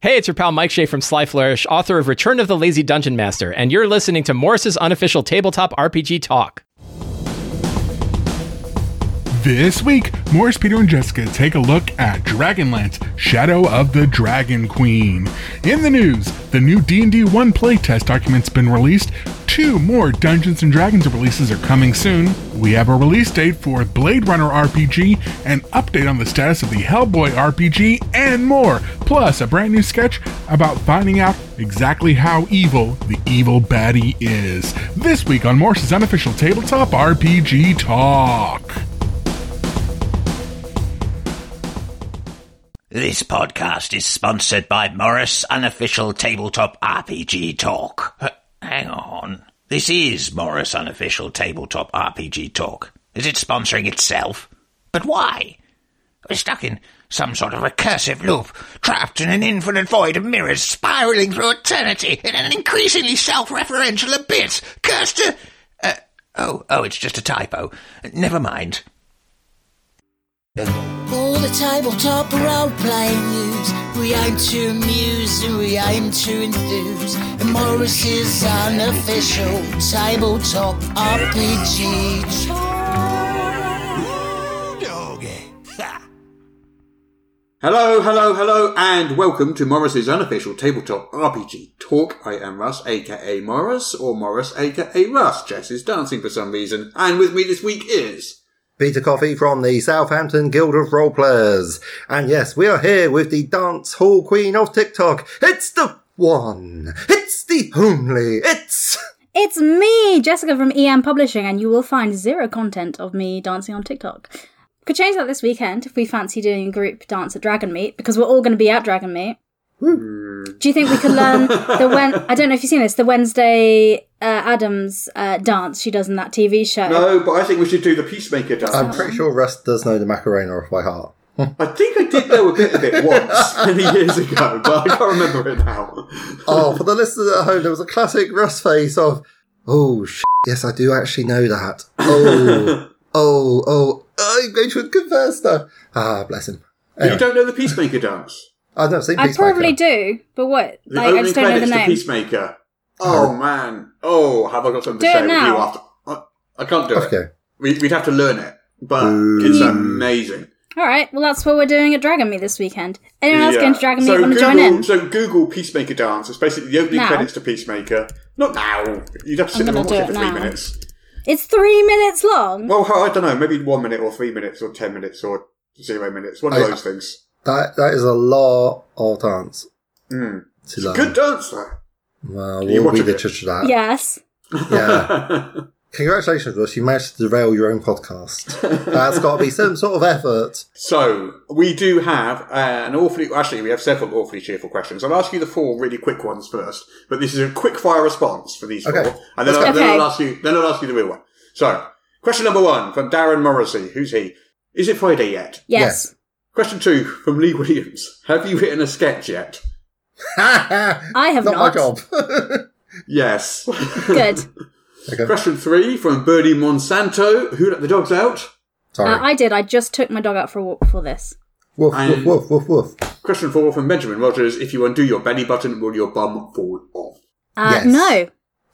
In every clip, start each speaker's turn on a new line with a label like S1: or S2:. S1: Hey, it's your pal Mike Shea from Sly Flourish, author of Return of the Lazy Dungeon Master, and you're listening to Morris's unofficial tabletop RPG talk.
S2: This week, Morris, Peter, and Jessica take a look at Dragonlance: Shadow of the Dragon Queen. In the news, the new D&D 1 playtest document's been released. Two more Dungeons and Dragons releases are coming soon. We have a release date for Blade Runner RPG, an update on the status of the Hellboy RPG, and more. Plus, a brand new sketch about finding out exactly how evil the evil baddie is. This week on Morris's unofficial tabletop RPG talk.
S3: This podcast is sponsored by Morris Unofficial Tabletop RPG Talk. H- hang on. This is Morris Unofficial Tabletop RPG Talk. Is it sponsoring itself? But why? We're stuck in some sort of recursive loop, trapped in an infinite void of mirrors spiraling through eternity in an increasingly self-referential abyss, cursed to... Uh, oh, oh, it's just a typo. Never mind.
S4: All the tabletop role playing news. We aim to amuse and we aim to enthuse. And Morris's unofficial tabletop RPG.
S5: Hello, hello, hello, and welcome to Morris's unofficial tabletop RPG talk. I am Russ, aka Morris, or Morris, aka Russ. Jess is dancing for some reason, and with me this week is.
S6: Peter Coffey from the Southampton Guild of Roleplayers. And yes, we are here with the dance hall queen of TikTok. It's the one. It's the only. It's
S7: It's me, Jessica from EM Publishing, and you will find zero content of me dancing on TikTok. Could change that this weekend if we fancy doing a group dance at Dragon Meet, because we're all going to be at Dragon Meet.
S5: Hmm.
S7: Do you think we could learn the when? I don't know if you've seen this, the Wednesday uh, Adams uh, dance she does in that TV show.
S5: No, Oh, but I think we should do the Peacemaker dance.
S6: I'm pretty sure Russ does know the Macarena off by heart.
S5: I think I did know a bit of it once, many years ago, but I can't remember it now.
S6: Oh, for the listeners at home, there was a classic Russ face of, oh, sh- yes, I do actually know that. Oh, oh, oh, I'm going to confess now. Ah, bless him.
S5: You don't know the Peacemaker dance?
S6: I've never seen
S7: I
S6: Peacemaker.
S7: probably do, but what?
S5: The
S7: Like, I
S5: opening
S7: just don't know the
S5: credits to
S7: name.
S5: Peacemaker. Oh, man. Oh, have I got something
S7: Do
S5: to
S7: it
S5: say with you
S7: now.
S5: after? I, I can't do
S6: Okay.
S5: it. We, we'd have to learn it, but it's amazing.
S7: All right, well, that's what we're doing at Dragon Meet this weekend. Anyone else
S5: Yeah.
S7: going to Dragon Meet
S5: so
S7: want to
S5: Google,
S7: join in?
S5: So Google Peacemaker dance. It's basically the opening
S7: Now?
S5: credits to Peacemaker. Not now. You'd have to sit there
S7: I'm
S5: and watch
S7: gonna
S5: it for
S7: do it
S5: three
S7: now.
S5: minutes.
S7: It's three minutes long.
S5: Well, I don't know. Maybe one minute or three minutes or ten minutes or zero minutes. One of
S6: I-
S5: those things.
S6: That, that is a lot of dance.
S5: Mm.
S6: To learn.
S5: Good dance, though.
S6: Well,
S5: You
S6: we'll
S5: watch
S6: be
S5: a
S6: the
S5: bit.
S6: judge of that.
S7: Yes.
S6: Yeah. Congratulations, Russ. You managed to derail your own podcast. That's got to be some sort of effort.
S5: so we do have uh, an awfully. Actually, we have several awfully cheerful questions. I'll ask you the four really quick ones first, but this is a quick fire response for these
S6: Okay.
S5: four, and then,
S6: Let's
S5: I'll,
S7: go.
S5: then I'll
S7: Okay.
S5: ask you. Then I'll ask you the real one. So, question number one from Darren Morrissey. Who's he? Is it Friday yet?
S7: Yes.
S5: Question two from Lee Williams. Have you written a sketch yet?
S6: I
S7: have
S6: my
S7: not.
S6: job.
S5: Yes.
S7: Good.
S6: okay.
S5: Question three from Birdie Monsanto. Who let the dogs out?
S6: Sorry.
S7: Uh, I did. I just took my dog out for a walk before this.
S6: woof,
S5: I-
S6: woof, woof, woof, woof.
S5: Question four from Benjamin Rogers. If you undo your belly button, will your bum fall off?
S7: Uh,
S6: Yes.
S7: No.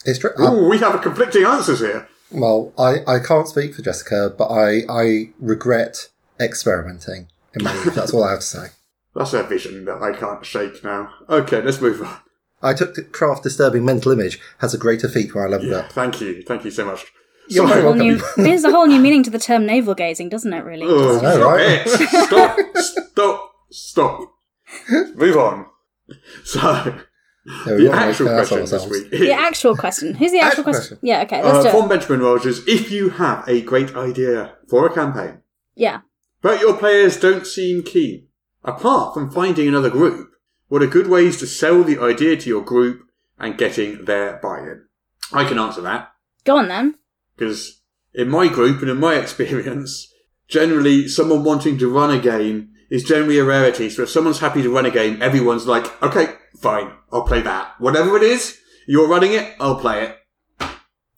S6: It's true. Uh,
S5: Ooh, we have conflicting answers here.
S6: well, I, I can't speak for Jessica, but I, I regret experimenting. In my youth. That's all I have to say.
S5: That's a vision that I can't shake now. Okay, let's move on.
S6: I took to craft disturbing mental image has a greater feat where I leveled
S5: Yeah,
S6: up.
S5: thank you. Thank you so much.
S6: You're
S5: So-
S6: very
S7: Whole
S6: welcome.
S7: new, there's a whole new meaning to the term navel gazing, doesn't it, really?
S5: Oh,
S6: know,
S5: stop
S6: right?
S5: it. Stop, stop, stop. Move on. So,
S6: There we
S5: the
S6: go, make
S5: actual
S6: an ass of
S5: question this
S6: ourselves.
S5: week
S7: The
S5: is...
S7: actual question. Who's the actual,
S6: Actual
S7: question?
S6: question.
S7: Yeah, okay,
S5: Uh,
S7: let's do it.
S5: from Benjamin Rogers, if you have a great idea for a campaign,
S7: Yeah.
S5: but your players don't seem keen, apart from finding another group, what are good ways to sell the idea to your group and getting their buy-in? I can answer that
S7: Go on then.
S5: because in my group and in my experience, generally someone wanting to run a game is generally a rarity. So if someone's happy to run a game, everyone's like, okay, fine, I'll play that. Whatever it is, you're running it, I'll play it.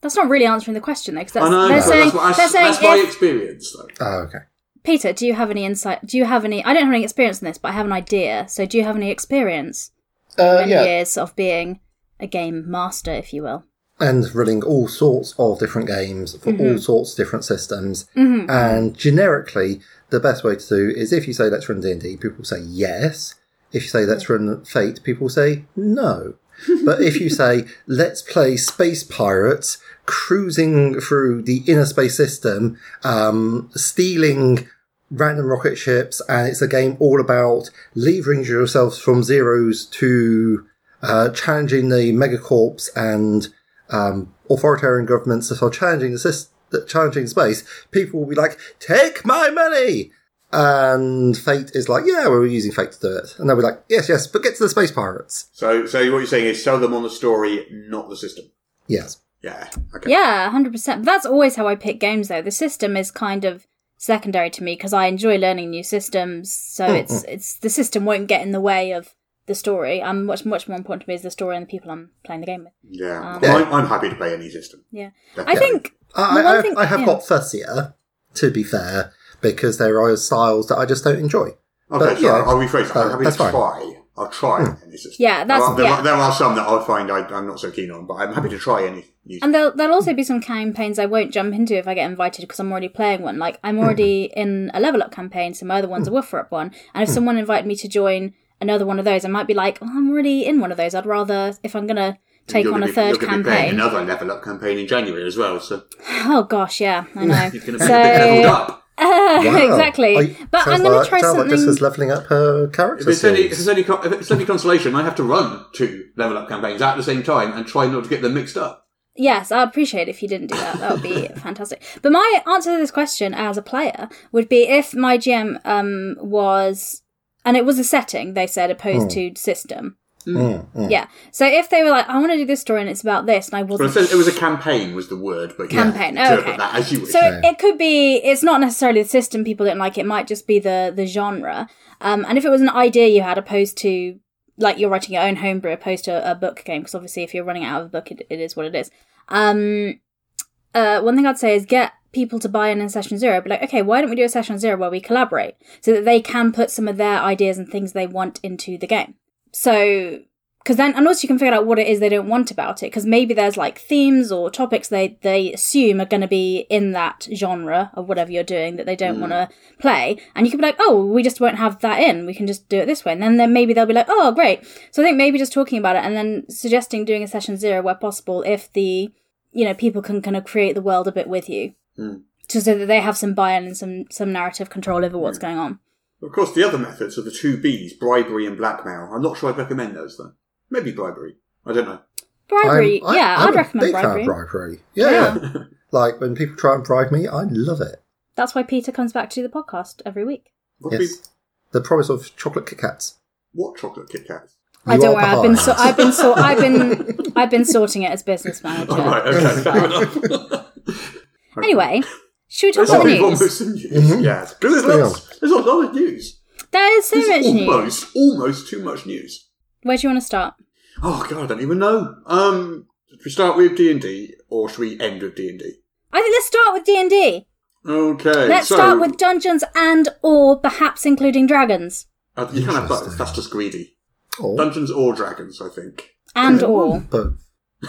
S7: That's not really answering the question, though, because
S5: I know,
S7: they're,
S5: but
S7: saying,
S5: that's, what I,
S7: they're saying
S5: that's my
S7: if-
S5: experience though.
S6: Oh, okay.
S7: Peter, do you have any insight? Do you have any. I don't have any experience in this, but I have an idea. So do you have any experience?
S6: Uh,
S7: many
S6: yeah.
S7: years of being a game master, if you will.
S6: and running all sorts of different games for all sorts of different systems. And generically, the best way to do is if you say let's run D and D, people say yes. If you say let's run Fate, people say no. but if you say let's play space pirates cruising through the inner space system, um, stealing random rocket ships, and it's a game all about levering yourselves from zeros to uh, challenging the megacorps and um, authoritarian governments that are challenging the system, challenging space, people will be like, "Take my money!" And Fate is like, "Yeah, we're using Fate to do it," and they'll be like, "Yes, yes, but get to the space pirates."
S5: So, so what you're saying is sell them on the story, not the system.
S6: Yes,
S5: Yeah. Okay.
S7: Yeah, 100%. That's always how I pick games, though. The system is kind of secondary to me because I enjoy learning new systems. So
S6: Hmm,
S7: it's it's the system won't get in the way of the story. I'm much much more important to me is the story and the people I'm playing the game with.
S5: Yeah.
S7: Um,
S5: Well, I'm, I'm happy to play any system.
S7: Yeah, I
S5: Definitely.
S7: think
S6: I,
S7: the one
S6: I,
S7: thing-
S6: I, I have
S7: yeah.
S6: got fussier, to be fair, because there are styles that I just don't enjoy.
S5: Okay,
S6: But,
S5: sorry,
S6: yeah,
S5: I'll rephrase that.
S6: uh,
S5: I'm happy
S6: that's
S5: to
S6: fine. Hmm.
S5: try. I'll try any system.
S7: Yeah, that's-
S5: Well, there,
S7: yeah.
S5: Are, there are some that I find I, I'm not so keen on, but I'm happy to try any new
S7: And there'll, there'll also be some campaigns I won't jump into if I get invited because I'm already playing one. Like, I'm already in a level up campaign, so my other one's a
S5: Hmm.
S7: woofer up one. And if someone invited me to join another one of those, I might be like, oh, I'm already in one of those. I'd rather, if I'm going to take
S5: you're
S7: on
S5: gonna
S7: a
S5: be-
S7: third
S5: you're gonna Be playing
S7: campaign.
S5: another level up campaign in January as well, so
S7: Oh, gosh, yeah, I know.
S5: you're going to be a bit leveled up.
S6: Wow.
S7: exactly.
S6: I-
S7: but
S6: sounds
S7: I'm going
S6: like-
S7: to try
S6: sounds
S7: something.
S6: Like this is leveling up her
S5: If
S6: character.
S5: it's, any, if,
S6: skills.
S5: it's any, co- if it's any consolation, I have to run two level up campaigns at the same time and try not to get them mixed up.
S7: Yes, I'd appreciate it if you didn't do that. That would be fantastic. But my answer to this question as a player would be if my GM um, was, and it was a setting, they said, opposed to system. Yeah. So if they were like, I want to do this story and it's about this, and I
S5: But it,
S7: wasn't.
S5: says it was a campaign, was the word, but yeah,
S7: Campaign,
S5: interpret
S7: okay.
S5: that as you wish.
S7: so it, it could be, it's not necessarily the system people didn't like, it might just be the, the genre. Um, and if it was an idea you had opposed to, like you're writing your own homebrew opposed to a book game, because obviously if you're running out of a book, it, it is what it is. Um, uh, one thing I'd say is get people to buy in in session zero. Be like, okay, why don't we do a session zero where we collaborate so that they can put some of their ideas and things they want into the game? So, because then, and also you can figure out what it is they don't want about it. Because maybe there's like themes or topics they they assume are going to be in that genre of whatever you're doing that they
S6: Hmm.
S7: don't want to play. And you can be like, oh, we just won't have that in. We can just do it this way. And then, then maybe they'll be like, oh, great. So I think maybe just talking about it and then suggesting doing a session zero where possible if the you know people can kind of create the world a bit with you
S6: Hmm.
S7: just so that they have some buy-in and some some narrative control over
S6: Hmm.
S7: what's going on
S5: Of course, the other methods are the two B's, bribery and blackmail. I'm not sure I'd recommend those, though. Maybe bribery. I don't know.
S7: bribery
S6: I'm- I-
S7: yeah
S6: I'm
S7: would
S6: a
S7: recommend
S6: big fan of
S7: bribery
S6: bribery. Yeah, yeah. like when people try and bribe me, I love it.
S7: that's why peter comes back to the podcast every week
S5: What,
S6: Yes.
S5: be,
S6: The promise of chocolate Kit Kats.
S5: what chocolate Kit Kats?
S7: i
S6: You
S7: don't
S6: are
S7: worry i've been
S6: behind.
S7: so i've been so i've been i've been sorting it as business manager
S5: All right, okay, fair enough.
S7: anyway should we talk
S5: There's
S7: about the
S5: only
S7: news
S5: almost some news. Yeah, because there's, lots- there's a lot of news.
S7: there is so
S5: There's
S7: much news
S5: almost, almost too much news.
S7: where do you want to start
S5: Oh god, I don't even know. Um, should we start with D and D, or should we end with D and D?
S7: i think let's start with d&d
S5: Okay,
S7: let's
S5: so,
S7: start with dungeons and or perhaps including dragons
S5: Uh, you can't have both.
S6: Interesting.
S5: That's just greedy.
S6: Or
S5: Dungeons or dragons, I think.
S7: and or
S6: Oh. but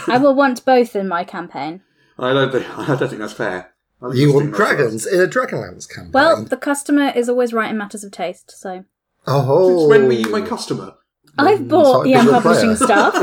S7: i will want both in my campaign
S5: I don't think. I don't think that's fair. I think that's
S6: you
S5: too
S6: want
S5: much
S6: dragons Uh, in a Dragonlance campaign.
S7: Well, the customer is always right in matters of taste,
S5: Mm,
S7: so
S5: for us.
S6: oh,
S5: Since when were you my customer?
S7: I've bought
S6: sorry,
S7: the M
S6: visual
S7: Publishing
S6: player.
S7: stuff.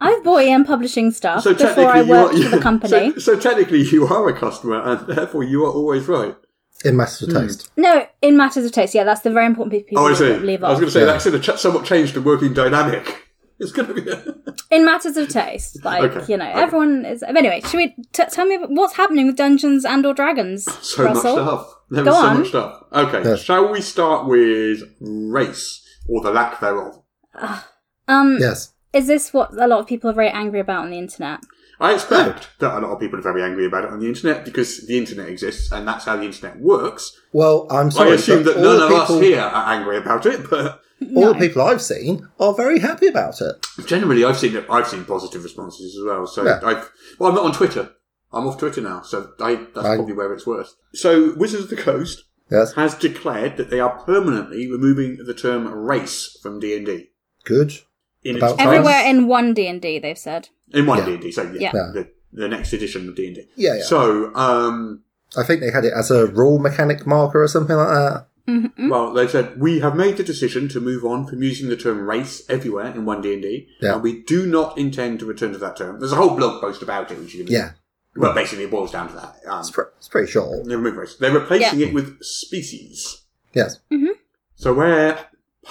S7: I've bought EM Publishing stuff before I worked for the company.
S5: So, so technically, you are a customer, and therefore you are always right.
S6: in Master
S5: Hmm.
S6: of Taste?
S7: no, in matters of taste, yeah, that's the very important piece people
S5: oh, I see.
S7: that leave
S5: I was
S7: off.
S5: going to say
S6: Yeah.
S5: that's going to ch- somewhat change the working dynamic. It's going to be.
S7: In matters of taste, like
S5: Okay,
S7: you know,
S5: okay.
S7: everyone is. but Anyway, should we t- tell me about what's happening with Dungeons and or Dragons?
S5: So
S7: Russell?
S5: much stuff. There
S7: Go
S5: was so
S7: on.
S5: much stuff. Okay,
S6: Yes.
S5: shall we start with race or the lack thereof?
S7: Um,
S6: Yes.
S7: is this what a lot of people are very angry about on the internet?
S5: I expect that a lot of people are very angry about it on the internet because the internet exists and that's how the internet works.
S6: Well, I'm
S5: I
S6: sorry.
S5: assume
S6: but
S5: that none
S6: all
S5: of
S6: the
S5: us
S6: people-
S5: here are angry about it, but
S6: All the people I've seen are very happy about it.
S5: generally, I've seen I've seen positive responses as well. So
S6: Yeah.
S5: I've well, I'm not on Twitter. I'm off Twitter now, so I, that's
S6: I-
S5: probably where it's worse. So Wizards of the Coast
S6: Yes.
S5: has declared that they are permanently removing the term race from D&D.
S6: Good.
S5: In
S6: About
S5: its-
S6: time.
S7: Everywhere in one D and D, they've said.
S5: in one
S6: Yeah.
S5: D&D, so yeah,
S7: Yeah.
S5: The, the next edition of D&D.
S6: Yeah, yeah.
S5: So, um,
S6: I think they had it as a rule mechanic marker or something like that. Hmm?
S5: well, they said, we have made the decision to move on from using the term race everywhere in one D&D,
S6: Yeah.
S5: and we do not intend to return to that term. There's a whole blog post about it, which you can
S6: Yeah.
S5: Well, basically it boils down to that. Um,
S6: It's, pre- it's pretty short.
S5: they remove race. They're replacing
S7: Yeah.
S5: it with species.
S6: Yes.
S5: So where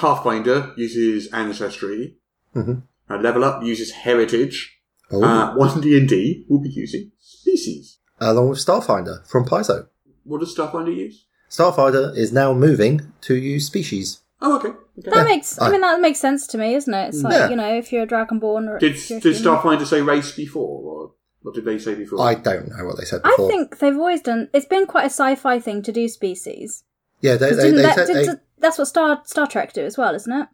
S5: Pathfinder uses ancestry,
S6: Mhm.
S5: uh, Level Up uses heritage,
S6: Oh,
S5: uh, One D and D will be using species.
S6: Along with Starfinder from Paizo.
S5: What does Starfinder use?
S6: Starfinder is now moving to use species.
S5: Oh, okay. okay.
S7: That
S6: Yeah.
S7: makes. I
S6: Aye.
S7: mean, that makes sense to me, isn't it? It's like
S6: Yeah.
S7: you know, if you're a Dragonborn or
S5: Did
S7: if you're a
S5: did
S7: human.
S5: Starfinder say race before, or what did they say before?
S6: I don't know what they said
S7: I
S6: before.
S7: think they've always done. It's been quite a sci-fi thing to do species.
S6: yeah, they,
S7: 'Cause
S6: they,
S7: didn't
S6: they
S7: that-
S6: said
S7: did-
S6: they,
S7: did- that's what Star Star Trek do as well, isn't it?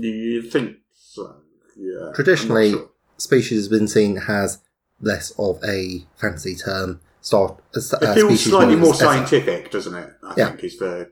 S5: you think so? Yeah.
S6: traditionally
S5: I'm not sure.
S6: species has been seen as less of a fancy term. Star uh, s- uh,
S5: it feels
S6: species
S5: slightly
S6: known
S5: more
S6: as essence.
S5: scientific, doesn't it? I
S6: Yeah.
S5: think is the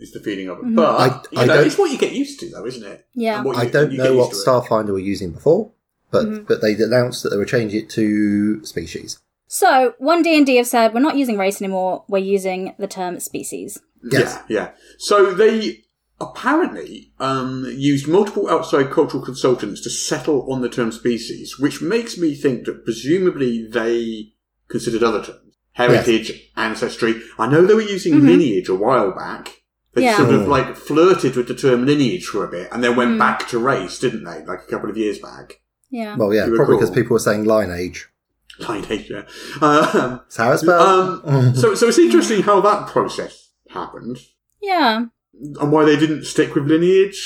S5: is the feeling of it.
S7: Mhm.
S5: But
S6: I-
S5: you
S6: I
S5: know,
S6: don't-
S5: it's what you get used to, though, isn't it?
S7: Yeah.
S5: And what
S6: I
S5: you-
S6: don't
S5: you
S6: know
S5: get
S6: what
S5: used to it.
S6: Starfinder were using before, but but they announced that they were changing it to species.
S7: So one D and D have said we're not using race anymore. We're using the term species.
S6: Yes.
S5: Yeah, yeah. So they apparently um, used multiple outside cultural consultants to settle on the term species, which makes me think that presumably they considered other terms. Heritage, ancestry. I know they were using lineage a while back. They
S7: Yeah.
S5: sort of
S6: Mm-hmm. Mm.
S5: like flirted with the term lineage for a bit and then went back to race, didn't they? Like a couple of years back.
S7: Yeah.
S6: Well, yeah,
S5: You were
S6: probably
S5: cool.
S6: because people were saying lineage.
S5: Lineage, yeah. Um,
S6: It's how it's spelled.
S5: um, so, so it's interesting how that process happened.
S7: yeah.
S5: and why they didn't stick with lineage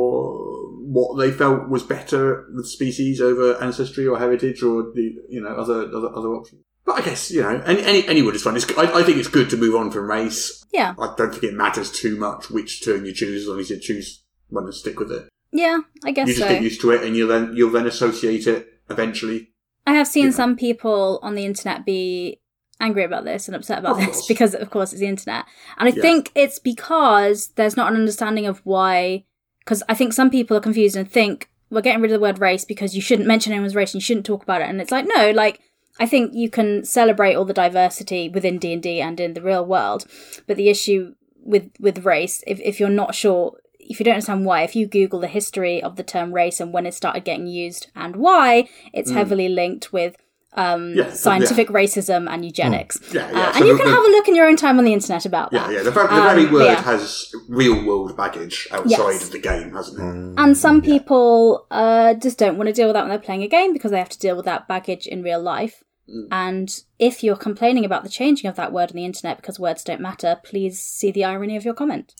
S5: or what they felt was better with species over ancestry or heritage or the you know other other, other options. But I guess you know any any anyone is fine. It's, I, I think it's good to move on from race.
S7: Yeah.
S5: I don't think it matters too much which term you choose as long as you choose one and stick with it.
S7: Yeah. I guess
S5: you just
S7: so.
S5: get used to it and you'll then you'll then associate it eventually.
S7: I have seen
S5: Yeah.
S7: some people on the internet be angry about this and upset about
S5: Of
S7: this
S5: course.
S7: because, of course, it's the internet. And I
S5: Yeah.
S7: think it's because there's not an understanding of why. Because I think some people are confused and think we're getting rid of the word race because you shouldn't mention anyone's race and you shouldn't talk about it. And it's like, no, like I think you can celebrate all the diversity within D and D and in the real world. But the issue with with race, if if you're not sure. If you don't understand why, if you Google the history of the term race and when it started getting used and why, it's heavily linked with um,
S5: Mm. Yeah, Mm.
S7: scientific racism and eugenics.
S5: Yeah, yeah,
S7: Uh,
S5: so
S7: and you
S5: the-
S7: can
S5: the-
S7: have a look in your own time on the internet about
S5: Yeah,
S7: that.
S5: yeah. The, fact, the
S7: Um,
S5: very word
S7: yeah.
S5: has real world baggage outside
S7: Yes.
S5: of the game, hasn't it?
S7: And some people uh, just don't want to deal with that when they're playing a game because they have to deal with that baggage in real life. And if you're complaining about the changing of that word on the internet because words don't matter, please see the irony of your comment.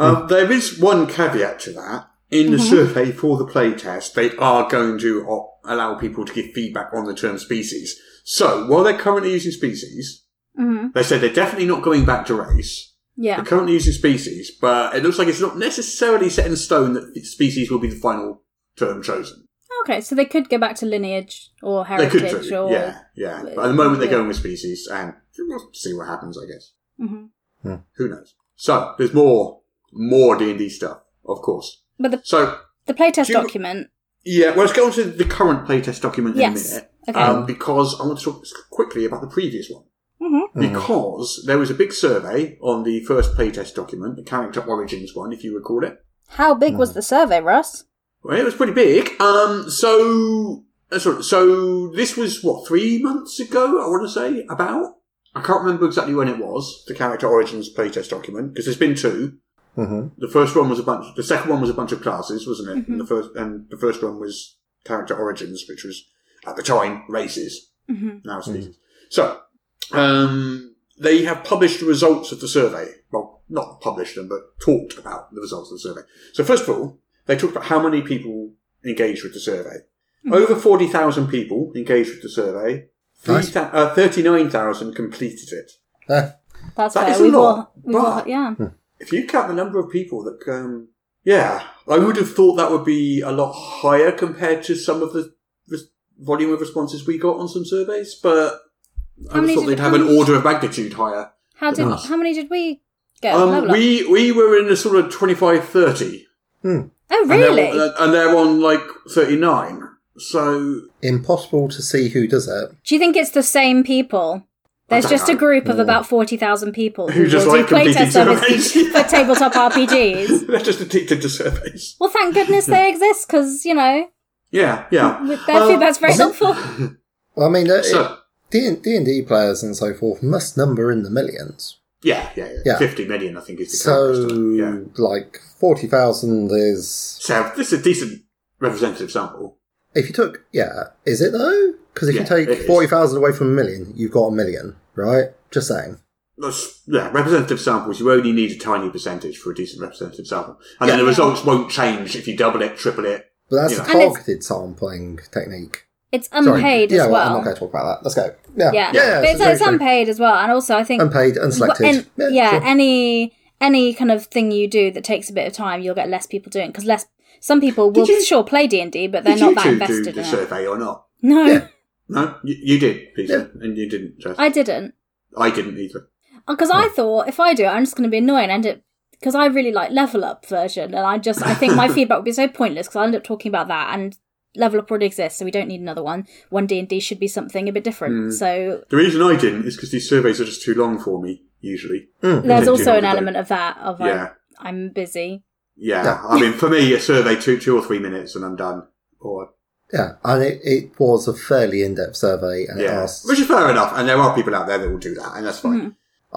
S7: Mm.
S5: Um, there is one caveat to that. In the
S7: Mm-hmm.
S5: survey for the playtest, they are going to o- allow people to give feedback on the term species. So, while they're currently using species, they said they're definitely not going back to race.
S7: Mm-hmm. Yeah.
S5: They're currently using species, but it looks like it's not necessarily set in stone that species will be the final term chosen.
S7: Okay, so they could go back to lineage or heritage
S5: they could do,
S7: or.
S5: yeah, yeah. But at the moment, they're
S7: Yeah.
S5: going with species, and we'll see what happens, I guess. Hmm.
S7: Mhm.
S5: Who knows? So, there's more, more D&D stuff, of course.
S7: But the,
S5: So,
S7: the playtest
S5: Do you-
S7: document.
S5: Yeah, well, let's go on to the current playtest document
S7: Yes.
S5: in a minute.
S7: Okay.
S5: Um, because I want to talk quickly about the previous one.
S7: Mhm.
S5: Because there was a big survey on the first playtest document, the character origins one, if you recall it.
S7: How big was the survey, Russ?
S5: Well, it was pretty big. Um, so, uh, sorry, so this was what three months ago? I want to say about. I can't remember exactly when it was. The character origins playtest document because there's been two.
S6: Mhm.
S5: The first one was a bunch. The second one was a bunch of classes, wasn't it? And the first and the first one was character origins, which was at the time races. Mm-hmm. Now species. So um, they have published the results of the survey. Well, not published them, but talked about the results of the survey. So first of all, they talked about how many people engaged with the survey. Over forty thousand people engaged with the survey. Three
S6: Nice.
S5: thou- uh, Thirty-nine thousand completed it.
S6: Ah,
S7: That's
S5: That
S7: fair.
S5: is a
S7: We've
S5: lot,
S7: all, we've all,
S5: but-
S7: yeah.
S5: If you count the number of people that, um, yeah, I would have thought that would be a lot higher compared to some of the res- volume of responses we got on some surveys, but
S7: How
S5: I would have
S7: many
S5: thought
S7: did-
S5: they'd
S7: how
S5: have an
S7: many-
S5: order of magnitude higher.
S7: How did
S5: Us.
S7: how many did we? Get a
S5: Um,
S7: level up.
S5: we we were in the sort of 25, 30.
S6: hmm.
S7: oh,
S5: And
S7: really?
S5: They're, on- and they're on like 39. So,
S6: Impossible to see who does it.
S7: Do you think it's the same people? There's
S5: don't
S7: just a
S5: know.
S7: group of about 40,000 people
S5: Who
S7: who
S5: just
S7: will
S5: like
S7: do
S5: completing
S7: playtest services
S5: surveys.
S7: for tabletop RPGs.
S5: they're just addicted to surveys.
S7: Well, thank goodness they exist because, you know,
S5: Yeah, yeah.
S7: with- I think that's very helpful.
S6: Well, I mean, uh,
S5: So-
S6: D and D players and so forth must number in the millions.
S5: Yeah, yeah, yeah.
S6: Yeah.
S5: 50 million, I think, is the
S6: So,
S5: current estimate, Yeah.
S6: like forty thousand is
S5: So, this is a decent representative sample.
S6: if you took yeah, is it though? Because if
S5: Yeah,
S6: you take
S5: it is.
S6: forty thousand away from a million, you've got a million, right? Just saying.
S5: That's, yeah, representative samples, you only need a tiny percentage for a decent representative sample. And then
S6: Yeah.
S5: the results won't change if you double it, triple it.
S6: But that's
S5: Yeah.
S6: a
S7: And it's-
S6: targeted sampling technique.
S7: It's
S6: Sorry.
S7: unpaid
S6: yeah,
S7: as
S6: I'm
S7: well.
S6: not going to talk about that. Let's go. Yeah,
S7: yeah.
S6: yeah.
S7: but it's,
S6: very
S7: it's
S6: true.
S7: unpaid as well. And also, I think.
S6: Unpaid, unselected.
S7: and- yeah,
S6: sure.
S7: any any kind of thing you do that takes a bit of time, you'll get less people doing because less. Some people will
S5: you-
S7: sure play D and D, but they're
S5: did
S7: not
S5: you
S7: that
S5: two do
S7: invested
S5: the
S7: in it.
S5: survey or not?
S7: No,
S6: Yeah.
S5: No, you, you did, Peter, and you didn't. Jess.
S7: I didn't.
S5: I didn't either.
S7: Because Uh, I thought if I do it, I'm just going to be annoying. End up because I really like level up version, and I just I think my feedback would be so pointless because I end up talking about that and level up already exists, so we don't need another one. One D and D should be something a bit different.
S5: Hmm.
S7: So
S5: The reason I didn't is because these surveys are just too long for me, usually.
S7: there's
S5: do
S7: also an
S5: another.
S7: element of that of um,
S5: Yeah.
S7: I'm busy.
S5: Yeah,
S6: Yeah.
S5: I mean, for me, a survey two, two or three minutes, and I'm done. Or
S6: Yeah, and it, it was a fairly in-depth survey, and it
S5: yeah,
S6: asked.
S5: which is fair enough. And there are people out there that will do that, and that's fine.
S7: Mm-hmm.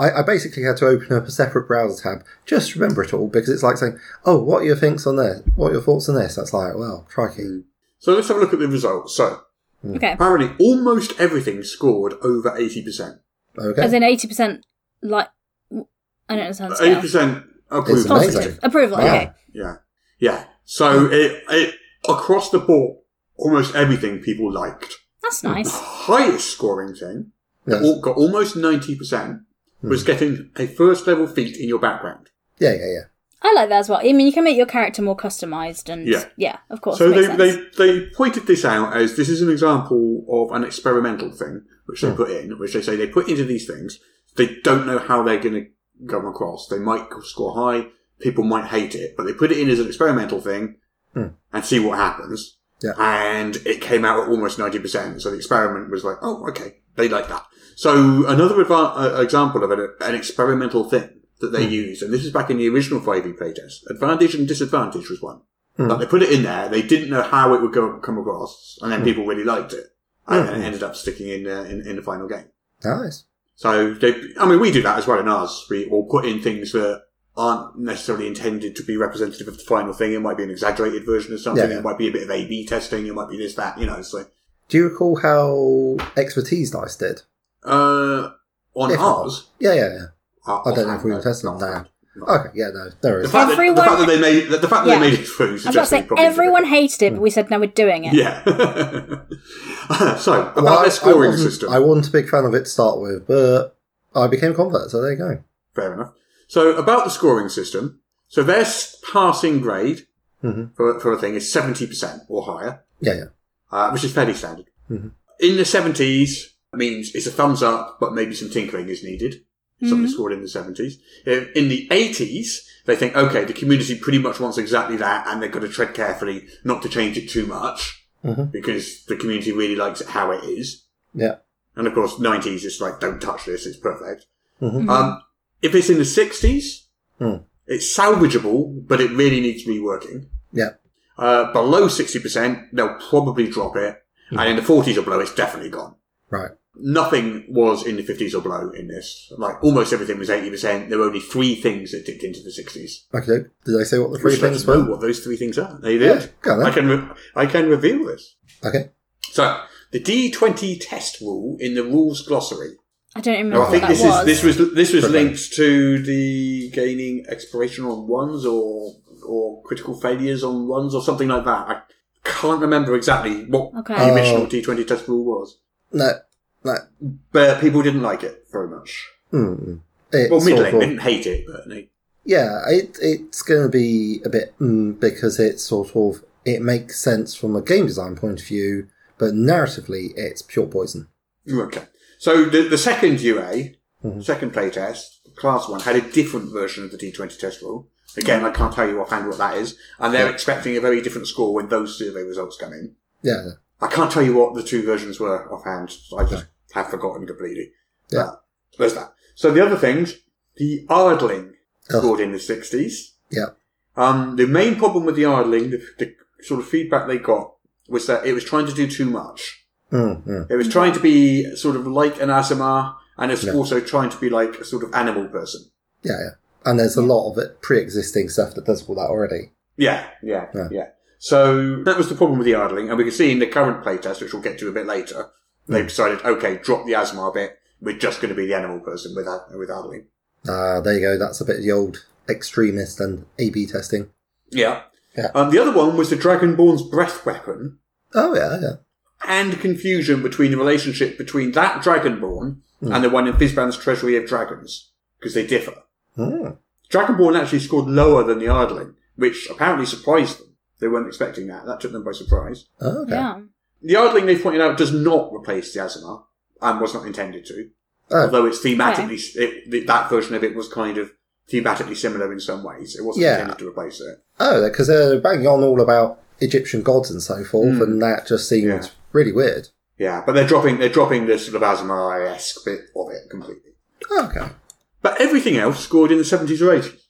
S6: I, I basically had to open up a separate browser tab just to remember it all because it's like saying, "Oh, what are your thinks on this? What are your thoughts on this?" That's like, well, crikey,
S5: So let's have a look at the results. So Hmm.
S7: Okay,
S5: apparently, almost everything scored over eighty percent.
S6: okay.
S7: Mm. as in eighty percent like I don't understand.
S5: Eighty
S7: scale.
S5: percent
S6: It's
S5: approval.
S6: amazing.
S7: Positive approval.
S6: Wow.
S7: Okay,
S5: Yeah, yeah. So it, it across the board, almost everything people liked.
S7: that's nice.
S5: Highest scoring thing
S6: Yes. Hmm.
S5: al- got almost ninety percent was getting a first level feat in your background.
S6: Yeah, yeah, yeah.
S7: I like that as well. I mean, you can make your character more customized, and yeah,
S5: Yeah.
S7: of course.
S5: So
S7: makes
S5: they,
S7: sense.
S5: they they pointed this out as this is an example of an experimental thing which they put in, which they say they put into these things. They don't know how they're going to come across. They might score high. People might hate it, but they put it in as an experimental thing and see what happens.
S6: Yeah.
S5: And it came out at almost ninety percent. So the experiment was like, oh, okay, they like that. So another adva- uh, example of an, an experimental thing that they used, and this is back in the original five E playtest. Advantage and disadvantage was one.
S6: Hmm.
S5: Like they put it in there, they didn't know how it would go, come across, and then
S6: Hmm.
S5: people really liked it, and then it ended up sticking in, uh, in in the final game.
S6: Nice.
S5: So they, I mean, we do that as well in ours. We all put in things that aren't necessarily intended to be representative of the final thing. It might be an exaggerated version of something.
S6: Yeah, yeah.
S5: It might be a bit of A/B testing. It might be this, that. You know, so
S6: Do you recall how expertise dice did?
S5: uh, on
S6: If not-
S5: ours,
S6: Yeah, yeah, yeah.
S5: uh,
S6: I don't know
S5: offhand,
S6: if we
S5: no,
S6: were testing them
S5: not
S6: now.
S5: offhand, not
S6: Okay, yeah, no, there
S5: The
S6: is.
S5: fact, that, the
S7: Everyone-
S5: fact that they made the fact that
S7: Yeah.
S5: they made it through
S7: I was about to
S5: suggests
S7: say
S5: we probably did
S7: everyone
S5: it.
S7: hated it, but we said no, we're doing it.
S5: Yeah. so about
S6: Well, I-
S5: their
S6: I
S5: scoring
S6: wasn't-
S5: system.
S6: I wasn't a big fan of it to start with, but I became convert, so there you go.
S5: Fair enough. So about the scoring system. So their s- passing grade for, for a thing is 70% or higher,
S6: Yeah, yeah.
S5: uh, which is fairly standard. In the 70s means it's a thumbs up, but maybe some tinkering is needed. Something scored in the 70s. In in the 80s, they think, okay, the community pretty much wants exactly that, and they've got to tread carefully not to change it too much, because the community really likes it how it is.
S6: Yeah.
S5: And of course, 90s is like, don't touch this, it's perfect. Um, if it's in the 60s,
S6: Mm-hmm. Hmm.
S5: it's salvageable, but it really needs reworking.
S6: Yeah.
S5: Uh, below 60%, they'll probably drop it. And in the 40s or below, it's definitely gone.
S6: Right.
S5: Nothing was in the 50s or below in this. Like, almost everything was 80%. There were only three things that dipped into the 60s.
S6: Okay. Did I say what the three
S5: Which lets
S6: things
S5: you know
S6: were?
S5: what those three things are. They
S6: Yeah,
S5: did.
S6: go on then.
S5: I, can re- I can reveal this.
S6: Okay.
S5: So, the D20 test rule in the rules glossary
S7: I don't remember
S5: no, I
S7: what
S5: think
S7: that
S5: this
S7: was.
S5: is this was this was
S6: Okay.
S5: linked to the gaining exploration on ones or or critical failures on ones or something like that. I can't remember exactly what
S7: Okay.
S5: the
S6: Oh.
S5: original D twenty test rule was,
S6: No, no.
S5: but people didn't like it very much.
S6: Hmm. It
S5: Well,
S6: sort
S5: middling
S6: of-
S5: didn't hate it, but they,
S6: Yeah, it, it's going to be a bit mm, because it's sort of it makes sense from a game design point of view, but narratively it's pure poison.
S5: okay. So the the second UA
S6: Mm-hmm.
S5: Second playtest, class one, had a different version of the D20 test rule. Again, I can't tell you offhand what that is. And they're expecting a very different score when those survey results come in.
S6: Yeah.
S5: I can't tell you what the two versions were offhand. I just have forgotten completely.
S6: Yeah.
S5: But there's that. So the other things, the Ardling scored in the 60s.
S6: Yeah.
S5: Um, the main problem with the Ardling, the, the sort of feedback they got, was that it was trying to do too much.
S6: Mm, mm.
S5: It was trying to be sort of like an ASMR, and it's
S6: Yeah.
S5: also trying to be like a sort of animal person.
S6: Yeah, yeah. And there's a lot of it pre-existing stuff that does all that already.
S5: Yeah, yeah, yeah,
S6: Yeah.
S5: So that was the problem with the Ardling, and we can see in the current playtest, which we'll get to a bit later, they've decided, okay, drop the ASMR bit. We're just going to be the animal person with Ar- with Ardling.
S6: Ah, there you go. That's a bit of the old extremist and A/B testing.
S5: Yeah.
S6: Yeah.
S5: Um, the other one was the Dragonborn's breath weapon,
S6: Oh yeah, yeah.
S5: and confusion between the relationship between that Dragonborn and the one in Fizban's Treasury of Dragons, because they differ.
S6: Mm.
S5: Dragonborn actually scored lower than the Ardling, which apparently surprised them. They weren't expecting that. That took them by surprise.
S6: Oh, okay.
S7: Yeah.
S5: The Ardling, they pointed out, does not replace the Azamar, and was not intended to,
S6: Oh,
S5: although it's thematically, it, th that version of it was kind of thematically similar in some ways. It wasn't
S6: Yeah.
S5: intended to replace it.
S6: Oh, because they're banging on all about Egyptian gods and so forth, and that just seemed
S5: Yeah.
S6: really weird.
S5: Yeah, but they're dropping, they're dropping the sort of Azamar-esque bit of it completely.
S6: Oh, okay.
S5: But everything else scored in the 70s or 80s.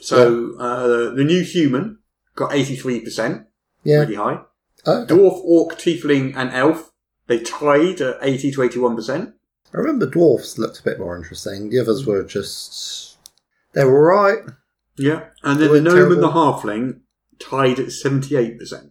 S5: So uh, the new human got 83%,
S6: Yeah.
S5: really high.
S6: Oh, okay.
S5: Dwarf, orc, tiefling, and elf, they tied at 80 to 81%.
S6: I remember dwarfs looked a bit more interesting. The others were just. They were right.
S5: Yeah. And then
S6: They
S5: the
S6: were
S5: gnome and the
S6: terrible.
S5: halfling tied at 78%. percent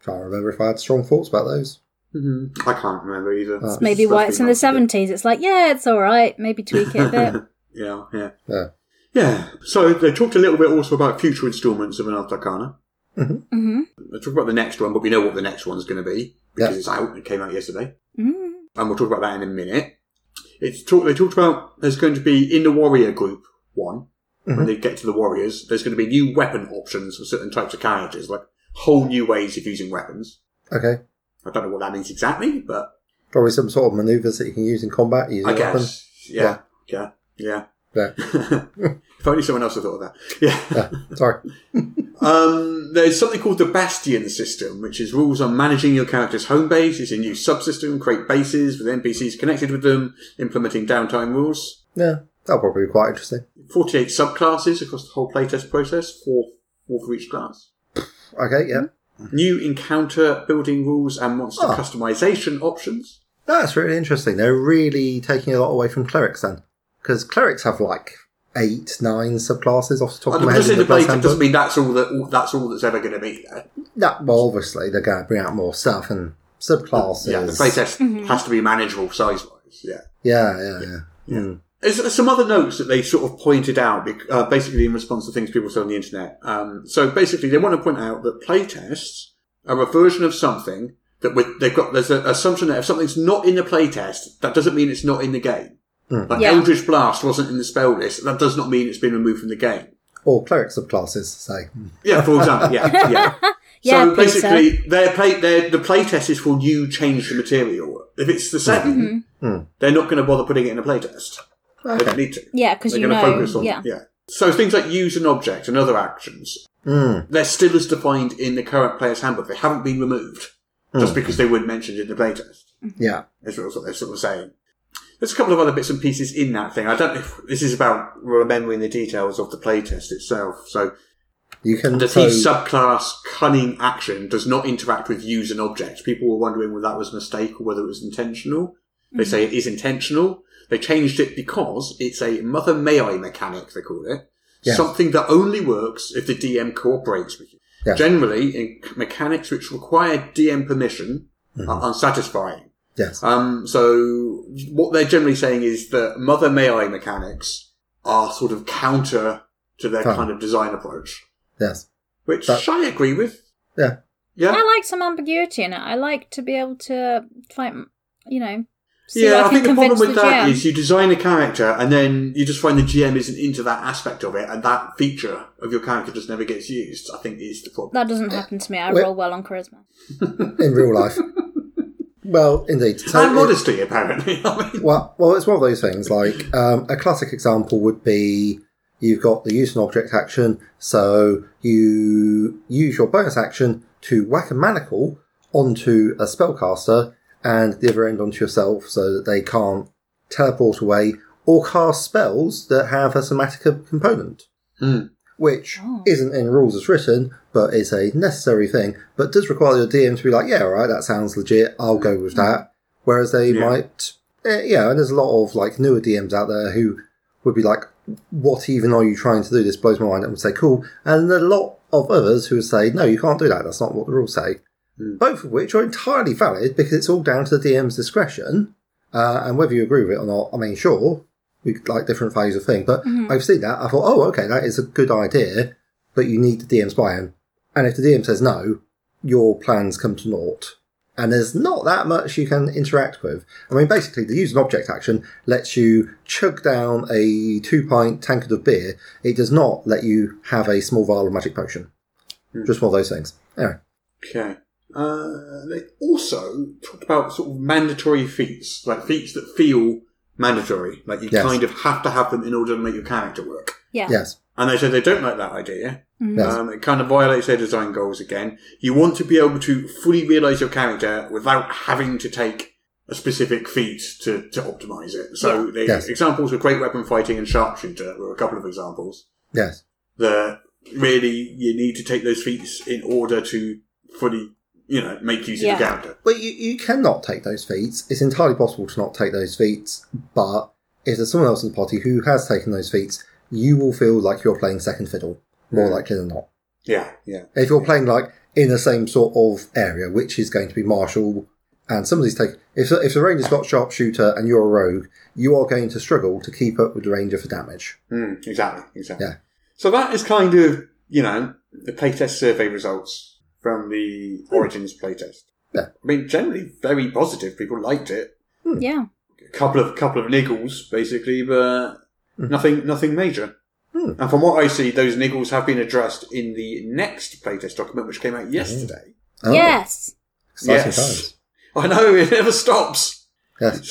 S6: Trying to remember if I had strong thoughts about those.
S5: hmm
S6: Mm-hmm.
S5: I can't remember either.
S6: It's
S5: It's
S7: Maybe why it's in the
S5: roughly not-
S7: 70s. It's like, yeah, it's all right. Maybe tweak it a bit.
S5: Yeah, yeah.
S6: Yeah.
S5: Yeah. So they talked a little bit also about future installments of Another Arcana.
S7: mm-hmm.
S5: We'll talk about the next one, but we know what the next one's going to be because
S6: Yeah.
S5: it's out. It came out yesterday.
S7: Mm.
S5: and we'll talk about that in a minute. It's talk, they talked about there's going to be in the warrior group one
S6: Mm-hmm.
S5: when they get to the warriors. There's going to be new weapon options for certain types of characters, like whole new ways of using weapons.
S6: Okay.
S5: I don't know what that means exactly, but
S6: Probably some sort of maneuvers that you can use in combat. Use
S5: I
S6: a weapon.
S5: guess yeah, yeah, yeah.
S6: Yeah.
S5: if only someone else had thought of that. Yeah.
S6: Yeah. uh, Sorry.
S5: Um, there's something called the Bastion system, which is rules on managing your character's home base. It's a new subsystem, create bases with NPCs connected with them, implementing downtime rules.
S6: Yeah. That'll probably be quite interesting.
S5: 48 subclasses across the whole playtest process, four, four for each class.
S6: Okay,
S5: Hmm?
S6: yeah.
S5: New encounter building rules and monster
S6: Mm-hmm. Ah.
S5: customization options.
S6: That's really interesting. They're really taking a lot away from clerics then. Because clerics have like eight, nine subclasses off the top
S5: And
S6: of my head.
S5: because
S6: in
S5: in the
S6: Blood's
S5: playtest
S6: Handbook.
S5: doesn't mean that's all that all, that's all that's ever going to be there.
S6: No, well, obviously they're going to bring out more stuff and subclasses.
S5: Yeah, the playtest has to be manageable size wise. Yeah.
S6: Yeah, yeah, yeah. Mm.
S5: There's there's some other notes that they sort of pointed out, bec- uh, basically in response to things people said on the internet. Um, so basically, they want to point out that playtests are a version of something that with, they've got. There's an assumption that if something's not in the playtest, that doesn't mean it's not in the game. Like
S7: Yeah.
S5: Eldritch Blast wasn't in the spell list. That does not mean it's been removed from the game.
S6: Or cleric subclasses, say.
S5: Yeah, for example, yeah, yeah.
S7: Yeah,
S5: so
S7: please, sir.
S5: basically, their play, their, the playtest is for you change the material. If it's the same,
S7: Mm-hmm.
S5: they're not going to bother putting it in a playtest. They don't need to.
S7: Yeah, because
S5: They're
S7: you
S5: going to
S7: know.
S5: focus on
S7: yeah.
S5: yeah. So things like use an object and other actions,
S6: Mm.
S5: they're still as defined in the current player's handbook. They haven't been removed just because they weren't mentioned in the playtest.
S6: Yeah.
S5: That's what what they're sort of saying. There's a couple of other bits and pieces in that thing. I don't know if this is about remembering the details of the playtest itself. So
S6: You can.
S5: the
S6: so-
S5: thief subclass cunning action does not interact with use an object. People were wondering whether that was a mistake or whether it was intentional. They say it is intentional. They changed it because it's a mother may I mechanic, they call it.
S6: Yes.
S5: Something that only works if the DM cooperates with you.
S6: Yeah.
S5: Generally, in mechanics which require DM permission
S6: Mm-hmm.
S5: are unsatisfying.
S6: yes.
S5: Um, so what they're generally saying is that Mother May I mechanics are sort of counter to their
S6: Huh.
S5: kind of design approach,
S6: yes.
S5: which
S6: That-
S5: I agree with.
S6: Yeah.
S5: Yeah.
S7: I like some ambiguity in it. I like to be able to fight, you know. See
S5: yeah,
S7: what
S5: I, think the problem
S7: convince
S5: with
S7: the
S5: that
S7: GM.
S5: is you design a character and then you just find the GM isn't into that aspect of it and that feature of your character just never gets used. I think is the problem.
S7: That doesn't happen to me. I
S6: Wait.
S7: roll well on charisma.
S6: In real life. Well, indeed. So
S5: and
S6: it-
S5: modesty, apparently. I mean,
S6: Well, well, it's one of those things. Like um, a classic example would be you've got the use an object action, so you use your bonus action to whack a manacle onto a spellcaster and the other end onto yourself, so that they can't teleport away or cast spells that have a somatic component, which isn't in rules as written, but is a necessary thing. But does require your DM to be like, yeah, all right, that sounds legit. I'll go with that. Whereas they
S5: Yeah.
S6: might, eh, yeah, and there's a lot of like newer DMs out there who would be like, what even are you trying to do? This blows my mind, and would say, cool. And there are a lot of others who would say, no, you can't do that. That's not what the rules say. Both of which are entirely valid because it's all down to the DM's discretion. Uh, and whether you agree with it or not, I mean, sure, we could like different values of thing, but I've seen that. I thought, oh, okay, that is a good idea, but you need the DM's buy-in. And if the DM says no, your plans come to naught. And there's not that much you can interact with. I mean, basically, the use an object action lets you chug down a two pint tankard of beer. It does not let you have a small vial of magic potion. Just one of those things. Anyway.
S5: okay. Uh, they also talked about sort of mandatory feats, like feats that feel mandatory, like you
S6: Yes.
S5: kind of have to have them in order to make your character work.
S7: Yeah.
S6: Yes.
S5: And they said they don't like that idea.
S6: Yes.
S5: Um, it kind of violates their design goals again. You want to be able to fully realise your character without having to take a specific feat to, to optimise it. So the
S6: Yes.
S5: examples were great weapon fighting and sharpshooter were a couple of examples
S6: Yes.
S5: that really you need to take those feats in order to fully, you know, make use
S7: Yeah.
S5: of your character.
S6: But you, you cannot take those feats. It's entirely possible to not take those feats, but if there's someone else in the party who has taken those feats, you will feel like you're playing second fiddle, more likely than not.
S5: Yeah, yeah.
S6: If you're playing like in the same sort of area, which is going to be martial, and somebody's taking if if the ranger's got sharpshooter and you're a rogue, you are going to struggle to keep up with the ranger for damage.
S5: Mm, exactly, exactly.
S6: Yeah.
S5: So that is kind of, you know, the playtest survey results from the Origins playtest.
S6: Hmm. Yeah.
S5: I mean, generally very positive. People liked it.
S7: Yeah.
S5: A couple of couple of niggles, basically, but
S6: Hmm.
S5: nothing nothing major. And from what I see, those niggles have been addressed in the next playtest document, which came out yesterday.
S6: Oh,
S7: Yes.
S6: Exciting times.
S5: I know it never stops.
S6: Yes.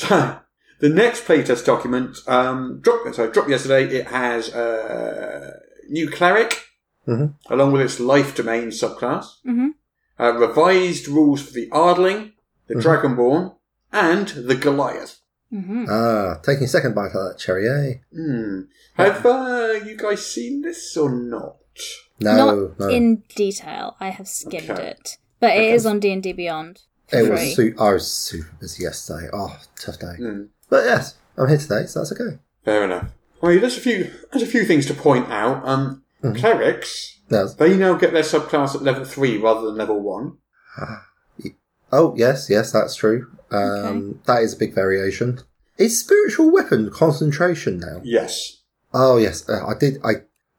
S5: So the next playtest document um, dropped. Sorry, dropped yesterday. It has uh, new cleric
S6: Mhm.
S5: along with its life domain subclass,
S7: Mhm.
S5: uh, revised rules for the Ardling, the
S6: Mm-hmm.
S5: Dragonborn, and the Goliath.
S7: Mm-hmm.
S6: Ah, taking a second bite out of that cherry, eh?
S5: Hmm. Have uh, you guys seen this or not?
S6: No,
S7: Not
S6: no.
S7: in detail. I have skimmed
S5: Okay.
S7: it, but it is on D and D Beyond. for
S6: it
S7: free.
S6: was su- I was super busy yesterday. Oh, tough day.
S5: Hmm.
S6: But yes, I'm here today, so that's okay.
S5: Fair enough. Well, there's a few there's a few things to point out. Um,
S6: Mm-hmm.
S5: Clerics
S6: Yes.
S5: they now get their subclass at level three rather than level one.
S6: Oh, yes, yes, that's true. Um, That is a big variation. Is spiritual weapon concentration now?
S5: Yes,
S6: Oh, yes, uh, I did. I,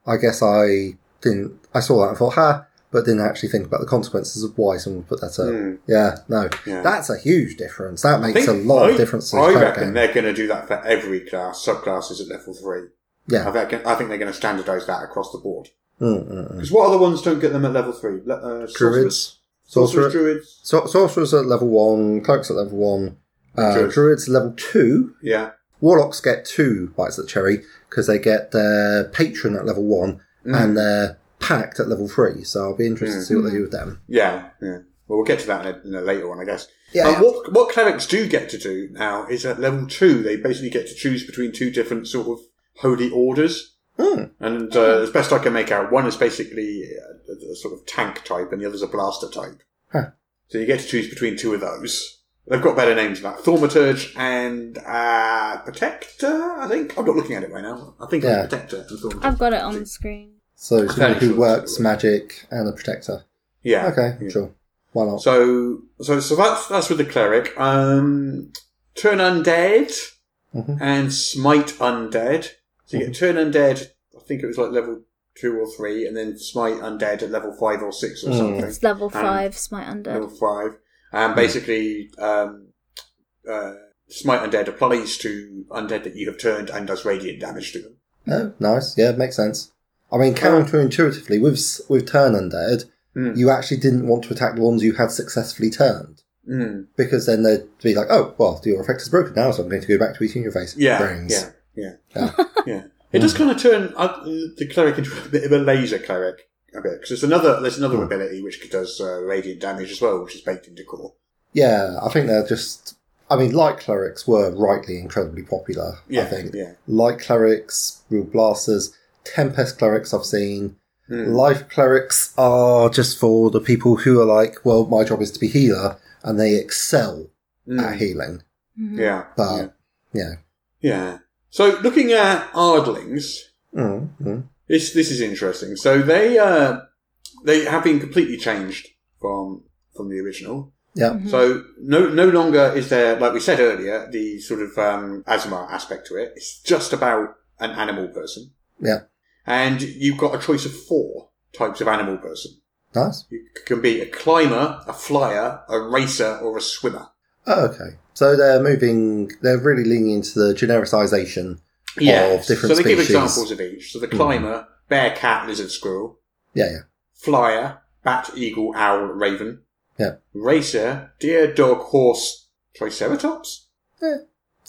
S6: I guess I didn't. I saw that and thought, ha, but didn't actually think about the consequences of why someone put that up. Yeah, no,
S5: Hmm. Yeah.
S6: that's a huge difference. That
S5: I
S6: makes a
S5: think-
S6: lot
S5: I-
S6: of difference. To the
S5: I
S6: current
S5: reckon
S6: game.
S5: they're going to do that for every class, subclasses at level three. I,
S6: Yeah.
S5: reckon, I think they're going to standardise that across the board.
S6: Mm, mm, mm.
S5: Because what other ones don't get them at level three? Le- uh,
S6: Druids.
S5: sorcerers,
S6: Sorcerer-
S5: druids.
S6: So, sorcerers at level one, clerks at level one, uh,
S5: Druids.
S6: druids. level two.
S5: Yeah,
S6: Warlocks get two bites of the cherry because they get their patron at level one
S5: Hmm.
S6: and their pact at level three. So I'll be interested to see
S5: Hmm.
S6: what they do with them.
S5: yeah, yeah. Well, we'll get to that in a, in a later one, I guess.
S6: Yeah,
S5: Uh,
S6: yeah.
S5: What what clerics do get to do now is at level two, they basically get to choose between two different sort of holy orders.
S6: Hmm.
S5: And uh, as best I can make out, one is basically a, a sort of tank type, and the other's a blaster type.
S6: Huh.
S5: So you get to choose between two of those. They've got better names than that: Thaumaturge and uh, Protector. I think I'm not looking at it right now. I think
S6: Yeah.
S5: it's Protector and Thaumaturge.
S7: I've got it on the screen.
S6: So someone
S5: Very
S6: who
S5: short
S6: works
S5: term.
S6: magic and a protector.
S5: Yeah.
S6: Okay,
S5: Yeah.
S6: sure. Why not?
S5: So so so that's that's with the cleric. Um, turn undead
S6: Mhm.
S5: and smite undead. So you get turn undead. I think it was like level two or three, and then smite undead at level five or six or
S6: Mm.
S5: something.
S7: It's level
S5: And-
S7: five, Smite Undead.
S5: level five, and basically um, uh, smite undead applies to undead that you have turned and does radiant damage to them.
S6: Oh, nice. Yeah, makes sense. I mean, counterintuitively, with s- with turn undead,
S5: Hmm.
S6: you actually didn't want to attack the ones you had successfully turned.
S5: Mm.
S6: Because then they'd be like, oh, well, your effect is broken now, so I'm going to go back to eating your face.
S5: Yeah,
S6: Brains.
S5: yeah, yeah, yeah. It does kind of turn uh, the cleric into a bit of a laser cleric, a bit because there's another there's another ability which does uh, radiant damage as well, which is baked into core.
S6: Yeah, I think they're just. I mean, light clerics were rightly incredibly popular. I
S5: Yeah,
S6: think
S5: yeah.
S6: light clerics, real blasters, tempest clerics. I've seen
S5: Hmm.
S6: life clerics are just for the people who are like, well, my job is to be healer, and they excel at healing.
S5: Yeah,
S6: But yeah,
S5: Hmm. yeah, yeah. So looking at Ardlings,
S6: Mm, mm.
S5: This this is interesting. So they uh, they have been completely changed from from the original.
S6: yeah,
S5: So no no longer is there like we said earlier the sort of um, asthma aspect to it. It's just about an animal person,
S6: yeah.
S5: and you've got a choice of four types of animal person.
S6: Nice.
S5: You c- can be a climber, a flyer, a racer, or a swimmer.
S6: Oh, okay, so they're moving. They're really leaning into the genericization of different
S5: so they
S6: species. Hmm.
S5: give examples of each. So the climber, bear, cat, lizard, squirrel.
S6: Yeah, yeah,
S5: Flyer, bat, eagle, owl, raven.
S6: yeah.
S5: racer, deer, dog, horse, triceratops.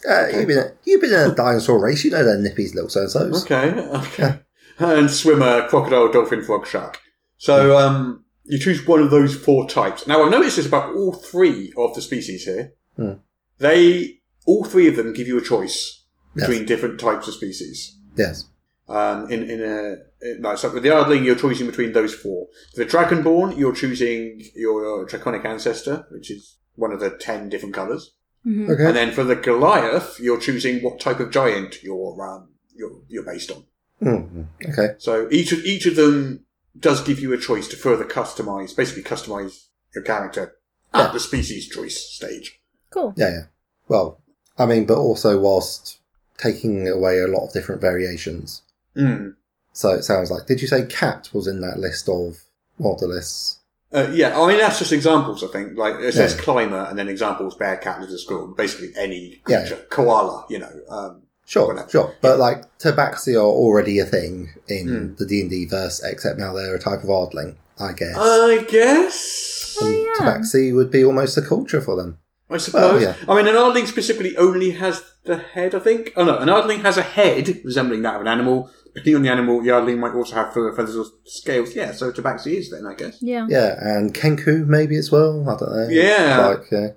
S6: Uh, you've, been, you've been in a dinosaur race. You know they're nippies, little so and so's.
S5: Okay, okay. and swimmer, crocodile, dolphin, frog, shark. So um, you choose one of those four types. Now I've noticed this about all three of the species here.
S6: Hmm.
S5: They all three of them give you a choice
S6: Yes.
S5: between different types of species.
S6: Yes.
S5: Um, in in a in, like so with the Ardling, you're choosing between those four. For the Dragonborn, you're choosing your draconic ancestor, which is one of the ten different colours.
S6: Okay.
S5: And then for the Goliath, you're choosing what type of giant you're um, you're, you're based on.
S6: Mm, okay.
S5: So each of each of them does give you a choice to further customize, basically customize your character
S6: Ah.
S5: at the species choice stage.
S7: Cool.
S6: Yeah, yeah. Well, I mean, but also whilst taking away a lot of different variations.
S5: Mm.
S6: So it sounds like. Did you say cat was in that list of well, the lists?
S5: Uh, yeah, I mean that's just examples. I think like it says
S6: Yeah.
S5: climber, and then examples bear, cat, lizard, squirrel, basically any
S6: Yeah.
S5: creature, koala. You know, um,
S6: Sure,
S5: Whatever.
S6: sure. But like tabaxi are already a thing in the D and D verse, except now they're a type of oddling, I guess.
S5: I guess.
S7: Oh, yeah.
S6: Tabaxi would be almost a culture for them.
S5: I suppose.
S6: yeah.
S5: I mean, an Ardling specifically only has the head, I think. Oh no, an Ardling has a head resembling that of an animal. Depending on the animal, the Ardling might also have fur- feathers or scales. Yeah, so tabaxi is then, I guess.
S7: Yeah.
S6: Yeah, and Kenku maybe as well. I don't know.
S5: Yeah.
S6: like yeah.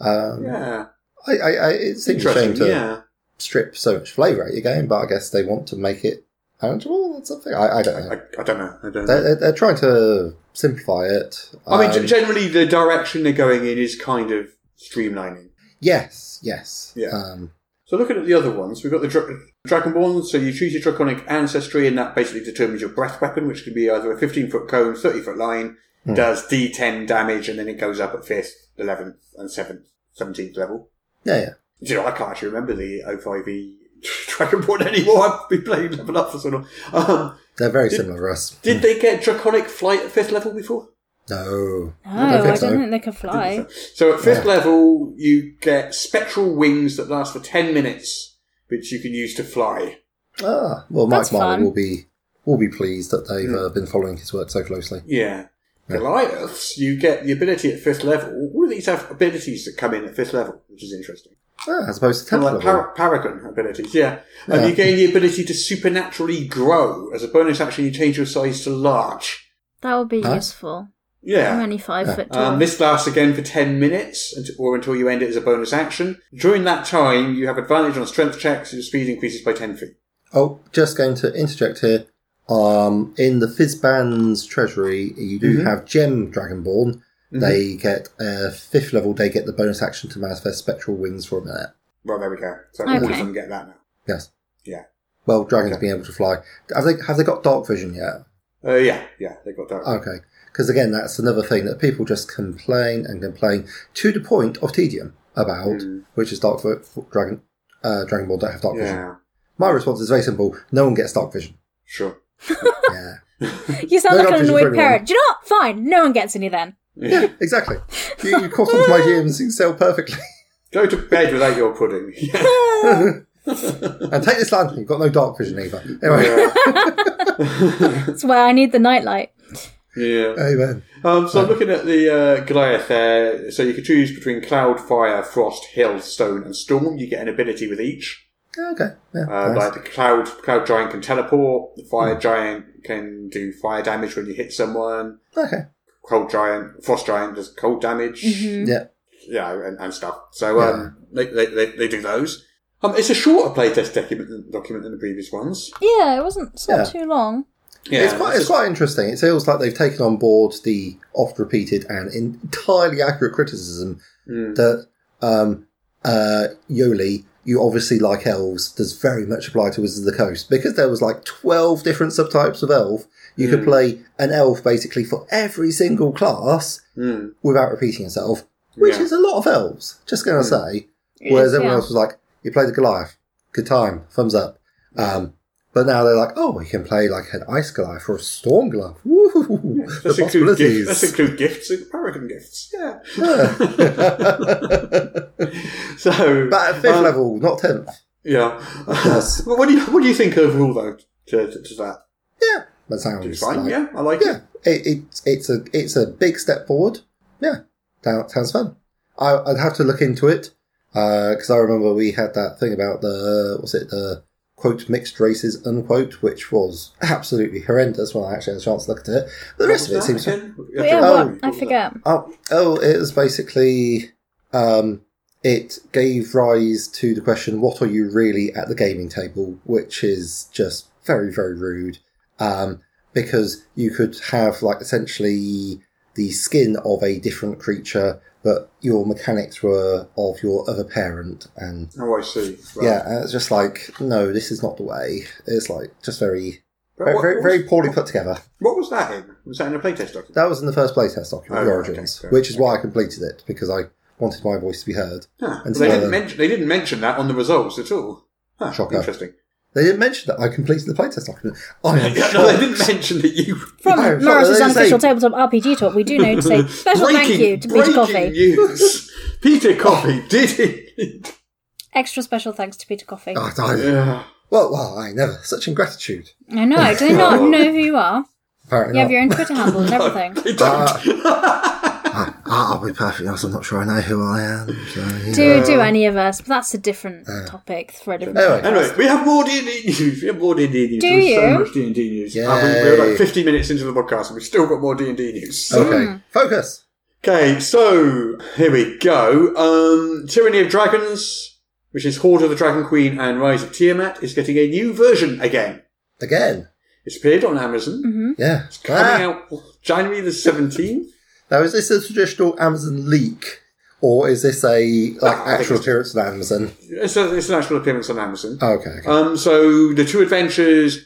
S6: Um,
S5: Yeah.
S6: I, I, I, it seems a shame
S5: Interesting,
S6: to
S5: yeah.
S6: strip so much flavour out of your game, but I guess they want to make it manageable or something. I, I don't know.
S5: I, I don't know. I don't
S6: They're,
S5: know.
S6: they're, they're trying to simplify it.
S5: I mean,
S6: Um,
S5: g- generally, the direction they're going in is kind of streamlining.
S6: yes, yes.
S5: Yeah.
S6: Um,
S5: So looking at the other ones, we've got the dra- Dragonborn. So you choose your Draconic ancestry, and that basically determines your breath weapon, which can be either a 15 foot cone, 30 foot line,
S6: Hmm.
S5: does D10 damage, and then it goes up at 5th, 11th, and 7th, 17th level.
S6: yeah, yeah.
S5: Do you know, I can't actually remember the 05e Dragonborn anymore. I've been playing level up for so long. Um,
S6: They're very similar to us.
S5: did they get Draconic flight at 5th level before?
S6: No.
S7: No, Oh, I don't, think,
S6: so.
S7: they can fly.
S5: So at 5th level, you get spectral wings that last for 10 minutes, which you can use to fly.
S6: Ah, well, Mike
S7: That's
S6: Marley
S7: fun.
S6: will be will be pleased that they've uh, been following his work so closely.
S5: Yeah. Goliaths, you get the ability at fifth level. All of these have abilities that come in at fifth level, which is interesting.
S6: Ah, as opposed to
S5: Kind of
S6: Temple.
S5: like par- paragon abilities, yeah. And
S6: Yeah.
S5: you gain the ability to supernaturally grow. As a bonus action, you change your size to large.
S7: That would be
S6: Nice.
S7: useful. I'm
S5: Yeah.
S7: only five
S6: Yeah.
S7: foot tall.
S5: Um, this lasts again for 10 minutes, until, or until you end it as a bonus action. During that time, you have advantage on strength checks, your speed increases by 10 feet.
S6: Oh, just going to interject here. Um, in the Fizzban's treasury, you do
S5: Mm-hmm.
S6: have Gem Dragonborn. They get uh, fifth level. They get the bonus action to manifest spectral wings for a minute.
S5: Well, there we go. So all
S7: Okay.
S5: of them get that now.
S6: Yes.
S5: Yeah.
S6: Well, dragons being able to fly. Have they have they got dark vision yet?
S5: Uh, yeah, yeah, they got that.
S6: Okay. Because again, that's another thing that people just complain and complain to the point of tedium about, which is dark vi- f- dragon uh, Dragon Ball don't have dark vision.
S5: Mm. yeah,
S6: My response is very simple: no one gets dark vision.
S5: sure.
S6: Yeah.
S7: you sound
S6: no,
S7: like
S6: no,
S7: an
S6: she's
S7: annoyed
S6: pretty one.
S7: parent. Do you know what? Fine. No one gets any then.
S6: yeah, exactly. You, you caught on to my DMs you sell perfectly.
S5: Go to bed without your pudding. Yeah.
S6: And take this lantern. You've got no dark vision either. Anyway,
S7: That's why I need the nightlight.
S5: Yeah.
S6: Amen.
S5: Um, so I'm looking at the uh, Goliath there. So you can choose between Cloud, Fire, Frost, Hill, Stone, and Storm. You get an ability with each.
S6: Okay. Yeah,
S5: Uh,
S6: nice. Mm.
S5: Like the Cloud, Cloud Giant can teleport. The Fire Giant can do fire damage when you hit someone.
S6: Okay.
S5: Cold Giant, Frost Giant does cold damage.
S6: Yeah.
S5: Yeah, and, and stuff. So um, they, they, they, they do those. Um, it's a shorter playtest document, document than the previous ones.
S7: Yeah, it wasn't it's not
S6: Yeah.
S7: too long.
S5: Yeah,
S6: it's quite,
S5: that's
S6: it's
S5: just-
S6: quite interesting. It feels like they've taken on board the oft repeated and entirely accurate criticism
S5: Mm.
S6: that um, uh, Yoli, you obviously like elves, does very much apply to Wizards of the Coast because there was like twelve different subtypes of elf. You
S5: Mm.
S6: could play an elf basically for every single class without repeating yourself, which
S5: Mm. Yeah. Mm.
S6: is a lot of elves. Just going to say, whereas
S7: is,
S6: everyone
S7: yeah.
S6: else was like, "You played the Goliath, good time, thumbs up." Um, but now they're like, "Oh, we can play like an ice Goliath or a storm Goliath." Woo! The
S5: That's include gifts. That's
S6: possibilities.
S5: include gifts and paragon gifts. Yeah. so,
S6: But at fifth
S5: um,
S6: level, not tenth.
S5: yeah.
S6: Yes.
S5: Well, what do you what do you think overall though to, to, to that?
S6: Yeah, that
S5: It's
S6: sounds
S5: fine.
S6: like-
S5: yeah, I like
S6: yeah, it, it, it's a it's a big step forward. Yeah, that sounds fun. I, I'd have to look into it because I remember we had that thing about the was it the quote mixed races unquote, which was absolutely horrendous when I actually had a chance to look at it. But the rest of it seems.
S7: But yeah,
S6: Oh.
S7: what? I forget.
S6: Oh, oh, it was basically um, it gave rise to the question, "What are you really at the gaming table?" Which is just very, very rude, um, because you could have like essentially the skin of a different creature, but your mechanics were of your other parent, and
S5: Oh, I see. Right.
S6: yeah, and it's just like, no, this is not the way. It's like just very,
S5: But
S6: very,
S5: what-
S6: very,
S5: what
S6: very
S5: was-
S6: poorly put together.
S5: What was that in? Was that in a playtest document?
S6: That was in the first playtest document,
S5: Oh,
S6: the
S5: right,
S6: Origins,
S5: okay, fair.
S6: which is why I completed it because I wanted my voice to be heard.
S5: Huh.
S6: And
S5: Well, they
S6: so-
S5: didn't mention they didn't mention that on the results at all. Huh,
S6: Shocker.
S5: Interesting.
S6: They didn't mention that I completed the playtest document. I am
S5: Yeah,
S6: shocked.
S5: no, they didn't mention that you.
S7: From
S6: No, it's not
S7: Morris's
S6: the
S7: unofficial
S6: same.
S7: tabletop RPG talk, we do know to say special thank you to Peter
S5: breaking
S7: Coffee.
S5: News. Peter Coffee did he?
S7: Extra special thanks to Peter Coffee.
S6: Oh, I-
S5: yeah.
S6: Well, well, I never such ingratitude.
S7: I know. Do they not know who you are?
S6: Apparently,
S7: You have
S6: not.
S7: your own Twitter handle and everything.
S5: They don't.
S6: I, Ah, I'll be perfectly honest. I'm not sure I know who I am. So, yeah.
S7: Do do any of us, but that's a different topic for a different.
S6: Anyway.
S5: Anyway, we have more D and D news. We have more D and D news.
S7: Do
S5: There's
S7: you?
S5: so much D and D news. And we, we're
S6: Yay. Oh.
S5: like 50 minutes into the podcast, and we've still got more D and D news.
S6: Okay, focus.
S5: Okay, so here we go. Um, Tyranny of Dragons, which is Horde of the Dragon Queen and Rise of Tiamat, is getting a new version again.
S6: Again.
S5: It's appeared on Amazon.
S7: Mm-hmm.
S6: Yeah.
S5: Coming
S6: Ah.
S5: out January the 17th.
S6: Now, is this a traditional Amazon leak, or is this a like
S5: Ah, I think
S6: actual
S5: it's-
S6: appearance on Amazon?
S5: It's, a, it's an actual appearance on Amazon.
S6: Okay. okay.
S5: Um, so the two adventures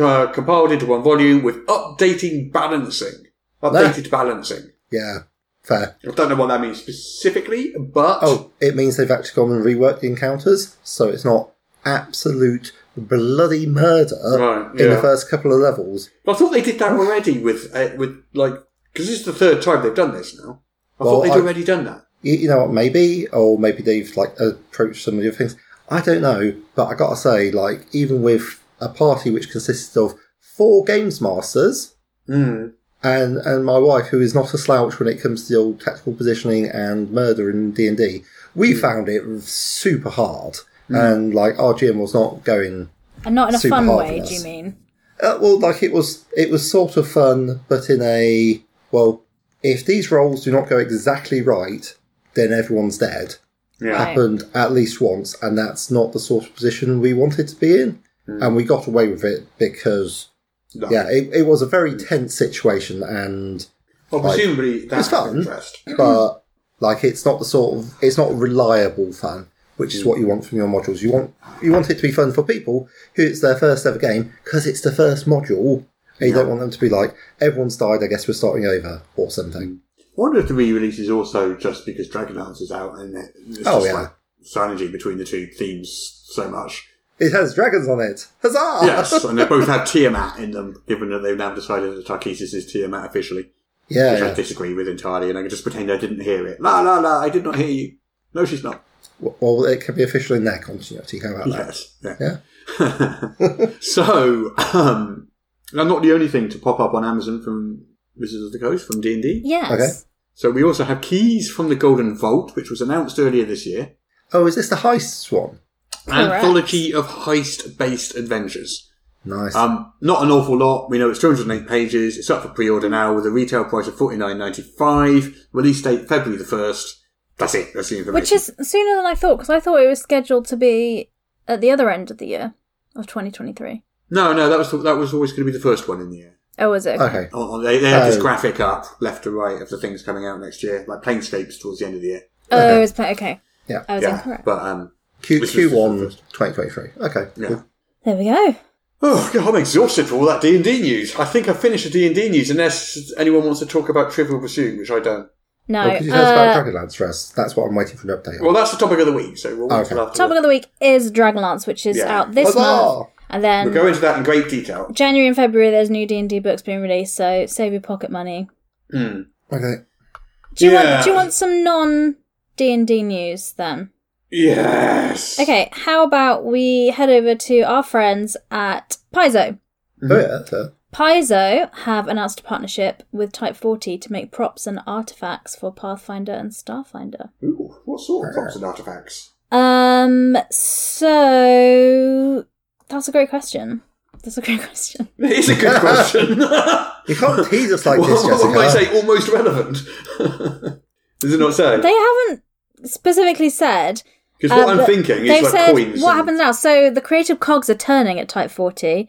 S5: uh, compiled into one volume with updating balancing. Updated balancing.
S6: yeah. Fair.
S5: I don't know what that means specifically, but
S6: Oh, it means they've actually gone and reworked the encounters, so it's not absolute bloody murder
S5: Right,
S6: in the
S5: yeah.
S6: first couple of levels.
S5: I thought they did that already with uh, with like because this is the third time they've done this now. I
S6: Well,
S5: thought they'd
S6: I-
S5: already done that.
S6: You, you know what? Maybe, or maybe they've like approached some of the other things. I don't know, but I gotta say, like even with a party which consisted of four games masters Hmm.
S5: Mm.
S6: and and my wife, who is not a slouch when it comes to the old tactical positioning and murder in D and D, we
S5: Hmm.
S6: found it super hard, and like our GM was not going
S7: And not in a
S6: Super
S7: fun
S6: hard
S7: way,
S6: for
S7: do you
S6: us.
S7: mean?
S6: Uh, well, like it was, it was sort of fun, but in a well, if these roles do not go exactly right, then everyone's dead.
S7: Right.
S6: Happened at least once, and that's not the sort of position we wanted to be in, and we got away with it because
S5: No.
S6: yeah, it, it was a very tense situation, and
S5: Well,
S6: Like,
S5: presumably that's
S6: it's fun.
S5: of interest.
S6: but like it's not the sort of it's not reliable fun, which is what you want from your modules. You want you want it to be fun for people who it's their first ever game because it's the first module. And you don't want them to be like everyone's died. I guess we're starting over or something.
S5: Wonder if the re-release is also just because Dragonlance is out and it- it's
S6: Oh,
S5: just
S6: yeah.
S5: like synergy between the two themes so much.
S6: It has dragons on it. Huzzah!
S5: Yes, and they both have Tiamat in them, given that they've now decided that Tarkesis is Tiamat officially,
S6: yeah.
S5: which I
S6: yeah.
S5: disagree with entirely, and I can just pretend I didn't hear it. La la la, I did not hear you. No, she's not.
S6: Well, it can be official in their continuity. How about that?
S5: Yes. Yeah. so, um, I'm not the only thing to pop up on Amazon from Wizards of the Coast from D and D.
S7: Yes.
S6: Okay.
S5: So we also have keys from the Golden Vault, which was announced earlier this year.
S6: Oh, is this the heists one?
S7: Correct.
S5: Anthology of heist-based adventures.
S6: Nice.
S5: Um, not an awful lot. We know it's 208 pages. It's up for pre-order now with a retail price of 49.95. Release date February the first. That's it. That's the information.
S7: Which is sooner than I thought, because I thought it was scheduled to be at the other end of the year of 2023.
S5: no, no. That was that was always going to be the first one in the year.
S7: Oh, was it?
S6: okay.
S5: Oh, they, they had this
S6: Oh.
S5: graphic up left to right of the things coming out next year, like Planescapes towards the end of the year.
S7: Oh, it was pla- okay.
S6: Yeah.
S7: I was
S5: Yeah,
S7: incorrect.
S5: but um,
S6: Q,
S5: This is
S6: Q1
S5: the first.
S6: 2023. Okay.
S5: Yeah.
S6: cool.
S7: there we go.
S5: Oh, God, I'm exhausted from all that D and D news. I think I finished the D and D news, unless anyone wants to talk about Trivial Pursuit, which I don't.
S7: No.
S6: Well, could you tell us
S7: uh,
S6: about Dragonlance, Russ? That's what I'm waiting for an update on.
S5: Well, that's the topic of the week, so we'll wait
S6: Okay.
S5: till after.
S7: topic
S5: that.
S7: of the week is Dragonlance, which is
S5: Yeah.
S7: out this
S6: Huzzah!
S7: month, and then
S5: We'll go into that in great detail.
S7: January and February there's new D and D books being released. So save your pocket money.
S6: okay.
S7: Do you
S5: Yeah.
S7: want? Do you want some non D and D news then?
S5: Yes.
S7: Okay, how about we head over to our friends at Paizo?
S5: mm-hmm.
S6: Oh, yeah, that's it.
S7: Paizo have announced a partnership with Type 40 to make props and artifacts for Pathfinder and Starfinder.
S5: Ooh, what
S6: Uh,
S5: sort of props and artifacts?
S7: Um, so that's a great question. That's a great question.
S5: It's a good question.
S6: You can't tease us like
S5: what
S6: this,
S5: what would I
S6: Jessica.
S5: say? Almost relevant. Does it not say?
S7: They haven't specifically said.
S5: Because what
S7: uh,
S5: I'm
S7: but
S5: thinking is
S7: they've
S5: like
S7: said
S5: coins.
S7: what
S5: and-
S7: happens now. So the creative cogs are turning at Type 40, and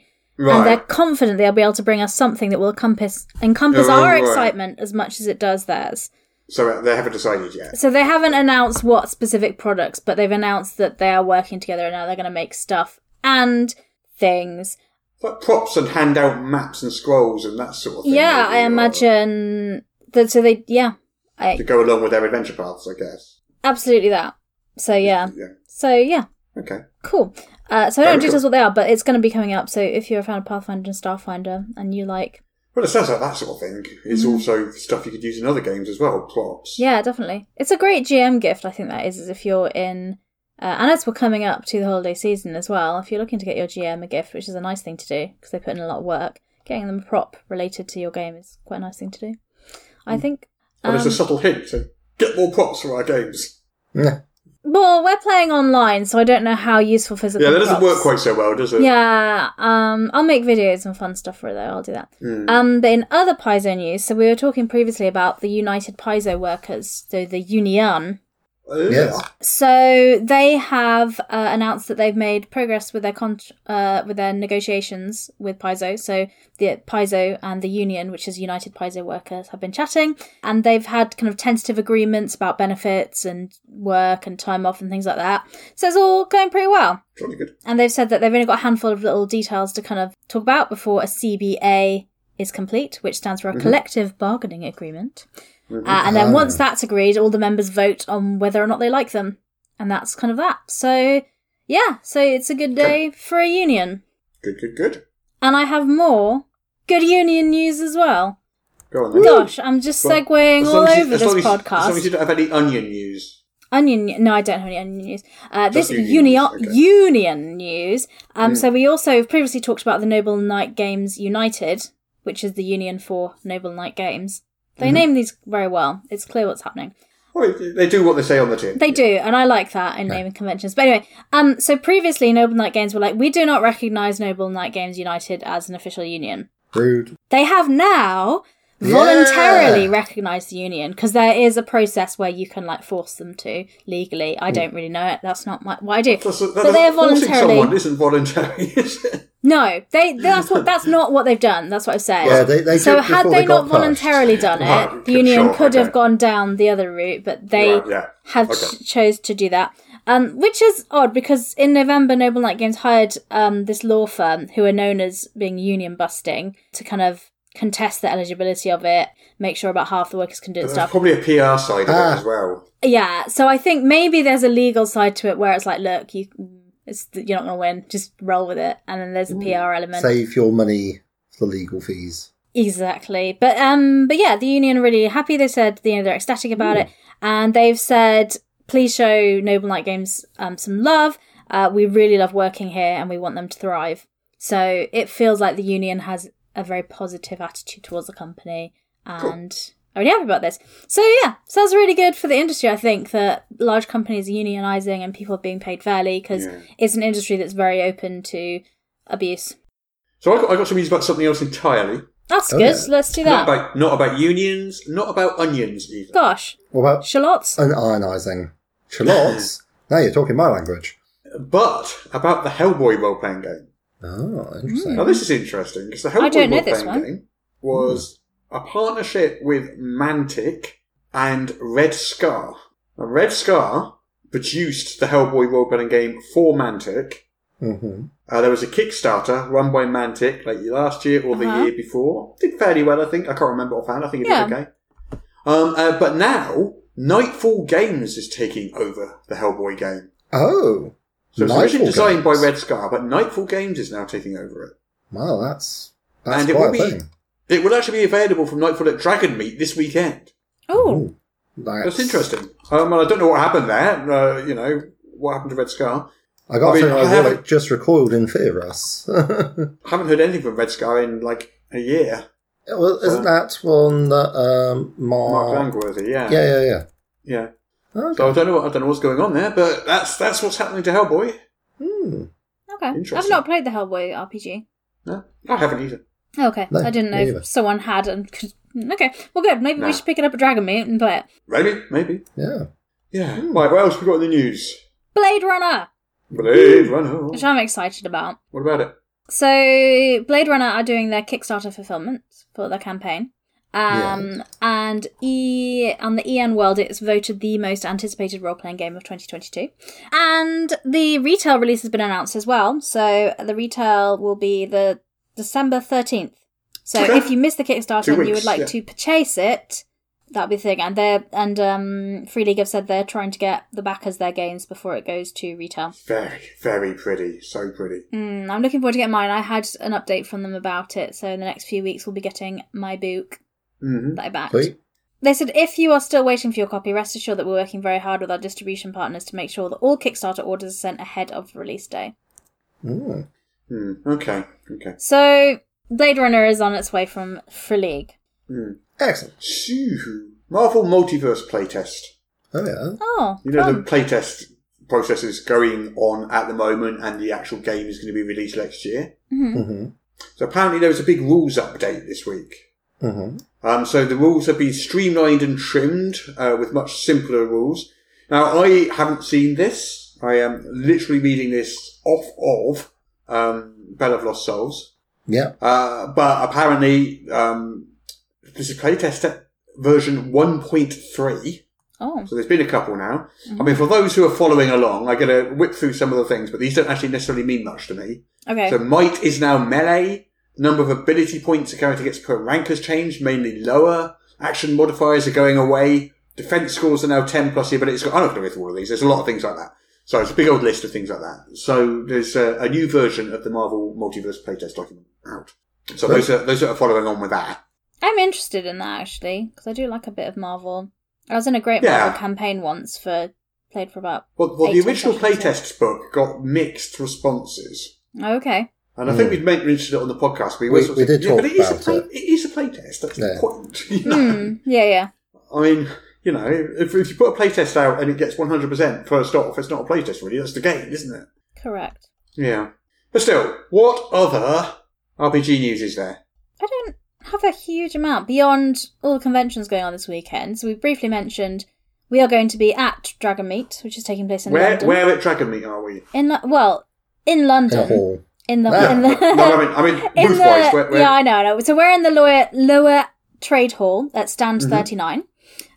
S7: they're
S5: Right.
S7: confident they'll be able to bring us something that will encompass encompass
S5: Oh,
S7: our
S5: right.
S7: excitement as much as it does theirs.
S5: So uh, they haven't decided yet.
S7: So they haven't announced what specific products, but they've announced that they are working together and now they're going to make stuff and things.
S5: Like props and hand out maps and scrolls and that sort of thing.
S7: yeah,
S5: maybe,
S7: I
S5: or-
S7: imagine that. So they, yeah, I
S5: To go along with their adventure paths, I guess.
S7: absolutely that. So yeah,
S5: Yeah.
S7: so yeah,
S5: Okay.
S7: cool. Uh, so
S5: Very
S7: I don't know
S5: cool.
S7: just what they are, but it's going to be coming up. So if you're a fan of Pathfinder and Starfinder and you like,
S5: Well, it sounds like that sort of thing. It's also stuff you could use in other games as well, props.
S7: Mm-hmm. yeah, definitely, it's a great GM gift. I think that is, is if you're in. Uh, and as we're coming up to the holiday season as well, if you're looking to get your GM a gift, which is a nice thing to do because they put in a lot of work, getting them a prop related to your game is quite a nice thing to do.
S5: Mm.
S7: I think.
S5: And it's a
S7: Um,
S5: subtle hint to get more props for our games.
S6: Yeah.
S7: well, we're playing online, so I don't know how useful physical.
S5: Yeah, that doesn't
S7: props-
S5: work quite so well, does it?
S7: Yeah, um, I'll make videos and fun stuff for it though. I'll do that.
S5: Hmm.
S7: Um, but in other Paizo news, so we were talking previously about the United Paizo Workers, so the Union.
S5: Uh,
S6: Yes.
S7: So they have uh, announced that they've made progress with their con- uh, with their negotiations with Paizo. So the Paizo and the union, which is United Paizo Workers, have been chatting, and they've had kind of tentative agreements about benefits and work and time off and things like that. So it's all going pretty well.
S5: Jolly good.
S7: And they've said that they've only got a handful of little details to kind of talk about before a CBA is complete, which stands
S5: Mm-hmm.
S7: for a collective bargaining agreement. Uh, and then once that's agreed, all the members vote on whether or not they like them. And that's kind of that. So, yeah, so it's a good day for a union.
S5: Good, good, good.
S7: And I have more good union news as well.
S5: Go on then.
S7: Gosh, I'm just
S5: Go on.
S7: segueing
S5: As
S7: all
S5: long as you-
S7: over
S5: as
S7: this
S5: long as you-
S7: podcast.
S5: As long as you don't have any onion news.
S7: Onion. No, I don't have any onion news. Uh, this
S5: Just
S7: union,
S5: union
S7: union,
S5: news, okay.
S7: news. Um, So we also previously talked about the Noble Knight Games United, which is the union for Noble Knight Games.
S5: Mm-hmm.
S7: They name these very well. It's clear what's happening.
S5: Well, they- they do what they say on the tin.
S7: They do, and I like that in naming conventions. But anyway, um, so previously Noble Knight Games were like, we do not recognise Noble Knight Games United as an official union.
S6: Rude.
S7: They have now voluntarily recognised the union because there is a process where you can like force them to legally. I don't really know it. That's not my, what I do.
S5: Hmm. That's- that-
S7: but they are
S5: forcing someone
S7: voluntarily.
S5: isn't voluntary, is it?
S7: No, they. That's what. That's not what they've done. That's what I've said.
S6: Yeah, they- they
S7: so
S6: did
S7: had
S6: before
S7: they,
S6: they
S7: not
S6: got punished.
S7: voluntarily done it,
S5: Right,
S7: the union
S5: sure,
S7: could
S5: okay.
S7: have gone down the other route, but they
S5: Right, yeah,
S7: have
S5: okay.
S7: ch- chose to do that. Um, which is odd because in November, Noble Knight Games hired um, this law firm who are known as being union busting to kind of contest the eligibility of it, make sure about half the workers can do it
S5: There's
S7: stuff.
S5: probably a PR side of
S6: Ah.
S5: it as well.
S7: Yeah, so I think maybe there's a legal side to it where it's like, look, you, it's, you're not going to win, just roll with it. And then there's a
S6: Mm.
S7: PR element.
S6: Save your money for the legal fees.
S7: Exactly. But um but yeah, the union are really happy. They said you know they're ecstatic about
S6: Hmm.
S7: it. And they've said, please show Noble Knight Games um some love. Uh, we really love working here and we want them to thrive. So it feels like the union has a very positive attitude towards the company and I'm really happy about this. So yeah, sounds really good for the industry. I think that large companies are unionizing and people are being paid fairly because
S5: Yeah.
S7: it's an industry that's very open to abuse.
S5: So I got, I got some news about something else entirely.
S7: That's
S6: Oh,
S7: good.
S6: yeah.
S7: Let's do
S5: Not
S7: that.
S5: about not about unions, not about onions either.
S7: Gosh,
S6: What about
S5: Uh,
S7: shallots.
S6: unionizing? Shallots? now you're talking my language.
S5: But about the Hellboy role playing game.
S6: Oh, interesting.
S5: Now this is interesting because the
S7: I
S5: Hellboy
S7: don't know
S5: role
S7: this
S5: playing
S7: one.
S5: game was a partnership with Mantic and Red Scar. Now, Red Scar produced the Hellboy role playing game for Mantic.
S6: Mm-hmm.
S5: Uh, there was a Kickstarter run by Mantic like last year or the
S7: Uh-huh.
S5: year before. Did fairly well, I think. I can't remember offhand. I think it
S7: Yeah.
S5: did okay. Um, uh, but now Nightfall Games is taking over the Hellboy game.
S6: Oh,
S5: So it's
S6: Nightfall
S5: originally designed by
S6: Games.
S5: Red Scar, but Nightfall Games is now taking over it.
S6: Wow, that's that's
S5: And it
S6: quite
S5: will
S6: a
S5: be-
S6: thing.
S5: It will actually be available from Nightfall at Dragon Meet this weekend.
S7: Oh,
S5: That's interesting. Um, well, I don't know what happened there. Uh, you know what happened to Red Scar.
S6: I got
S5: I mean,
S6: to
S5: I
S6: my wallet
S5: haven't-
S6: just recoiled in fear of us. well,
S5: I haven't heard anything from Red Scar in like a year.
S6: isn't that one that um,
S5: Mark
S6: Mark?
S5: Langworthy,
S6: yeah, yeah, yeah.
S5: yeah.
S6: Okay.
S5: So I don't know. What, I don't know what's going on there, but that's that's what's happening to Hellboy.
S6: Hmm.
S7: okay. I've
S5: Interesting.
S7: not played the Hellboy RPG.
S5: No, I haven't either.
S7: Okay,
S6: No,
S7: I didn't know
S6: me either.
S7: if someone had and could. Okay, well, good. Maybe
S5: Nah.
S7: we should pick it up at Dragon Meet and play it.
S5: Maybe, maybe.
S6: Yeah.
S5: Yeah. Right. What else we got in the news?
S7: Blade Runner,
S5: Blade Runner.
S7: which I'm excited about.
S5: What about it?
S7: So, Blade Runner are doing their Kickstarter fulfillment for their campaign. Um, And e- on the EN World, it's voted the most anticipated role playing game of 2022. And the retail release has been announced as well. So, the retail will be the December 13th. So,
S5: Okay.
S7: if you missed the Kickstarter
S5: Two
S7: and you
S5: weeks,
S7: would like
S5: yeah.
S7: to purchase it, that'd be the thing. And they're, and um, Free League have said they're trying to get the backers their games before it goes to retail.
S5: Very, very pretty. So pretty.
S7: Mm, I'm looking forward to getting mine. I had an update from them about it, so in the next few weeks we'll be getting my book
S5: hmm
S7: that I backed.
S6: Sweet.
S7: They said if you are still waiting for your copy, rest assured that we're working very hard with our distribution partners to make sure that all Kickstarter orders are sent ahead of release day.
S6: Hmm.
S5: Hmm. Okay. Okay.
S7: So Blade Runner is on its way from Free League.
S5: Hmm.
S6: Excellent.
S5: So, Marvel Multiverse playtest.
S6: Oh yeah.
S7: Oh,
S5: You know
S7: fun.
S5: the playtest process is going on at the moment, and the actual game is going to be released next year.
S7: Hmm.
S6: Mm-hmm.
S5: So apparently there was a big rules update this week.
S6: Mm-hmm.
S5: Um, so the rules have been streamlined and trimmed uh, with much simpler rules. Now I haven't seen this. I am literally reading this off of um, Bell of Lost Souls.
S6: Yeah.
S5: Uh, but apparently, um, this is playtest version 1.3.
S7: oh,
S5: So there's been a couple now. I
S7: Mm-hmm.
S5: mean, for those who are following along, I'm going to whip through some of the things, but these don't actually necessarily mean much to me.
S7: okay.
S5: So might is now melee. Number of ability points a character gets per rank has changed, mainly lower. Action modifiers are going away. Defense scores are now 10 plus the ability score. I'm not going to go through all of these. There's a lot of things like that. So it's a big old list of things like that. So there's a, a new version of the Marvel Multiverse playtest document out. So those are, those that are following on with that.
S7: I'm interested in that actually because I do like a bit of Marvel. I was in a great
S5: Yeah.
S7: Marvel campaign once for played for about.
S5: Well, well the
S7: eight or
S5: original
S7: something, so-
S5: playtest book got mixed responses.
S7: Okay.
S5: And I think
S6: Hmm.
S5: we've mentioned it on the podcast. We,
S6: We-
S5: were sort of
S6: we
S5: saying,
S6: did
S5: yeah,
S6: talk
S5: but it is a
S6: about
S5: play,
S6: it.
S5: it is a playtest. That's the
S6: Yeah.
S5: point. You know?
S7: Hmm. Yeah. Yeah.
S5: I mean, you know, if, if you put a playtest out and it gets 100% first off, it's not a playtest really. That's the game, isn't it?
S7: Correct.
S5: Yeah. But still, what other RPG news is there?
S7: I don't have a huge amount beyond all the conventions going on this weekend. So we briefly mentioned we are going to be at Dragon Meet, which is taking place in
S5: where
S7: London.
S5: where at Dragon Meet are we?
S7: In Lo- well, in London,
S6: In a hall.
S7: in the
S6: Ah.
S7: in
S5: no,
S7: the,
S5: I mean, I mean,
S7: in
S5: booth
S7: the-
S5: wise, where, where,
S7: yeah, I know, I know. So we're in the lower lower trade hall at stand thirty nine.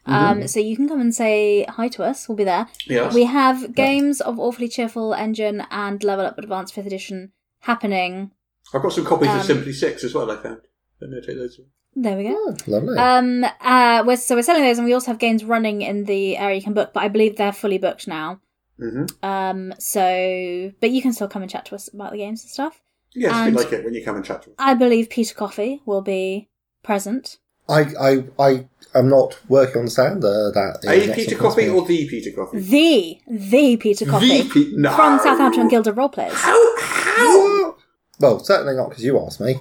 S7: Um, so you can come and say hi to us. We'll be there.
S5: Yes.
S7: We have games of Awfully Cheerful Engine and Level Up Advanced Fifth Edition happening.
S5: I've got some copies
S7: um,
S5: of Simply Six as well, I found. Let me take those.
S7: There we go.
S6: Oh, lovely.
S7: Um, uh, we're, so we're selling those, and we also have games running in the area you can book, but I believe they're fully booked now.
S5: Mm-hmm.
S7: Um, so, but you can still come and chat to us about the games and stuff.
S5: Yes,
S7: And-
S5: we like it when you come and chat to us.
S7: I believe Peter Coffey will be present.
S6: I, I, I am not working on the stand. Uh, that is
S5: Are you
S6: not
S5: Peter
S6: something
S5: Coffee
S6: that's
S5: or the Peter Coffee?
S7: The the Peter Coffey
S5: The Pe- no.
S7: from Southampton Guild of Roleplayers.
S5: How? How?
S6: been- Well, certainly not because you asked me.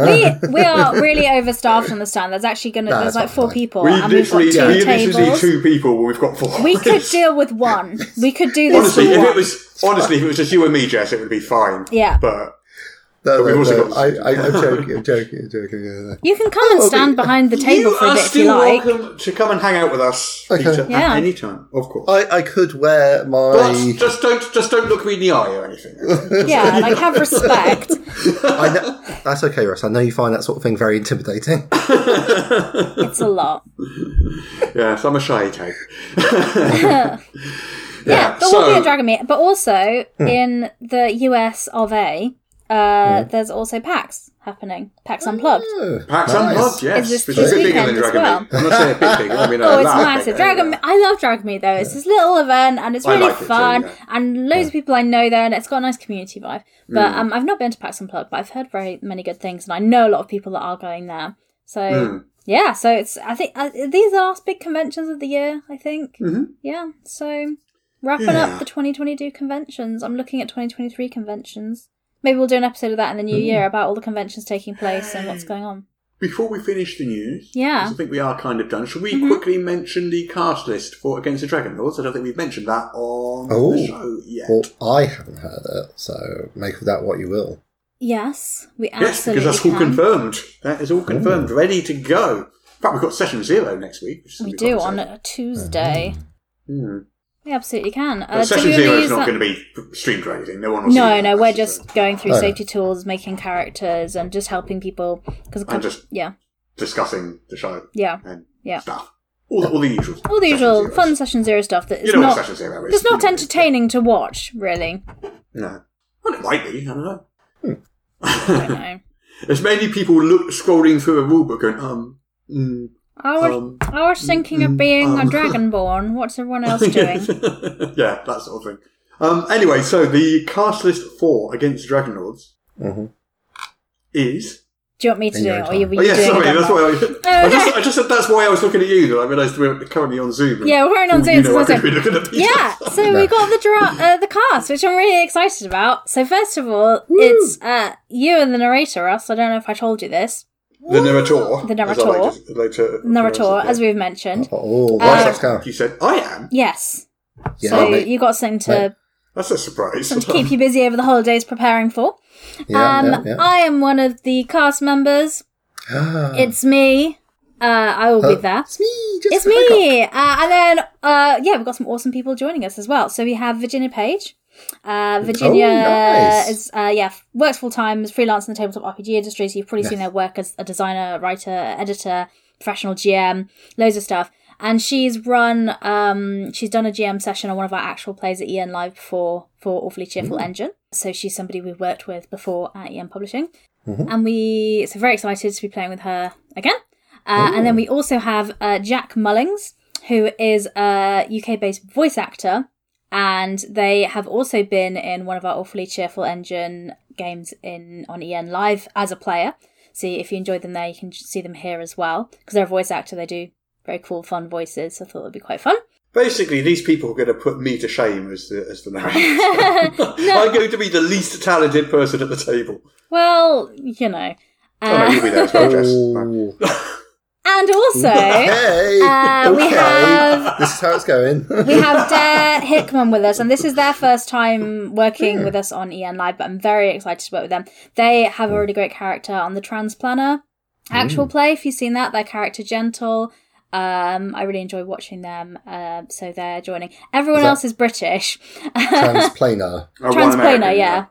S7: we, we are really overstaffed on the stand. There's actually gonna
S6: No,
S7: there's
S6: that's
S7: like four
S6: fine.
S7: people,
S5: We
S7: and we've got
S5: literally,
S7: two
S5: we literally need
S7: tables.
S5: two people when we've got four.
S7: We could deal with one. We could do this.
S5: honestly,
S7: for
S5: if
S7: one.
S5: it was honestly, if it was just you and me, Jess, it would be fine.
S7: Yeah.
S5: but
S6: No,
S5: we've
S6: no,
S5: also
S6: no,
S5: got-
S6: uh, I, I, I'm joking. I'm joking. I'm joking. yeah, yeah.
S7: you can come and stand behind the table
S5: Oh, you
S7: for a
S5: are
S7: bit if you
S5: still
S7: like.
S5: welcome to come and hang out with us,
S6: Okay.
S5: Peter,
S7: Yeah.
S5: at any time, of course.
S6: I, I could wear
S5: but
S6: my.
S5: just don't, just don't look me in the eye or anything.
S7: Yeah, like have respect.
S6: I know, that's okay, Russ. I know you find that sort of thing very intimidating.
S7: It's a lot.
S5: yes, I'm a shy type.
S7: Yeah, there will
S5: so-
S7: be a dragon meat. But also in the US of A, uh, there's also PAX happening. PAX Unplugged.
S5: Packs
S6: Nice.
S5: unplugged, yes,
S7: Is this
S5: which is a
S7: this
S5: bit bigger than
S7: weekend as
S5: Dragon
S7: well?
S5: Meat. I'm not saying a bit bigger. I mean,
S7: Oh,
S5: uh,
S7: it's
S5: that
S7: massive.
S5: big,
S7: Dragon
S5: yeah.
S7: Meat. I love Dragon Meat though. It's this little event and it's
S5: I
S7: really
S5: like it too,
S7: fun
S5: yeah. Mm.
S7: and loads of people I know there and it's got a nice community vibe. But um, I've not been to PAX Unplugged, but I've heard very many good things and I know a lot of people that are going there. So
S5: Mm.
S7: yeah, so it's I think uh, these are the last big conventions of the year. I think yeah. So wrapping
S5: Mm-hmm. Yeah.
S7: up the 2022 conventions, I'm looking at 2023 conventions. Maybe we'll do an episode of that in the new
S5: Mm-hmm.
S7: year about all the conventions taking place and what's going on.
S5: Before we finish the news,
S7: Yeah. Mm-hmm.
S5: 'cause I think we are kind of done. Should we quickly mention the cast list for Against the Dragon Lords? I don't think we've mentioned that on
S6: Oh.
S5: the show yet.
S6: Well, I haven't heard it, so make of that what you will.
S7: Yes, we
S5: yes,
S7: absolutely
S5: because that's all
S7: can.
S5: confirmed. That is all confirmed, ready to go. In fact, we've got session zero next week. which is gonna
S7: We
S5: be
S7: do
S5: quite
S7: on Uh,
S5: exciting.
S7: a Tuesday.
S5: Hmm.
S7: We absolutely can.
S5: But
S7: Uh, do
S5: session
S7: we
S5: zero
S7: wanna
S5: is
S7: use
S5: not
S7: that-
S5: going to be streamed or anything. No one will see
S7: No,
S5: that.
S7: no, we're
S5: That's
S7: just going through
S6: Oh.
S7: safety tools, making characters, and just helping people. Because
S5: And just-
S7: yeah,
S5: discussing the show
S7: yeah,
S5: and
S7: yeah.
S5: stuff. All the, all the usual.
S7: All the
S5: session
S7: usual
S5: zeros.
S7: fun session zero stuff that is
S5: You know what
S7: not
S5: session zero is.
S7: it's not
S5: You know.
S7: entertaining to watch, really.
S5: No. Well, it might be. I don't know.
S7: I don't know.
S5: There's many people look, scrolling through a rulebook going, um, mm.
S7: I was,
S5: Um,
S7: I was thinking of being a dragonborn. What's everyone else doing?
S5: yeah, that sort of thing. Um, anyway, so the cast list for Against the Dragonlords
S6: Mm-hmm.
S5: is.
S7: Do you want me to
S6: In
S7: do
S6: your
S7: it, or
S6: own
S7: you, were
S5: Oh,
S7: you
S5: yeah,
S7: doing
S5: sorry,
S7: it? Oh,
S5: that's why I. I, just, I just said that's why I was looking at you, though. I realised we're currently on Zoom. and
S7: Yeah, we're on
S5: you
S7: Zoom,
S5: know
S7: so
S5: I
S7: that's
S5: could be looking at people.
S7: Yeah, so we got the dra- uh, the cast, which I'm really excited about. So first of all, it's uh, you and the narrator, Russ. I don't know if I told you this.
S5: The narrator.
S7: The
S5: as I like
S7: narrator.
S5: to- like to-
S7: Narrator, as we've mentioned.
S6: Oh,
S7: Uh,
S6: why is that going?
S5: You said, I am.
S7: Yes.
S6: Yeah,
S7: so
S6: mate.
S7: you got something to,
S5: That's a surprise.
S7: something to keep you busy over the holidays preparing for.
S6: Yeah,
S7: um,
S6: yeah, yeah.
S7: I am one of the cast members.
S6: Ah,
S7: It's me. Uh, I will
S6: Oh.
S7: be there.
S6: it's me. Just
S7: It's me. Uh, and then, uh, yeah, we've got some awesome people joining us as well. So we have Virginia Page. Uh, Virginia
S6: nice.
S7: is, uh, yeah, f- works full time, is freelance in the tabletop RPG industry. So you've probably seen her work as a designer, writer, editor, professional GM, loads of stuff. And she's run, um, she's done a GM session on one of our actual plays at EN Live before for Awfully Cheerful Engine. So she's somebody we've worked with before at EN Publishing. And we, so very excited to be playing with her again. Uh, and then we also have uh, Jack Mullings, who is a UK based voice actor. And they have also been in one of our awfully cheerful engine games in on EN Live as a player. See if you enjoyed them there, you can see them here as well because they're a voice actor. They do very cool, fun voices. So I thought it'd be quite fun.
S5: Basically, these people are going to put me to shame as the, as the narrator. I'm going to be the least talented person at the table.
S7: Well, you know,
S5: Oh, no, you'll be there as well, Jess.
S6: Oh,
S7: and also
S6: hey.
S7: Uh, we
S6: okay.
S7: have-
S6: This is how it's going.
S7: we have Dare Hickman with us, and this is their first time working with us on EN Live, but I'm very excited to work with them. They have a really great character on the Transplanner actual play. If you've seen that, their character Gentle. Um, I really enjoy watching them, uh, so they're joining. Everyone
S6: Is that-
S7: else is British.
S6: Transplanar.
S5: Oh, one American,
S7: Transplaner, yeah.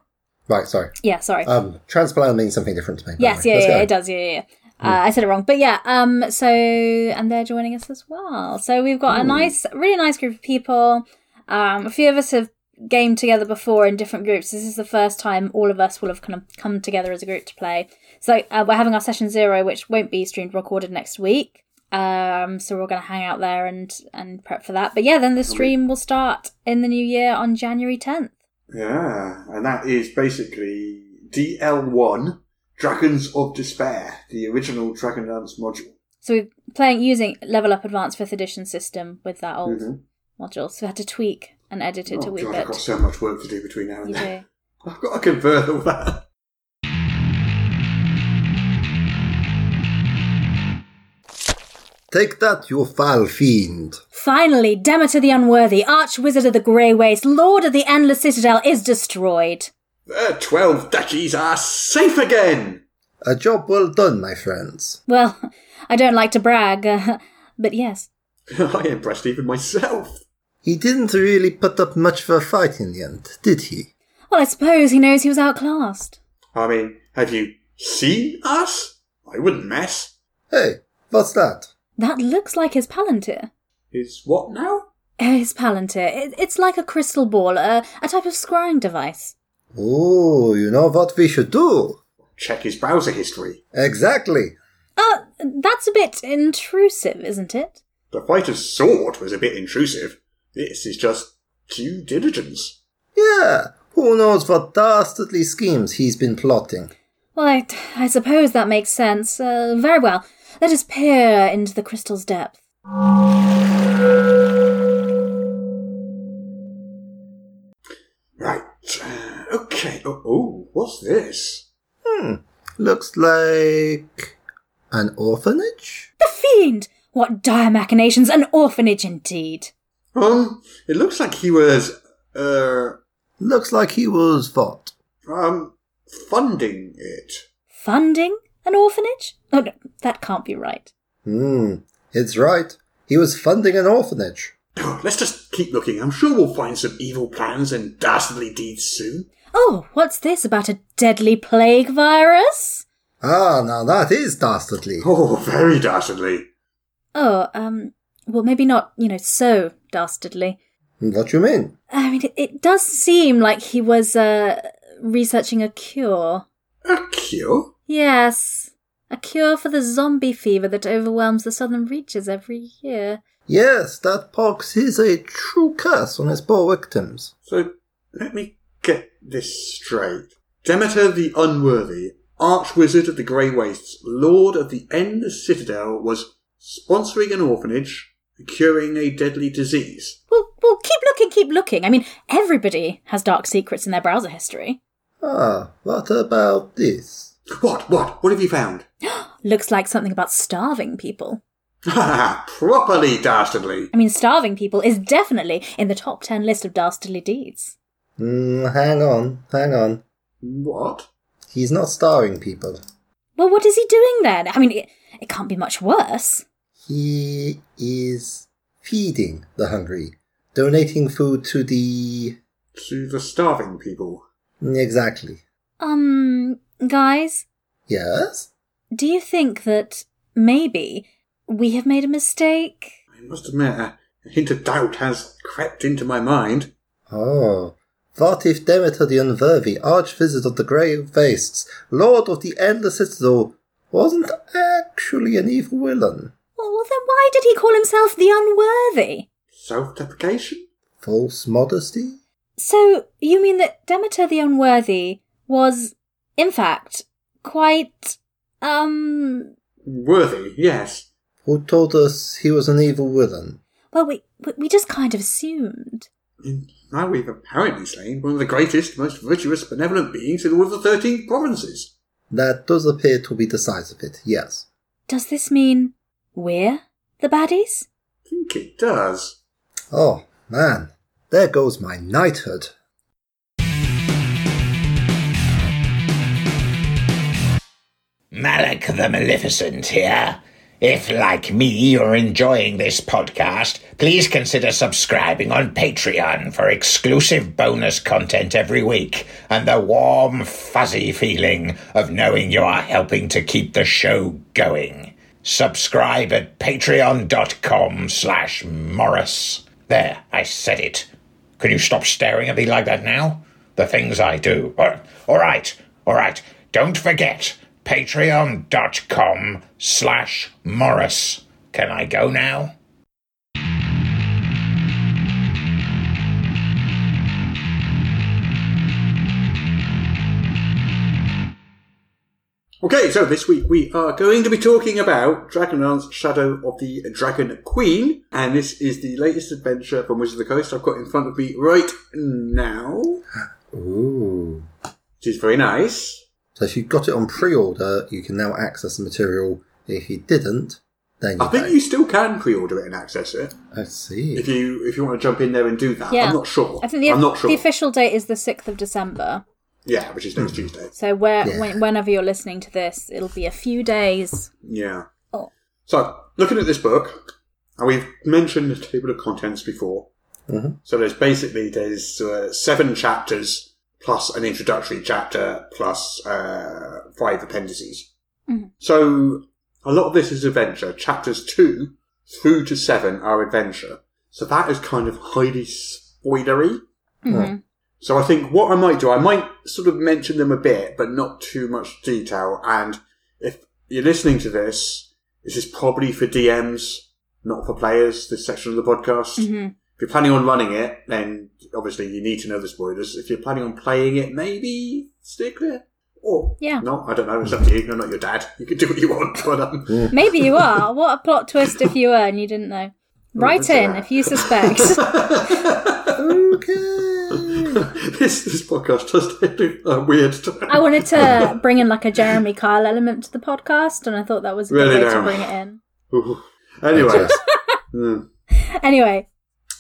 S6: Right, sorry.
S7: Yeah, sorry.
S6: Um, transplanar means something different to me. by
S7: yes,
S6: the
S7: yeah,
S6: way. Let's
S7: yeah,
S6: go. Hmm.
S7: it does, yeah, yeah. yeah. Uh, I said it wrong, but yeah. Um, so and they're joining us as well. So we've
S6: Hmm.
S7: got a nice, really nice group of people. Um, a few of us have gamed together before in different groups. This is the first time all of us will have kind of come together as a group to play. So uh, we're having our session zero, which won't be streamed recorded next week. Um, so we're all going to hang out there and and prep for that. But yeah, then the stream will start in the new year on January tenth.
S5: Yeah, and that is basically DL1 Dragons of Despair, the original Dragon Dance module.
S7: So we're playing using Level Up Advanced Fifth Edition system with that old
S6: Mm-hmm.
S5: Mhm.
S7: module. So we had to tweak and edit Oh, it a
S5: Oh,
S7: wee
S5: God, I've got
S7: bit.
S5: so much work to do between now and
S7: You
S5: then.
S7: do.
S5: I've got to convert all that.
S6: Take that, you foul fiend.
S7: Finally, Demeter the Unworthy, Arch Wizard of the Grey Waste, Lord of the Endless Citadel, is destroyed.
S5: Their 12 duchies are safe again!
S6: A job well done, my friends.
S7: Well, I don't like to brag, uh, but yes.
S5: I impressed even myself.
S6: He didn't really put up much of a fight in the end, did he?
S7: Well, I suppose he knows he was outclassed.
S5: I mean, have you seen us? I wouldn't mess.
S6: Hey, what's that?
S7: That looks like his palantir.
S5: Is what now?
S7: Uh, His palantir. It, it's like a crystal ball, uh, a type of scrying device.
S6: Oh, you know what we should do?
S5: Check his browser history.
S6: Exactly.
S7: Oh, that's a bit intrusive, isn't it?
S5: The fighter's sword was a bit intrusive. This is just due diligence.
S6: Yeah, who knows what dastardly schemes he's been plotting.
S7: Well, I, I suppose that makes sense. Uh, very well. Let us peer into the crystal's depth.
S5: Right. uh, Okay. Oh, oh what's this?
S6: Hmm, looks like an orphanage?
S7: The fiend! What dire machinations! An orphanage indeed!
S5: Um, it looks like he was, uh,
S6: Looks like he was what?
S5: um, funding it.
S7: Funding an orphanage? Oh, no, that can't be right.
S6: Hmm, it's right. He was funding an orphanage.
S5: Oh, Let's just keep looking. I'm sure we'll find some evil plans and dastardly deeds soon.
S7: Oh, what's this about a deadly plague virus?
S6: Ah, now that is dastardly.
S5: Oh, very dastardly.
S7: Oh, um, well, maybe not, you know, so dastardly.
S6: What you mean?
S7: I mean, it, it does seem like he was, uh, researching a cure.
S5: A cure?
S7: Yes, a cure for the zombie fever that overwhelms the southern reaches every year.
S6: Yes, that pox is a true curse on his poor victims.
S5: So, let me get this straight. Demeter the Unworthy, Archwizard of the Grey Wastes, Lord of the Endless Citadel, was sponsoring an orphanage and curing a deadly disease.
S7: Well, well, keep looking, keep looking. I mean, everybody has dark secrets in their browser history.
S6: Ah, what about this?
S5: What? What? What have you found?
S7: Looks like something about starving people.
S5: Ha Properly dastardly.
S7: I mean, starving people is definitely in the top 10 list of dastardly deeds.
S6: Hmm, hang on, hang on.
S5: What?
S6: He's not starving people.
S7: Well, what is he doing then? I mean, it, it can't be much worse.
S6: He is feeding the hungry, donating food to the.
S5: To the starving people.
S6: Exactly.
S7: Um, guys,
S6: Yes?
S7: do you think that maybe we have made a mistake?
S5: I must admit, a hint of doubt has crept into my mind.
S6: Oh. What if Demeter the Unworthy, Archvisitor of the Grey Wastes, Lord of the Endless Citadel, wasn't actually an evil villain?
S7: Well, well, then why did he call himself the unworthy?
S5: Self deprecation?
S6: False modesty?
S7: So, you mean that Demeter the Unworthy was, in fact, quite, um,
S5: Worthy, yes.
S6: Who told us he was an evil villain?
S7: well, we, we- we just kind of assumed.
S5: And now we've apparently slain one of the greatest, most virtuous, benevolent beings in all of the 13 provinces.
S6: That does appear to be the size of it, yes.
S7: Does this mean we're the baddies?
S5: I think it does.
S6: Oh, man. There goes my knighthood.
S3: Malak the Maleficent here. If, like me, you're enjoying this podcast, please consider subscribing on Patreon for exclusive bonus content every week and the warm, fuzzy feeling of knowing you are helping to keep the show going. Subscribe at patreon.com slash Morris. There, I said it. Can you stop staring at me like that now? The things I do. Uh, all right, all right. Don't forget, patreon.com slash Morris. Can I go now?
S5: Okay, so this week we are going to be talking about Dragonlance Shadow of the Dragon Queen, and this is the latest adventure from Wizard of the Coast I've got in front of me right now.
S6: Ooh.
S5: Which is very nice.
S6: So if you got it on pre-order, you can now access the material. If you didn't, Then you
S5: I think
S6: go.
S5: you still can pre-order it and access it
S6: I see.
S5: if you if you want to jump in there and do that.
S7: Yeah.
S5: I'm not sure.
S7: I think the,
S5: I'm not sure.
S7: the official date is the 6th of December.
S5: yeah, which is next Tuesday.
S7: So where,
S6: Yeah.
S7: when, whenever you're listening to this, it'll be a few days.
S5: Yeah.
S7: Oh.
S5: So, looking at this book, and we've mentioned the table of contents before.
S6: Mhm.
S5: So there's basically there's uh, seven chapters plus an introductory chapter plus uh, five appendices. So a lot of this is adventure. Chapters two through to seven are adventure. So that is kind of highly spoilery.
S6: Oh.
S7: Mhm.
S5: So I think what I might do, I might sort of mention them a bit, but not too much detail. And if you're listening to this, this is probably for DMs, not for players, this section of the podcast.
S7: Mm-hmm.
S5: If you're planning on running it, then obviously you need to know the spoilers. If you're planning on playing it, maybe stay clear. Or
S7: Yeah.
S5: no, I don't know. It's up to you. I'm not your dad. You can do what you want. But um,
S7: Maybe you are. what a plot twist if you were and you didn't know. Write in if you suspect.
S6: okay.
S5: this this podcast does take a weird turn.
S7: I wanted to bring in like a Jeremy Kyle element to the podcast, and I thought that was a good
S5: Really
S7: way to
S5: now.
S7: bring it in.
S5: Ooh. Anyway,
S6: Yes.
S7: Anyway,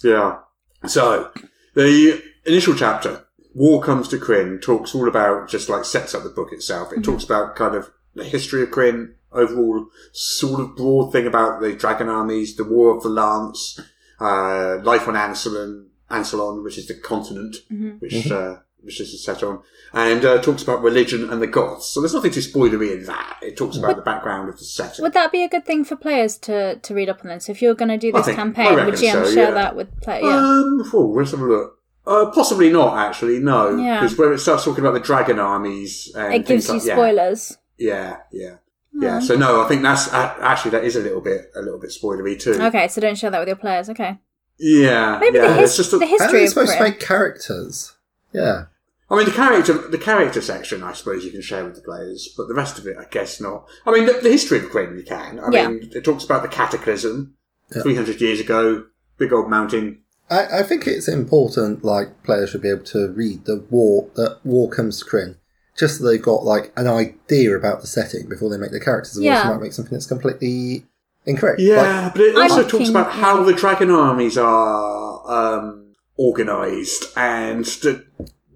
S5: yeah. So the initial chapter, War Comes to Kryn, talks all about just like sets up the book itself. It talks about kind of the history of Kryn, overall sort of broad thing about the dragon armies, the War of the Lance, uh, life on Ancelon, Ancelon, which is the continent, which uh, which this is set on, and uh, talks about religion and the gods. So there's nothing too spoilery in that. It talks about the background of the setting.
S7: would that be a good thing for players to, to read up on this? If you're going to do
S5: I
S7: this
S5: think- I
S7: campaign, would
S5: reckon
S7: GM
S5: so,
S7: share
S5: yeah.
S7: that with players?
S5: Um, oh, let's have a look. Uh, possibly not, actually, no.
S7: Yeah.
S5: Because where it starts talking about the dragon armies and
S7: it gives you Hmm.
S5: things like-
S7: spoilers.
S5: Yeah, yeah, yeah. Yeah, so no, I think that's uh, actually that is a little bit a little bit spoilery too.
S7: Okay, so don't share that with your players. Okay,
S5: Yeah,
S7: maybe
S5: yeah.
S7: the,
S5: it's
S7: his-
S5: just a-
S7: the
S6: How are
S7: history
S6: you
S7: of
S6: supposed to
S7: Korea.
S6: make characters? Yeah.
S5: I mean, the character, the character section, I suppose you can share with the players, but the rest of it, I guess not. I mean, the, the history of Quinn, you can. I
S7: Yeah.
S5: mean, it talks about the cataclysm, 300 years ago, big old mountain.
S6: I, I think it's important, like, players should be able to read the war that war comes to Kryn, just so they've got, like, an idea about the setting before they make the characters. Otherwise,
S7: Yeah.
S6: they might make something that's completely incorrect.
S5: Yeah, but it
S7: I'm
S5: also
S7: looking-
S5: talks about how the dragon armies are um, organised and the,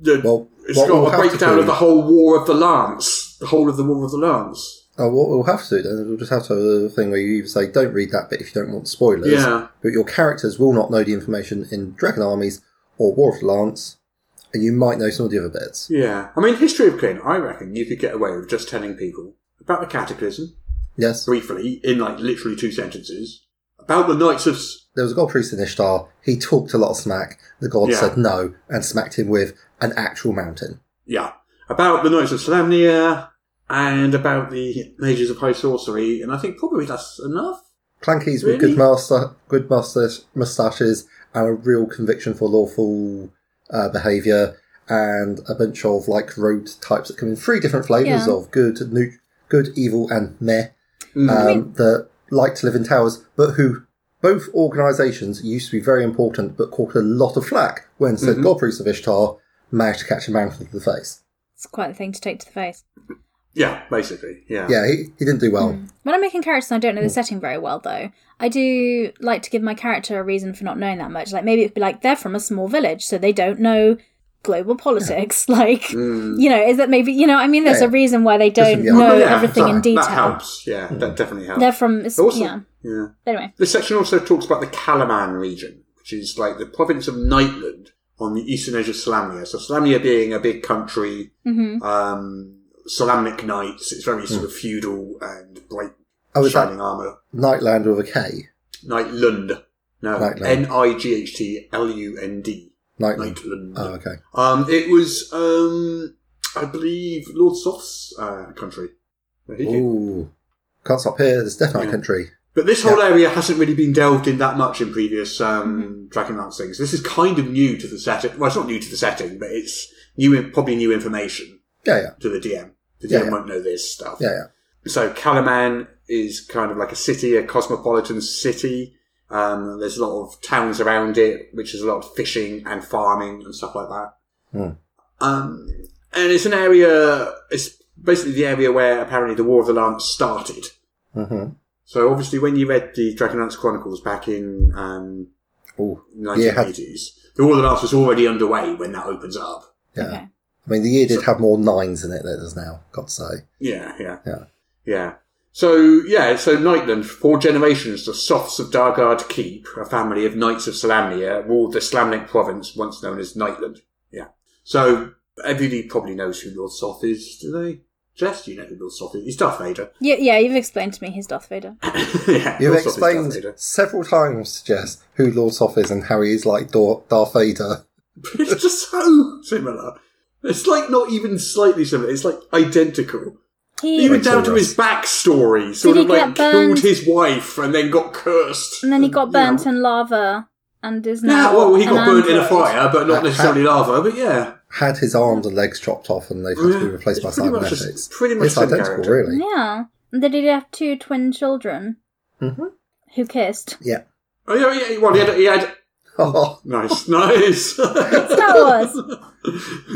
S5: the,
S6: Well,
S5: it's
S6: what we'll
S5: got a
S6: have to
S5: breakdown
S6: do-
S5: of the whole War of the Lance. The whole of the War of the Lance.
S6: Oh, what we'll have to do then is we'll just have to have a little thing where you either say don't read that bit if you don't want spoilers.
S5: Yeah.
S6: But your characters will not know the information in Dragon Armies or War of the Lance, and you might know some of the other bits.
S5: Yeah. I mean, History of Quinn, I reckon you could get away with just telling people about the cataclysm,
S6: Yes.
S5: briefly, in like literally two sentences, about the Knights of. S-
S6: There was a god priest in Ishtar. He talked a lot of smack. The god
S5: Yeah.
S6: said no and smacked him with an actual mountain.
S5: Yeah. About the Knights of Salamnia and about the Mages of High Sorcery, and I think probably that's enough.
S6: Clankies with
S5: Really?
S6: good master, good mustache, mustaches, and a real conviction for lawful uh, behaviour, and a bunch of like road types that come in three different flavours
S7: Yeah.
S6: of good, new, good, evil, and meh.
S5: Mm-hmm.
S7: Wait.
S6: um, that like to live in towers, but who both organisations used to be very important, but caught a lot of flack when
S5: Mm-hmm.
S6: said god priest of Ishtar managed to catch a mountain to the face.
S7: It's quite a thing to take to the face.
S5: Yeah, basically. Yeah.
S6: Yeah, he, he didn't do well.
S7: When I'm making characters and I don't
S5: Hmm.
S7: know the setting very well, though, I do like to give my character a reason for not knowing that much. Like maybe it'd be like they're from a small village, so they don't know global politics. Like
S5: Hmm.
S7: you know, is that maybe you know? I mean, there's
S6: Yeah.
S7: a reason why they don't
S6: yeah.
S7: know
S5: But yeah,
S7: everything
S5: that-
S7: in detail. Mm.
S5: That helps. Yeah, that definitely helps.
S7: They're from it's-
S5: Also-
S7: yeah.
S5: yeah.
S7: Anyway,
S5: This section also talks about the Kalaman region, which is like the province of Knightland on the eastern edge of Salamnia. So Salamnia being a big country,
S7: Mm-hmm.
S5: um, Salamnic knights, it's very sort of
S7: Mm.
S5: feudal and bright
S6: Oh, is
S5: shining
S6: that
S5: armour.
S6: Nightland with a K?
S5: Knightland. No,
S6: Knightland.
S5: N-I-G-H-T-L-U-N-D.
S7: Mm.
S6: Nightland.
S5: Knightland.
S6: Oh, okay.
S5: Um, it was, um, I believe, Lord Soth's uh, country. There you go.
S6: Ooh, can't stop here. There's Death Knight country.
S5: But this whole area hasn't really been delved in that much in previous
S6: Mm-hmm.
S5: um, Dragonlance things. This is kind of new to the setting. Well, it's not new to the setting, but it's new, probably new information
S6: Yeah, yeah,
S5: to the DM. The DM
S6: Yeah, yeah.
S5: won't know this stuff.
S6: yeah, yeah.
S5: So Calaman is kind of like a city, a cosmopolitan city. Um, there's a lot of towns around it, which is a lot of fishing and farming and stuff like that.
S6: Hmm.
S5: Um, and it's an area. It's basically the area where apparently the War of the Lance started.
S6: Mm-hmm.
S5: So obviously, when you read the Dragonlance Chronicles back in um,
S6: Oh, yeah, it had-
S5: 1980s, the War of the Last was already underway when that opens up.
S6: yeah.
S7: Okay.
S6: I mean, the year did have more nines in it than it does now. Got to say,
S5: Yeah, yeah,
S6: yeah.
S5: yeah. So yeah, so Knightland, four generations, the Softs of Dargard Keep, a family of Knights of Salamnia, ruled the Slamnic province, once known as Knightland. Yeah. So everybody probably knows who Lord Soth is, do they? Jess, you know who Lord Soth is? He's Darth Vader.
S7: Yeah, yeah, you've explained to me his Darth Vader.
S5: yeah, Lord Soth
S6: You've
S5: is Darth
S6: explained
S5: Vader.
S6: several times, Jess, who Lord Soph is and how he is like Dor- Darth Vader.
S5: it's just so similar. It's like not even slightly similar. It's like identical.
S7: He
S5: Even
S6: Like
S5: down to
S6: Soros.
S5: his backstory, sort
S7: he
S5: of like
S7: get burned?
S5: killed his wife and then got cursed.
S7: and then he got
S5: you know.
S7: burnt in lava and is now.
S5: Yeah, well, he
S7: an
S5: got burnt in a
S7: android.
S5: fire, but not
S6: Uh,
S5: necessarily lava. But yeah,
S6: Had his arms and legs chopped off, and they've had to be
S5: Yeah,
S6: replaced by
S5: it's pretty much the-
S6: cybernetics.
S5: pretty much
S6: it's
S5: the
S6: identical,
S5: character.
S6: really.
S7: Yeah. And then he'd have two twin children
S5: Mm-hmm.
S6: Mhm.
S7: who kissed.
S6: Yeah.
S5: oh yeah, yeah. Well, he had, he had
S6: Oh,
S5: nice, nice.
S7: Star Wars!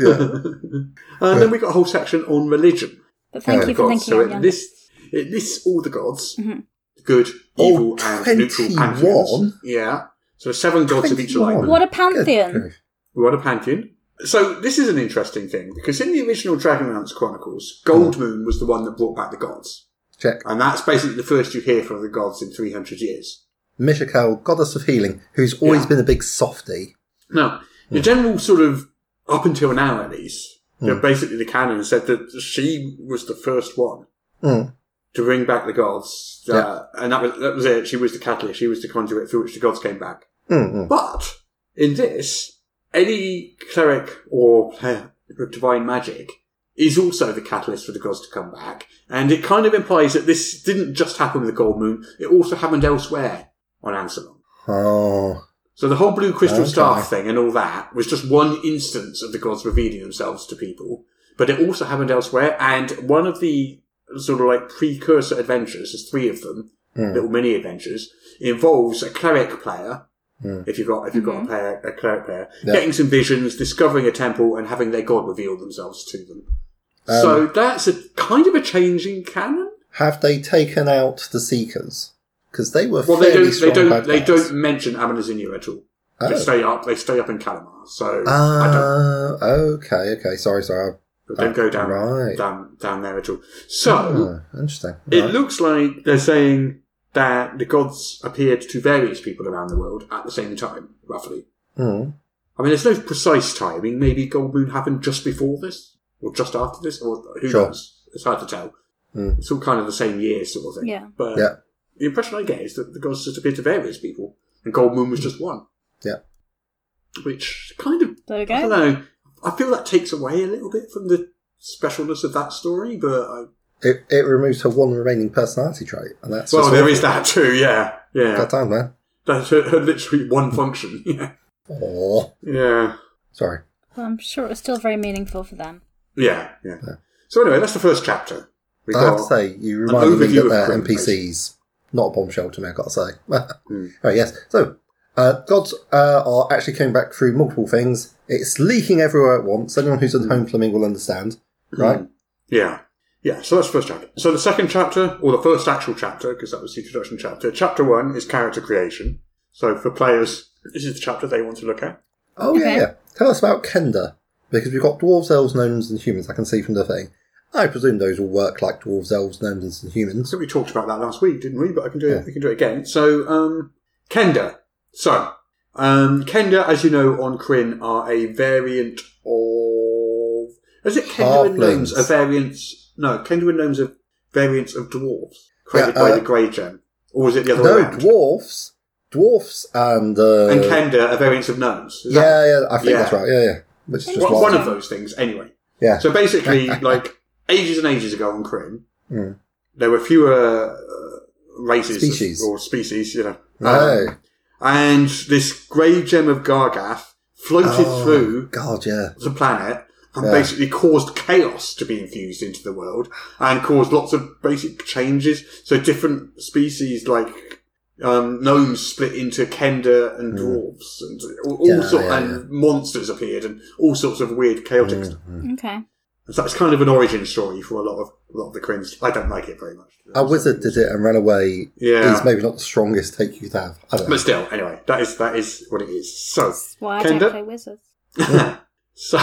S5: and then we got a whole section on religion.
S7: But thank
S6: Oh,
S7: you for
S5: Gods.
S7: thinking
S5: So
S7: I'm
S5: it
S7: young. Mm-hmm.
S5: lists it lists all the gods, good,
S6: All
S5: evil, and neutral
S6: 21?
S5: pantheons. Yeah. So seven gods of each
S6: 21.
S5: alignment.
S7: What a
S6: good
S7: pantheon!
S6: grief.
S5: What a pantheon. So this is an interesting thing because in the original Dragonlance Chronicles, Gold Moon was the one that brought back the gods,
S6: Check.
S5: and that's basically the first you hear from the gods in 300 years.
S6: Mishakel, goddess of healing, who's always
S5: Yeah.
S6: been a big softy.
S5: Now, the general sort of up until now, at least, you know, basically the canon said that she was the first one
S6: Mm.
S5: to bring back the gods, uh,
S6: Yeah.
S5: and that was that was it. She was the catalyst. She was the conduit through which the gods came back.
S6: Mm, mm.
S5: But in this, any cleric or player of divine magic is also the catalyst for the gods to come back, and it kind of implies that this didn't just happen with the Gold Moon; it also happened elsewhere on Anselon.
S6: Oh,
S5: So the whole blue crystal
S6: Okay.
S5: staff thing and all that was just one instance of the gods revealing themselves to people, but it also happened elsewhere. And one of the sort of like precursor adventures, there's three of them,
S6: Hmm.
S5: little mini adventures, involves a cleric player. If you've got if you've got a player a cleric player
S6: Hmm. Yeah.
S5: getting some visions, discovering a temple, and having their god reveal themselves to them. so
S6: Um,
S5: that's a kind of a change in canon.
S6: have they taken out the seekers? Because they were
S5: Well, they
S6: fairly
S5: don't they
S6: strong
S5: don't they
S6: bad guys.
S5: don't mention Abenazinu at all. They
S6: Oh.
S5: stay up. They stay up in Kalamar. So I don't,
S6: Ah, okay, okay. Sorry, sorry.
S5: but don't go down
S6: Right.
S5: down down there at all. So
S6: Oh, interesting.
S5: it
S6: Right.
S5: looks like they're saying that the gods appeared to various people around the world at the same time, roughly.
S6: Mm.
S5: I mean, there's no precise timing. Maybe Gold Moon happened just before this, or just after this, or who
S6: Sure.
S5: knows? It's hard to tell.
S6: Mm.
S5: It's all kind of the same year, sort of thing.
S7: Yeah.
S5: But
S6: Yeah.
S5: the impression I get is that the gods just appeared to various people, and Gold Moon was just one.
S6: Yeah.
S5: Which kind of
S7: There we
S5: I don't
S7: go.
S5: know. I feel that takes away a little bit from the specialness of that story, but I,
S6: It, it removes her one remaining personality trait, and that's
S5: well,
S6: just
S5: there is that too. Yeah, yeah.
S6: God damn man.
S5: That's her, her literally one function. Yeah,
S6: Oh,
S5: yeah,
S6: sorry.
S7: Well, I'm sure it was still very meaningful for them.
S5: yeah. yeah. So anyway, that's the first chapter. We
S6: I have to say, you
S5: an
S6: reminded me
S5: overview
S6: that
S5: of
S6: they're
S5: Grim Face.
S6: NPCs, not a bombshell to me. I have got to say.
S5: Hmm.
S6: Right, yes. So, uh, gods uh, are actually coming back through multiple things. It's leaking everywhere at once. Anyone who's
S5: Hmm.
S6: at home Fleming will understand, right?
S5: Yeah. Yeah, so that's the first chapter. So the second chapter, or the first actual chapter, because that was the introduction chapter, chapter one is character creation. So for players, this is the chapter they want to look at.
S6: Oh yeah,
S7: Okay.
S6: yeah. Tell us about Kenda because we've got dwarves, elves, gnomes, and humans. I can see from the thing. I presume those will work like dwarves, elves, gnomes, and humans.
S5: So we talked about that last week, didn't we? But I can do
S6: Yeah.
S5: it. We can do it again. So, um, Kenda. So, um, Kenda, as you know, on Kryn are a variant of. Is it Kenda and gnomes?
S6: Halflings.
S5: A variant? No, Kenda and gnomes are variants of dwarves created
S6: Yeah,
S5: by
S6: uh,
S5: the Grey Gem, or was it the other way
S6: No,
S5: around?
S6: dwarfs, dwarfs, and uh,
S5: and Kenda are variants of gnomes. Is
S6: yeah,
S5: that-
S6: yeah. I think
S5: Yeah.
S6: that's right. Yeah, yeah. Which is just
S5: one,
S6: wild.
S5: one of those things, anyway.
S6: Yeah.
S5: So basically, like ages and ages ago on Kryn,
S6: Mm.
S5: there were fewer uh, races
S6: Species.
S5: or species, you know.
S6: Oh.
S5: Um, and this grey gem of Gargath floated
S6: Oh,
S5: through
S6: God, yeah.
S5: the planet and
S6: Yeah.
S5: basically caused chaos to be infused into the world and caused lots of basic changes. So different species like um, gnomes split into Kenda and dwarves and all, all
S6: Hmm. Yeah,
S5: sorts
S6: yeah, Hmm.
S5: and monsters appeared and all sorts of weird chaotic stuff.
S7: Okay.
S5: So that's kind of an origin story for a lot of a lot of the cringe. I don't like it very much.
S6: A wizard did it and ran away.
S5: Yeah.
S6: is maybe not the strongest take you to have. I don't know.
S5: But still, anyway, that is that is what it is. So,
S7: Why I
S5: Kenda?
S7: don't play wizards.
S5: So,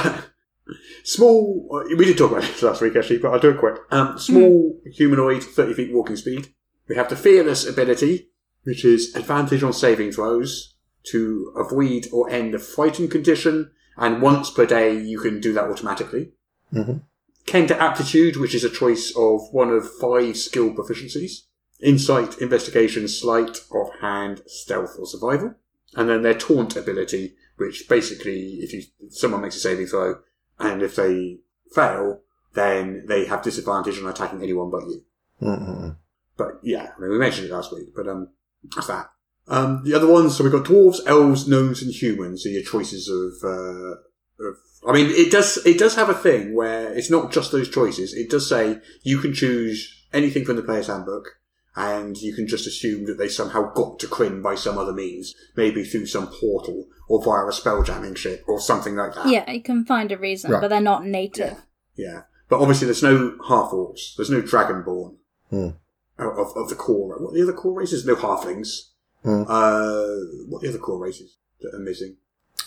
S5: small. uh, We did talk about this last week, actually, but I'll do it quick. Um, small humanoid, 30 feet walking speed. We have the fearless ability, which is advantage on saving throws to avoid or end a frightened condition, and once per day you can do that automatically.
S6: Mhm.
S5: Kenda aptitude, which is a choice of one of five skill proficiencies insight, investigation, sleight of hand, stealth, or survival and then their taunt ability, which basically, if you if someone makes a saving throw, and if they fail, then they have disadvantage on attacking anyone but you.
S6: Mm-mm.
S5: But yeah, I mean, we mentioned it last week, but um, that's that. Um, the other ones, so we've got dwarves, elves, gnomes, and humans. Are your choices of, uh, of? I mean, it does it does have a thing where it's not just those choices. It does say you can choose anything from the player's handbook, and you can just assume that they somehow got to Kryn by some other means, maybe through some portal or via a spell jamming ship or something like that.
S7: Yeah, you can find a reason,
S6: Right.
S7: but they're not native.
S5: Yeah, but obviously there's no half orcs. There's no dragonborn
S6: Hmm.
S5: of, of- of the core. What are the other core races? No halflings.
S6: Hmm.
S5: Uh, what are the other core races that are missing?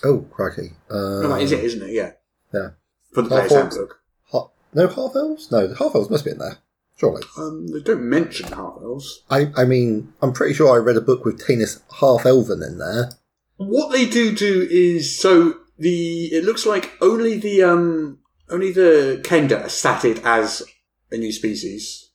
S6: Oh crikey! Uh,
S5: no, that is it, isn't it? Yeah,
S6: Yeah.
S5: for the player's
S6: Half-orcs.
S5: handbook.
S6: Ha- no half elves. No, the half elves must be in there. Surely.
S5: Um, they don't mention half elves.
S6: I, I mean, I'm pretty sure I read a book with Tanis half elven in there.
S5: What they do do is so the it looks like only the um only the Kenda are statted as a new species.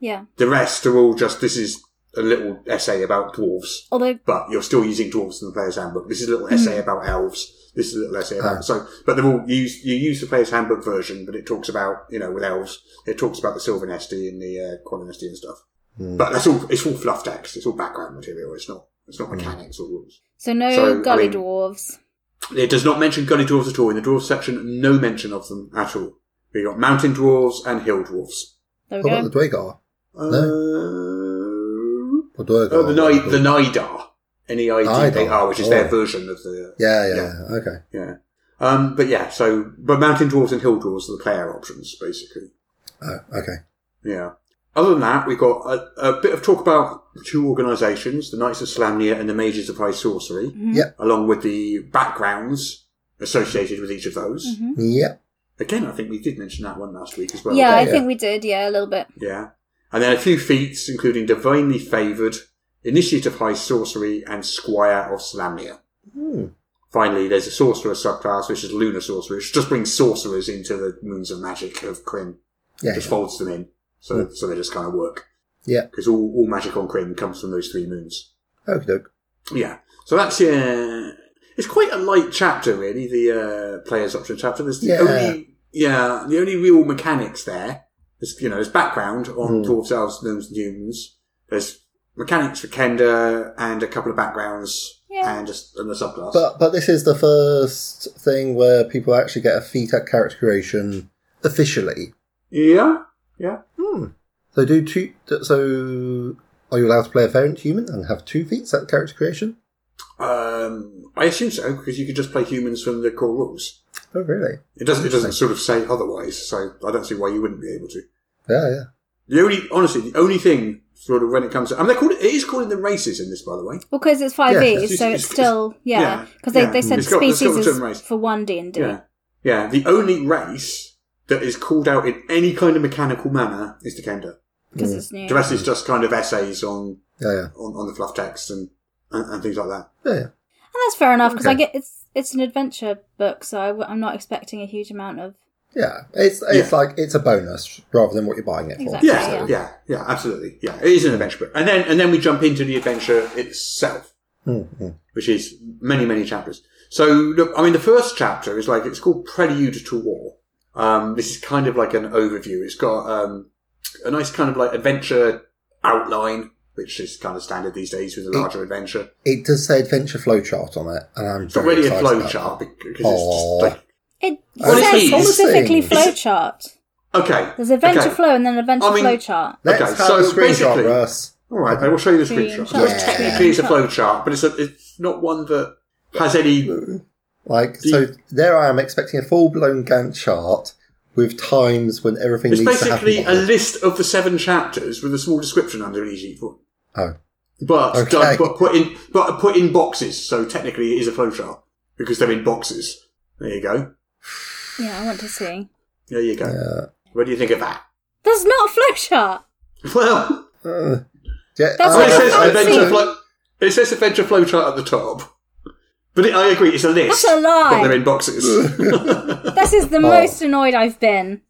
S7: Yeah.
S5: The rest are all just this is a little essay about dwarves.
S7: Although,
S5: but you're still using dwarves in the player's handbook. This is a little
S6: Hmm.
S5: essay about elves. This is a little essay about
S6: Ah.
S5: so. But they're all you, you use the player's handbook version, but it talks about you know with elves, it talks about the Sylvanesti and the uh, Quaninesti and stuff.
S6: Hmm.
S5: But that's all. It's all fluff text. It's all background material. It's not. It's
S6: Hmm.
S5: not mechanics or rules.
S7: so no
S5: So, I
S7: gully
S5: mean-
S7: dwarves.
S5: It does not mention gully dwarves at all in the dwarves section. No mention of them at all. We got mountain dwarves and hill dwarves.
S7: There we
S6: What
S7: go.
S6: about the Dwagar?
S5: Uh, oh, the
S6: Or Dwagar? whatever
S5: Ni-
S6: they're
S5: the
S6: called.
S5: Nidar, N E I D A R, which is their
S6: Oh.
S5: version of the
S6: Yeah, yeah, yeah. Okay.
S5: Yeah. Um, but yeah, so, but mountain dwarves and hill dwarves are the player options, basically.
S6: Oh, okay.
S5: Yeah. Other than that, we've got a, a bit of talk about two organisations, the Knights of Slamnia and the Mages of High Sorcery,
S6: Yep.
S5: along with the backgrounds associated with each of those.
S6: Mm-hmm. Yep.
S5: Again, I think we did mention that one last week as well.
S7: yeah, I
S6: yeah.
S7: think we did. Yeah, a little bit.
S5: Yeah. And then a few feats, including Divinely Favoured, Initiate of High Sorcery, and Squire of Slamnia.
S6: Hmm.
S5: Finally, there's a sorcerer subclass, which is Lunar Sorcerer, which just brings sorcerers into the Moons of Magic of Kryn.
S6: Yeah.
S5: just
S6: yeah. Hmm.
S5: folds them in, so so they just kind of work.
S6: Yeah.
S5: Because all, all magic on Kryn comes from those three moons.
S6: Okie doke.
S5: Yeah. So that's uh, it's quite a light chapter, really. The uh, players option chapter. There's the
S6: Yeah.
S5: only yeah the only real mechanics there. There's you know there's background on
S6: Hmm.
S5: dwarves, elves, gnomes, and humans. There's mechanics for Kenda and a couple of backgrounds
S7: Yeah.
S5: and just and the subclass.
S6: But but this is the first thing where people actually get a feat at character creation officially.
S5: yeah, yeah.
S6: Hmm. So do two. So are you allowed to play a variant human and have two feats at character creation?
S5: Um, I assume so because you could just play humans from the core rules.
S6: Oh really?
S5: It doesn't. It doesn't sort of say otherwise. So I don't see why you wouldn't be able to.
S6: Yeah, yeah.
S5: The only, honestly, the only thing sort of when it comes to, I mean, they call it, it is calling them races in this, by the way.
S7: Well, because it's five
S6: Yeah,
S7: e,
S5: it's-
S7: so
S5: it's-
S7: it's, still yeah.
S5: yeah,
S7: Because
S5: yeah.
S7: they, they said
S5: It's got- it's got
S7: species
S5: the term
S7: is
S5: race.
S7: for one D and D.
S5: Yeah. Yeah. The only race that is called out in any kind of mechanical manner is the Kenda.
S7: Because it's new.
S5: The rest is just kind of essays on,
S6: Yeah, yeah.
S5: on, on the fluff text and, and, and things like that.
S6: Yeah, yeah.
S7: And that's fair enough because I
S6: Okay.
S7: get it's it's an adventure book, so I, am not expecting a huge amount of.
S6: Yeah. It's it's
S5: Yeah.
S6: like it's a bonus rather than what you're buying it for.
S7: Exactly.
S5: Yeah, yeah,
S7: Yeah.
S5: yeah, absolutely. Yeah, it is an adventure book. And then, and then we jump into the adventure itself,
S6: Mm-hmm.
S5: which is many, many chapters. So, look, I mean, the first chapter is like, it's called Prelude to War. Um, this is kind of like an overview. It's got, um, a nice kind of like adventure outline, which is kind of standard these days with a
S6: Mm.
S5: larger adventure.
S6: It does say adventure flowchart on it, and I'm
S5: It's not
S6: very
S5: really a
S6: excited about
S5: flowchart
S6: that. Oh.
S5: because it's just like,
S7: It
S5: Well, it
S7: says
S5: is.
S7: specifically
S6: It's a
S7: flowchart.
S5: okay.
S7: There's adventure
S5: okay.
S7: flow and then adventure
S5: I mean-
S7: flowchart.
S6: Let's
S5: Okay,
S6: have
S5: so
S6: a screenshot,
S5: basically-
S6: Russ.
S5: All right, I will show you the screenshot. So it's
S6: Yeah.
S5: technically it's a flowchart, but it's a, it's not one that has any.
S6: Like,
S5: Do
S6: so
S5: you-
S6: there I am expecting a full blown Gantt chart with times when everything
S5: It's
S6: needs to happen.
S5: basically
S6: by
S5: a
S6: then.
S5: list of the seven chapters with a small description under each each one.
S6: Oh,
S5: But,
S6: Okay.
S5: done- but put in but put in boxes, so technically it is a flowchart because they're in boxes. There you go.
S7: Yeah, I want to see.
S5: There you go.
S6: yeah.
S5: What do you think of that?
S7: That's not a flowchart.
S5: Well,
S6: Uh, yeah,
S7: That's
S6: uh,
S7: what
S5: it
S7: I
S5: says
S7: fancy.
S5: adventure flow. It says adventure flowchart at the top. But it, I agree, it's a list.
S7: That's a lie.
S5: But they're in boxes.
S7: This is
S6: Oh.
S7: the most annoyed I've been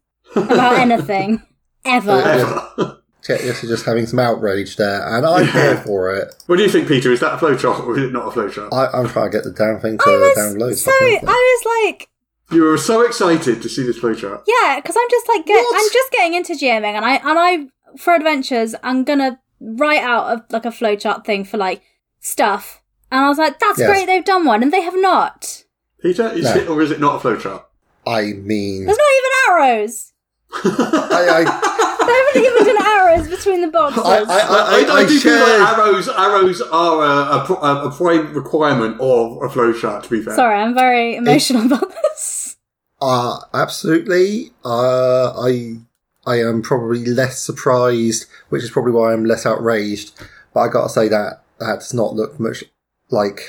S7: about anything ever.
S5: Ever.
S6: yeah, this is just having some outrage there, and I'm here for it.
S5: what do you think, Peter? Is that a flowchart or is it not a flowchart?
S6: I, I'm trying to get the damn thing to
S7: I
S6: download.
S7: was so I
S6: something.
S7: was like,
S5: you were so excited to see this flowchart.
S7: yeah, because I'm just like, get, I'm just getting into GMing, and I and I for adventures, I'm gonna write out of like a flowchart thing for like stuff, and I was like, that's
S6: Yes.
S7: great, they've done one, and they have not.
S5: Peter, is
S6: No.
S5: it or is it not a flowchart?
S6: I mean,
S7: There's not even arrows.
S6: I, I,
S7: They haven't even done arrows between the boxes.
S6: I, I,
S5: I, I,
S6: I, I,
S5: do feel
S6: shared-
S5: like arrows, arrows are a, a, pr- a, a prime requirement of a flowchart, to be fair.
S7: Sorry, I'm very emotional about this.
S6: Uh, absolutely. Uh, I I am probably less surprised, which is probably why I'm less outraged. But I gotta say that that does not look much like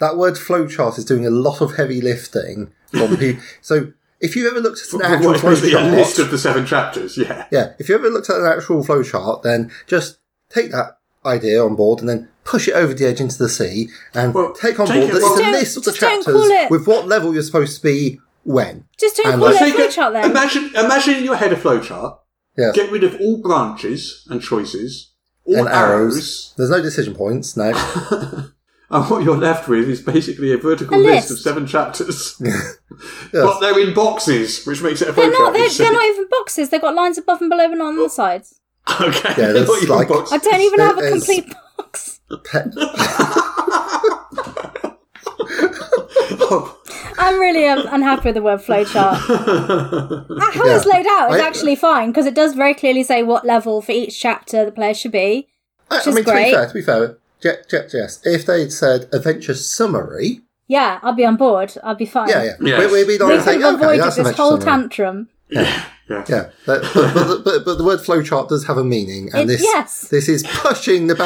S6: that word flowchart is doing a lot of heavy lifting from people. so if you ever looked at an
S5: But
S6: actual
S5: What is basically a list
S6: flowchart,
S5: of the seven chapters, yeah.
S6: yeah, if you ever looked at an actual flowchart, then just take that idea on board and then push it over the edge into the sea and
S5: Well,
S6: take on
S5: take
S6: board
S5: it-
S6: that
S5: Just
S6: it's a
S7: don't-
S6: list of the
S7: just don't
S6: chapters
S7: call it-
S6: with what level you're supposed to be when.
S7: Just don't
S6: And
S7: call
S6: I
S7: it a
S5: Take a-
S7: flowchart then.
S5: Imagine, imagine in your head a flowchart.
S6: Yeah.
S5: Get rid of all branches and choices, all
S6: and arrows.
S5: arrows,
S6: There's no decision points. No,
S5: and what you're left with is basically a vertical
S7: A
S5: list. of
S7: list.
S5: seven chapters. But they're in boxes, which makes it a flowchart.
S7: They're not. They're,
S5: which
S7: they're
S5: is-
S7: not even boxes. They've got lines above and below and on the sides.
S5: Okay,
S6: Yeah,
S5: they're not
S6: that's
S5: even
S6: like-
S5: boxes.
S7: I don't even
S6: There
S7: have a
S6: is-
S7: complete box.
S6: Pe-
S7: I'm really um, unhappy with the word flowchart. Uh, How it's
S6: Yeah.
S7: laid out is
S6: I-
S7: actually fine because it does very clearly say what level for each chapter the player should be.
S6: I,
S7: Which
S6: I
S7: is
S6: mean, to
S7: great.
S6: be fair, to be fair, Je- Je- Jess, if they'd said adventure summary,
S7: Yeah, I'll be on board. I'll be fine.
S6: yeah, yeah,
S5: Yes.
S6: we, we'd be
S7: We
S6: like,
S7: could have
S6: okay,
S7: avoided
S6: that's
S7: this
S6: adventure
S7: whole
S6: summary.
S7: tantrum.
S5: yeah.
S6: Yeah, but, but, but, the- but, but the word flowchart does have a meaning, and
S7: It-
S6: this
S7: yes.
S6: this is pushing the
S7: Yes.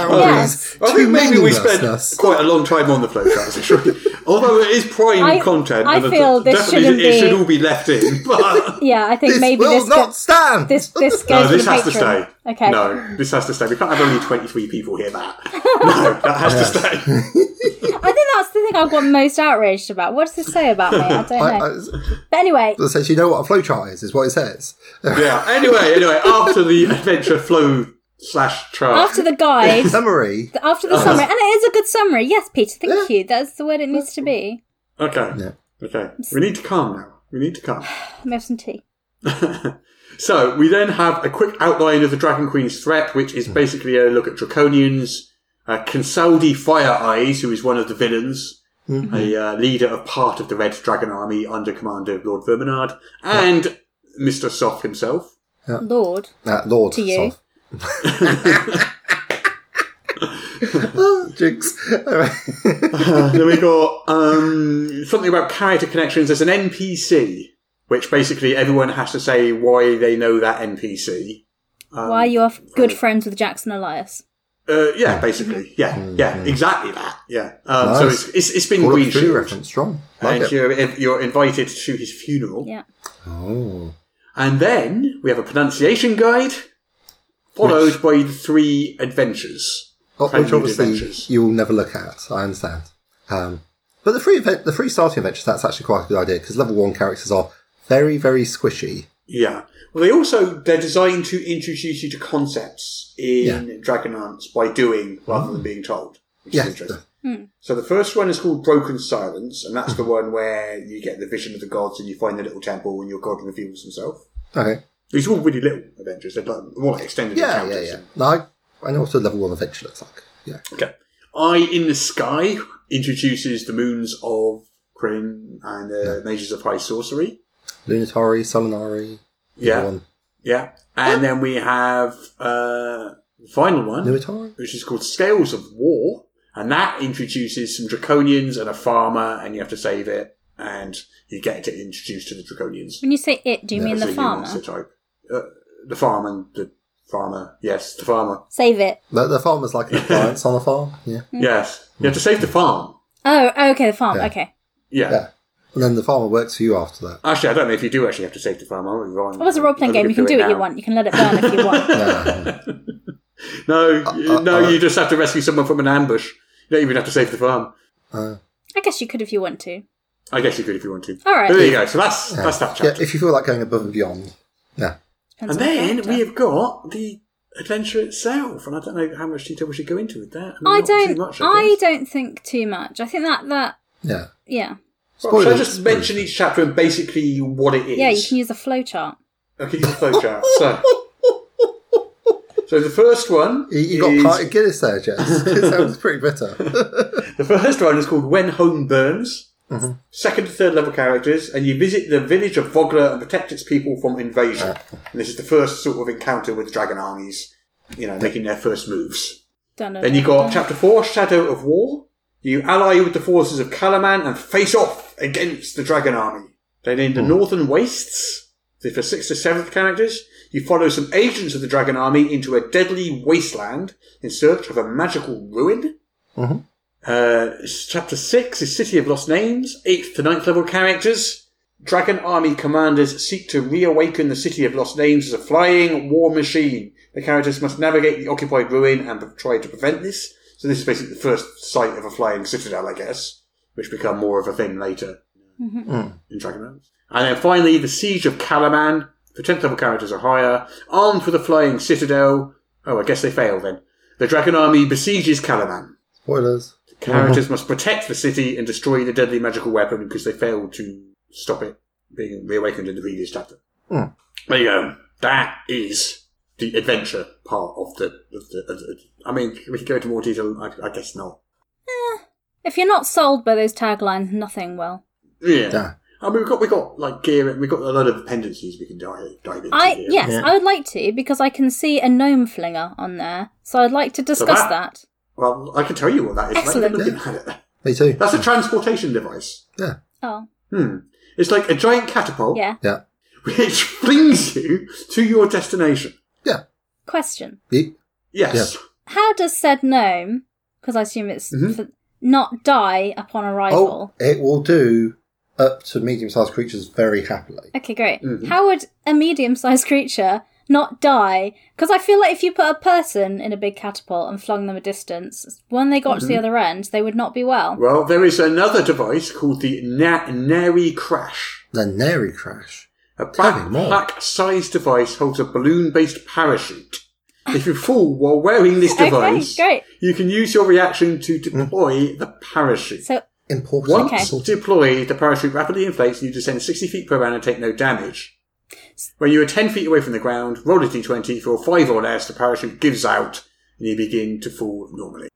S6: boundaries
S5: I
S6: to
S5: think maybe we spent
S6: meaninglessness.
S5: quite a long time on the flowcharts, actually. Although it is prime
S7: I-
S5: content,
S7: I
S5: and it-
S7: feel this
S5: definitely
S7: shouldn't
S5: it
S7: be-
S5: should all be left in. But
S7: Yeah, I think
S6: This
S7: maybe
S6: will
S7: this
S6: not
S7: go-
S6: stand.
S7: this this goes
S5: no, this
S7: to the
S5: has to
S7: patron.
S5: stay.
S7: Okay.
S5: No, this has to stay. We can't have only twenty-three people hear that. No, that has to stay.
S7: I think that's the thing I got most outraged about. What does this say about me? I don't know.
S6: I, I,
S7: but anyway,
S6: that says you know what a flowchart is is what it says.
S5: Yeah. Anyway, anyway, after the adventure flow slash chart.
S7: after the guide,
S6: Summary.
S7: after the summary, and it is a good summary. Yes, Peter, thank you. That's the word it needs to be.
S5: Okay. Okay. We need to calm now. We need to calm.
S7: Let me have some tea.
S5: So we then have a quick outline of the Dragon Queen's threat, which is basically a look at Draconians, uh, Kinsaldi Fire Eyes, who is one of the villains, a uh, leader of part of the Red Dragon Army under commander of Lord Verminard, and Mr. Soth himself.
S7: Lord,
S6: Uh, Lord,
S7: To you.
S6: sorry. Jinx. Anyway.
S5: then we got um, something about character connections. There's an NPC, which basically everyone has to say why they know that NPC. Um,
S7: why you are good friends with Jackson Elias?
S5: Uh, yeah, basically. Yeah, yeah, exactly that. Yeah. Um, So
S6: Hmm. Nice.
S5: it's, it's, it's been
S6: Call of
S5: Green
S6: Duty
S5: Shield.
S6: reference strong. Like
S5: and
S6: it.
S5: you're, if you're invited to his funeral.
S7: Yeah,
S6: Oh.
S5: And then we have a pronunciation guide, followed by the three adventures.
S6: Oh, which
S5: Friendly
S6: obviously
S5: adventures.
S6: you will never look at. I understand. Um, but the free event, the free starting adventures, that's actually quite a good idea because level one characters are very, very squishy.
S5: Yeah. Well, they also they're designed to introduce you to concepts in Dragonlance by doing rather than being told. Which
S6: Mm. Yeah.
S5: is interesting. So the first one is called Broken Silence, and that's the one where you get the vision of the gods and you find the little temple and your god reveals himself.
S6: Okay.
S5: These are all really little adventures. They're like, more like extended
S6: Yeah, yeah,
S5: encounters.
S6: yeah. No, I, I know what a level one adventure looks like. Yeah.
S5: Okay. Eye in the Sky introduces the moons of Kryn and the Mages of High Sorcery.
S6: Lunatari, Solinari.
S5: Yeah.
S6: One.
S5: Yeah. And then we have uh, the final one,
S6: Lunatari?
S5: which is called Scales of War. And that introduces some draconians and a farmer, and you have to save it. and you get to introduced to the draconians.
S7: When you say it, do you mean
S5: As a
S7: the
S5: new
S7: farmer?
S5: monster type. Uh, the farm and the farmer. Yes, the farmer.
S7: Save it.
S6: The, the farmer's like an appliance on a farm. Yeah.
S7: Hmm.
S5: Yes, you have to save the farm.
S7: Oh, okay, the farm.
S6: Yeah.
S7: Okay.
S5: Yeah.
S6: Yeah. And then the farmer works for you after that.
S5: Actually, I don't know if you do actually have to save the farm. I was wrong.
S7: Well, it's a role playing
S5: I think
S7: game. You can do
S5: it
S7: what you
S5: now.
S7: want. You can let it burn if you want.
S6: Yeah.
S5: No, you-
S6: uh,
S5: no,
S6: uh.
S5: you just have to rescue someone from an ambush. You don't even have to save the farm.
S6: Uh,
S7: I guess you could if you want to.
S5: I guess you could if you want to.
S7: All right.
S5: But there you go. So that's that's that
S6: yeah,
S5: chapter.
S6: if you feel like going above and beyond. Yeah.
S7: Depends
S5: and
S7: on the
S5: then
S7: character.
S5: we have got the adventure itself, and I don't know how much detail we should go into with that. mean,
S7: I
S5: not too
S7: don't.
S5: much,
S7: I
S5: guess.
S7: don't think too much. I think that that
S6: Yeah.
S7: yeah
S5: Well, should I
S6: Spoilers.
S5: just mention each chapter and basically what it is?
S7: yeah. You can use a flowchart.
S5: I can use a flowchart. So. So the first one
S6: You, you got
S5: is-
S6: part of Guinness there, Jess. it sounds pretty bitter.
S5: The first one is called When Home Burns.
S6: Mm-hmm.
S5: Second to third level characters, and you visit the village of Vogler and protect its people from invasion.
S6: Uh.
S5: And this is the first sort of encounter with dragon armies, you know, making their first moves.
S7: Don't know.
S5: Then you got chapter four, Shadow of War. You ally with the forces of Calaman and face off against the dragon army. Then in the Northern Wastes, the- for sixth to seventh characters, you follow some agents of the dragon army into a deadly wasteland in search of a magical ruin.
S6: Mhm.
S5: Uh, chapter 6 is City of Lost Names, 8th to ninth level characters. Dragon Army commanders seek to reawaken the City of Lost Names as a flying war machine. The characters must navigate the occupied ruin and pre- try to prevent this. So this is basically the first sight of a flying citadel, I guess, which become more of a thing later in Dragon Arms. And then finally, the Siege of Calaman. The 10th level characters are higher. Armed with a flying citadel. Oh, I guess they fail then. The Dragon Army besieges Calaman.
S6: Spoilers.
S5: Characters
S6: Uh-huh.
S5: must protect the city and destroy the deadly magical weapon because they failed to stop it being reawakened in the previous chapter.
S6: Hmm.
S5: There you go. That is the adventure part of the. Of the, of the I mean, we can go into more detail. I, I guess not.
S7: If you're not sold by those taglines, nothing will.
S5: Yeah.
S6: Yeah.
S5: I mean, we've got we got like gear. and We've got a lot of dependencies we can dive, dive into.
S7: I
S5: here.
S7: yes,
S6: Yeah.
S7: I would like to because I can see a gnome flinger on there, so I'd like to discuss
S5: that-
S7: that.
S5: Well, I can tell you what that is. without even
S7: Excellent.
S5: looking at it.
S6: Me too.
S5: That's a transportation device.
S6: yeah.
S7: Oh
S5: Hmm. It's like a giant catapult,
S7: yeah.
S6: Yeah.
S5: which flings you to your destination.
S6: Yeah.
S7: Question:
S6: You-
S5: Yes.
S7: How does said gnome? Because I assume it's
S5: Mm-hmm.
S7: f- not die upon
S6: Oh,
S7: arrival.
S6: it will do up to medium sized creatures very
S5: Oh.
S6: happily.
S7: Okay, great.
S5: Mm-hmm.
S7: How would a medium-sized creature not die? Because I feel like if you put a person in a big catapult and flung them a distance, when they got to the
S5: Mm-hmm.
S7: other end, they would not be well.
S5: Well, there is another device called the Na- Nary Crash.
S6: The Nary Crash.
S5: A
S6: Tell me more.
S5: backpack-sized device holds a balloon-based parachute. If you fall while wearing this
S7: Okay,
S5: device,
S7: great.
S5: you can use your reaction to deploy the parachute.
S7: So
S6: Important.
S5: Once
S7: Okay.
S6: Important.
S5: deployed, the parachute rapidly inflates and you descend 60 feet per round and take no damage. When you are 10 feet away from the ground, roll a d20. For 5 or less, the parachute gives out and you begin to fall normally.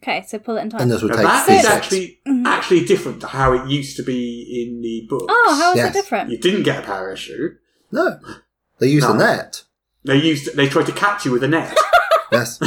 S7: okay, so pull it in time.
S6: And this will
S5: Now,
S6: take
S5: that
S6: three
S5: is
S7: six.
S5: actually,
S7: Mm-hmm.
S5: actually different to how it used to be in the books.
S7: Oh, how is
S6: Yes.
S7: it different?
S5: You didn't get a parachute.
S6: No. They use the
S5: No.
S6: net.
S5: They used. They tried to catch you with a net.
S6: Yes.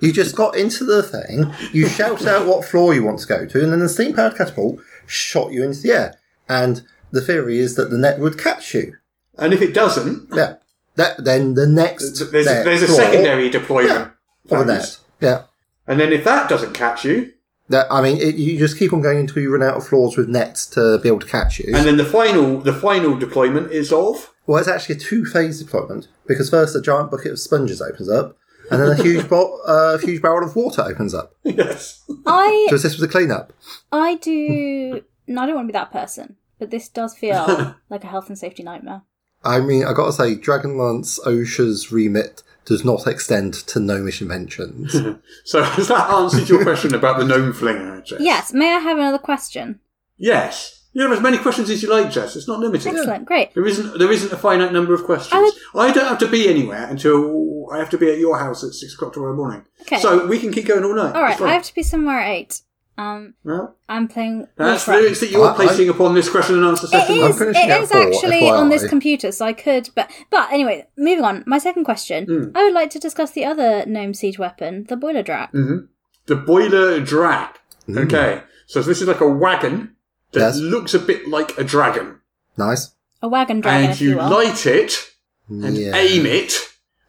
S6: you just got into the thing, you shout out what floor you want to go to, and then the steam powered catapult shot you into the air. And the theory is that the net would catch you.
S5: and if it doesn't,
S6: Yeah. That, then the next.
S5: there's, there's,
S6: net
S5: there's a
S6: floor
S5: secondary deployment.
S6: Of a net.
S5: phase.
S6: Yeah.
S5: And then if that doesn't catch you,
S6: That, I mean, it, you just keep on going until you run out of floors with nets to be able to catch you.
S5: and then the final, the final deployment is of.
S6: Well, it's actually a two-phase deployment because first a giant bucket of sponges opens up, and then a huge bo- uh, huge barrel of water opens up
S5: Yes.
S7: I
S6: to assist with the cleanup.
S7: I do. No, I don't want to be that person, but this does feel like a health and safety nightmare.
S6: I mean, I gotta say, Dragonlance OSHA's remit does not extend to gnomish inventions.
S5: So has that answered your question about the gnome flinger, Jess?
S7: Yes. May I have another question?
S5: Yes. You have as many questions as you like, Jess. It's not limited.
S7: Excellent. Great.
S5: There isn't there isn't a finite number of questions.
S7: I
S5: I,
S7: would-
S5: don't have to be anywhere until I have to be at your house at six o'clock tomorrow morning.
S7: Okay.
S5: So we can keep going all night.
S7: All right.
S5: It's fine.
S7: I have to be somewhere at eight. Um,
S5: No?
S7: I'm playing.
S5: That's
S7: Wolfram.
S5: lyrics that you're
S6: I- I-
S5: placing upon this question and answer
S7: It
S5: session.
S6: I'm
S7: is.
S6: finishing
S7: It
S6: at
S7: is
S6: four,
S7: actually on this
S6: FYI.
S7: computer, so I could. But but anyway, moving on. My second question. I would like to discuss the other gnome siege weapon, the boiler drac.
S5: The boiler drag. Okay. So this is like a wagon that
S6: Yes.
S5: looks a bit like a dragon.
S6: Nice.
S7: A wagon dragon,
S5: and
S7: if you
S5: you
S7: will.
S5: light it and
S6: yeah.
S5: aim it,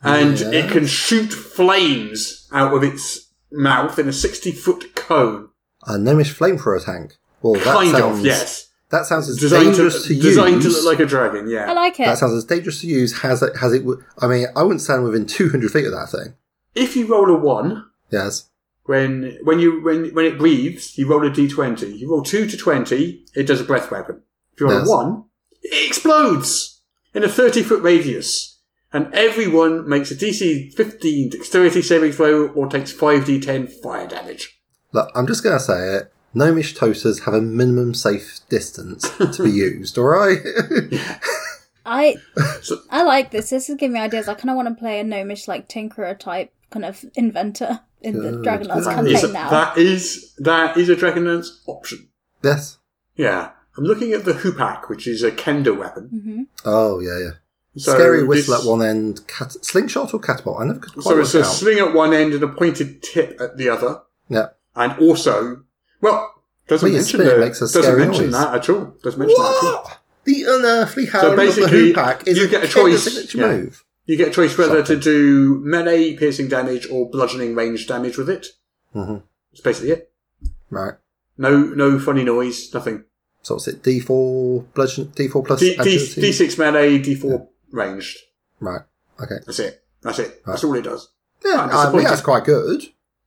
S5: and
S6: Yeah.
S5: it can shoot flames out of its mouth in a 60 foot cone.
S6: A gnomish flamethrower tank. Well, that
S5: kind
S6: sounds,
S5: of, yes.
S6: That sounds as
S5: Designed to,
S6: dangerous to, use.
S5: designed to look like a dragon, yeah.
S7: I like it.
S6: that sounds as dangerous to use has it. Has it? w- I mean, I wouldn't stand within two hundred feet of that thing.
S5: if you roll a 1,
S6: Yes.
S5: when when you when when it breathes, you roll a d20. You roll 2 to 20, it does a breath weapon. If you roll
S6: Yes.
S5: a 1, it explodes in a 30 foot radius. And everyone makes a DC 15 dexterity saving throw or takes 5d10 fire damage.
S6: Look, I'm just going to say it. Gnomish toasters have a minimum safe distance to be used. All right.
S7: I
S5: So-
S7: I like this. This is giving me ideas. I kind of want to play a gnomish, like tinkerer type kind of inventor in the
S6: Good. That
S7: Dragonlance
S5: That is,
S7: campaign now.
S5: that is that is a Dragonlance option.
S6: yes.
S5: Yeah. I'm looking at the hoopak, which is a kendo weapon.
S7: Mm-hmm.
S6: Oh yeah, yeah.
S5: So
S6: Scary whistle
S5: this-
S6: at one end, cat- slingshot or catapult. I never could quite
S5: So it's
S6: work
S5: a
S6: out.
S5: sling at one end and a pointed tip at the other.
S6: yeah.
S5: And also, well, doesn't
S6: Well, your
S5: mention,
S6: spit
S5: the,
S6: makes a
S5: doesn't
S6: scary
S5: mention
S6: noise.
S5: that at all. Doesn't mention that at all.
S6: What? The unearthly howl of the
S5: basically,
S6: hoop pack is
S5: you
S6: a
S5: get a
S6: killer
S5: choice.
S6: signature
S5: Yeah.
S6: move.
S5: You get a choice whether to do melee piercing damage or bludgeoning range damage with it.
S6: Mhm.
S5: That's basically it.
S6: Right.
S5: No, no funny noise, nothing.
S6: So it's it D4 bludgeon, D4 plus
S5: D, D,
S6: agility.
S5: D6 melee, D4 ranged.
S6: Right. Okay.
S5: That's it. That's it. That's
S6: Right.
S5: all it does.
S6: Yeah,
S5: I'm
S6: I mean
S5: disappointed.
S6: that's quite good.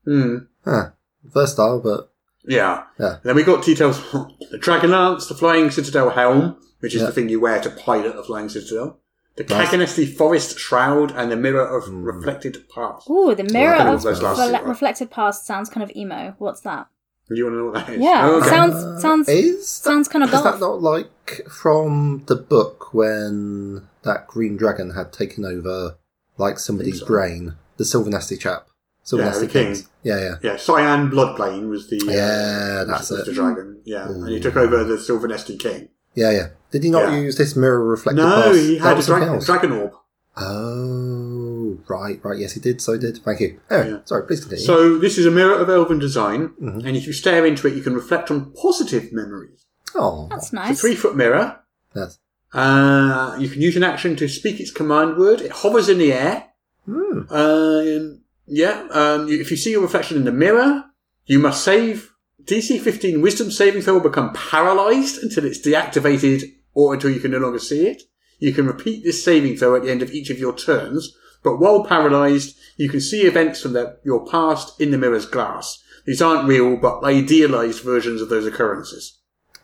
S5: Hmm.
S6: Huh. Versatile, but
S5: Yeah.
S6: Yeah.
S5: Then we got details on the Dragon Lance, the Flying Citadel helm, which is
S6: Yeah.
S5: the thing you wear to pilot the Flying Citadel, the
S6: Nice. Hmm.
S5: Kaganesty Forest Shroud, and the Mirror of Reflected Parts.
S7: Ooh, the mirror
S5: Well,
S7: of
S5: those last two,
S7: refle-
S5: right?
S7: reflected past sounds kind of emo. What's that?
S5: You want to know what that is? Oh,
S7: Yeah,
S5: Okay.
S7: sounds
S6: Uh,
S7: sounds
S6: is that-
S7: sounds kind of
S6: is that
S7: goth.
S6: not like from the book when that green dragon had taken over like somebody's
S5: so.
S6: brain? The silver nasty chap, silver
S5: Yeah,
S6: nasty
S5: the king.
S6: Kings. Yeah, yeah.
S5: Yeah, Cyan Bloodplane was the uh,
S6: Yeah,
S5: was-
S6: that's
S5: was
S6: it.
S5: the dragon. Yeah, and he took over the Silver Nesty King.
S6: Yeah, yeah. Did he not
S5: Yeah.
S6: use this mirror reflected
S5: No,
S6: glass?
S5: he
S6: That
S5: had a
S6: was something
S5: dra-
S6: else.
S5: dragon orb.
S6: Oh, right, right. Yes, he did. So he did. Thank you. Anyway,
S5: Yeah.
S6: sorry. Please continue.
S5: So this is a mirror of elven design,
S6: Mm-hmm.
S5: and if you stare into it, you can reflect on positive memories.
S6: oh,
S7: That's
S5: It's
S7: nice.
S5: a three-foot mirror.
S6: yes.
S5: Uh, you can use an action to speak its command word. It hovers in the air. Um, yeah. Um, you- if you see your reflection in the mirror, you must save DC 15 Wisdom saving throw or become paralyzed until it's deactivated or until you can no longer see it. You can repeat this saving throw at the end of each of your turns, but while paralyzed, you can see events from the, your past in the mirror's glass. These aren't real, but idealized versions of those occurrences.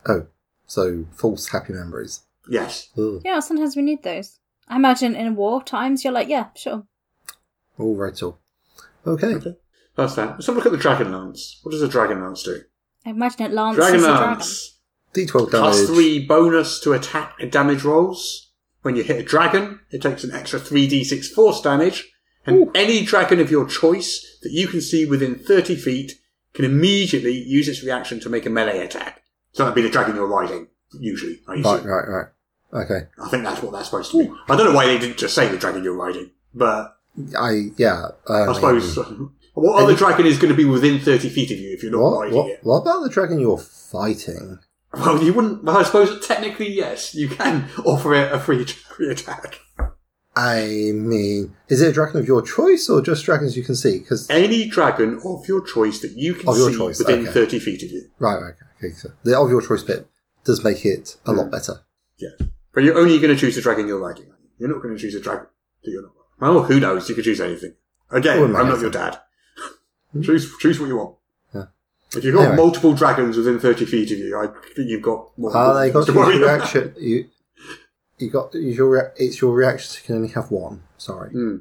S6: Oh, so false happy memories.
S5: Yes.
S6: Ugh.
S7: Yeah, sometimes we need those. I imagine in war times you're like, yeah, sure.
S6: All right, all. Okay.
S5: That's that. Let's have a look at the Dragon Lance. What does a Dragon Lance do?
S7: I imagine it lances
S5: Dragon
S7: a dragon.
S5: Lance.
S6: D12 damage.
S5: Plus three bonus to attack and damage rolls. When you hit a dragon, it takes an extra 3d6 force damage. And any dragon of your choice that you can see within 30 feet can immediately use its reaction to make a melee attack. So that'd be the dragon you're riding, usually. I, assume.
S6: Right, right, right. Okay.
S5: I think that's what that's supposed to be. I don't know why they didn't just say the dragon you're riding, but
S6: I yeah. uh, I,
S5: I,
S6: mean,
S5: suppose. what other dragon is going to be within 30 feet of you if you're not
S6: What,
S5: riding
S6: what,
S5: it?
S6: what about the dragon you're fighting?
S5: Well, you wouldn't. Well, I suppose technically, yes, you can offer it a free, free attack.
S6: I mean, is it a dragon of your choice or just dragons you can see? Because
S5: Any dragon of your choice that you can
S6: Of your
S5: see
S6: choice,
S5: within
S6: okay.
S5: 30 feet of you.
S6: right, right, okay. So the of your choice bit does make it a lot better.
S5: Yeah. But you're only going to choose the dragon you're riding. You're not going to choose a dragon that you're not riding. Well, who knows? You could choose anything. Again,
S6: Wouldn't
S5: I'm
S6: matter.
S5: not your dad. choose, choose what you want.
S6: Yeah.
S5: If you've got
S6: Anyway.
S5: multiple dragons within 30 feet of you, I think you've got multiple
S6: Ah, there you got
S5: things to
S6: your
S5: worry about.
S6: reaction. You, you got it's your rea- it's your reaction. So you can only have one. Sorry.
S5: Hmm.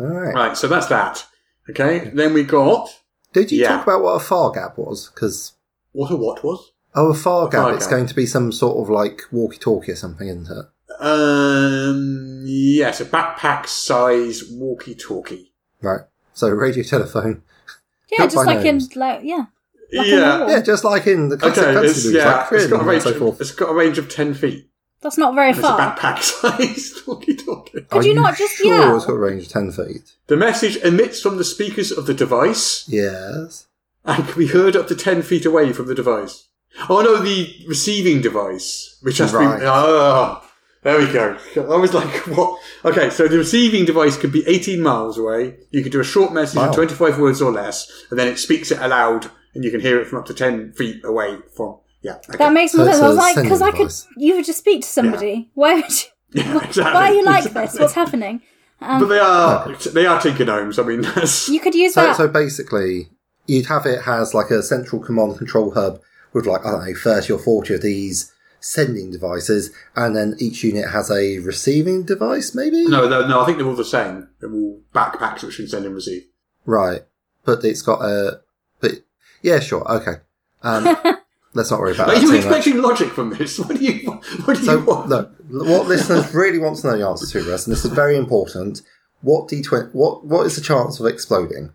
S6: All right.
S5: Right, so that's that. Okay, then we got.
S6: Did you
S5: Yeah.
S6: talk about what a far gap was? Because
S5: What a what was?
S6: oh, a far gap.
S5: far
S6: It's
S5: gap.
S6: going to be some sort of like walkie-talkie or something, isn't it?
S5: Um, yes, a backpack size walkie talkie.
S6: Right. So radio telephone.
S7: Yeah,
S6: Not
S7: just
S6: by
S7: like
S6: names.
S7: in like yeah. Like a
S5: Yeah.
S7: wall.
S6: Yeah, just like in the classic
S5: Okay,
S6: fantasy
S5: it's,
S6: movies,
S5: yeah,
S6: like
S5: it's
S6: Kryn
S5: got, a
S6: and
S5: range,
S6: so forth.
S5: it's got a range of 10 feet.
S7: That's not very
S5: It's a
S7: far.
S5: backpack size walkie talkie.
S7: Could
S6: Are
S7: you not just
S6: sure
S7: yell?
S6: It's got a range of ten feet.
S5: The message emits from the speakers of the device
S6: Yes.
S5: and can be heard up to 10 feet away from the device. Oh no, the receiving device, which has
S6: Right.
S5: been. Oh, there we go. I was like, what? Okay, so the receiving device could be 18 miles away. You could do a short message
S6: Wow.
S5: of 25 words or less, and then it speaks it aloud, and you can hear it from up to 10 feet away from. Yeah. Okay.
S7: That makes
S6: So
S7: more sense. I
S6: it's
S7: was
S6: a
S7: like, because I
S6: sending
S7: could,
S6: device.
S7: you would just speak to somebody. Why would you?
S5: Yeah, exactly.
S7: Why are you like this? What's happening?
S5: But they are they are Tinker Gnomes. I mean, that's
S7: You could use
S6: So,
S7: that.
S6: so basically, you'd have it has like a central command and control hub with like, I don't know, 30 or 40 of these sending devices, and then each unit has a receiving device, maybe?
S5: no, they're- no. I think they're all the same. They're all backpacks which can send and receive.
S6: Right. But it's got a. But yeah, sure. Okay. Um, let's not worry about
S5: Are
S6: that.
S5: you
S6: too much.
S5: expecting logic from this? What do you What do
S6: So,
S5: you want?
S6: look, what listeners really want to know the answer to, Russ, and this is very important. What D20, what, what is the chance of exploding?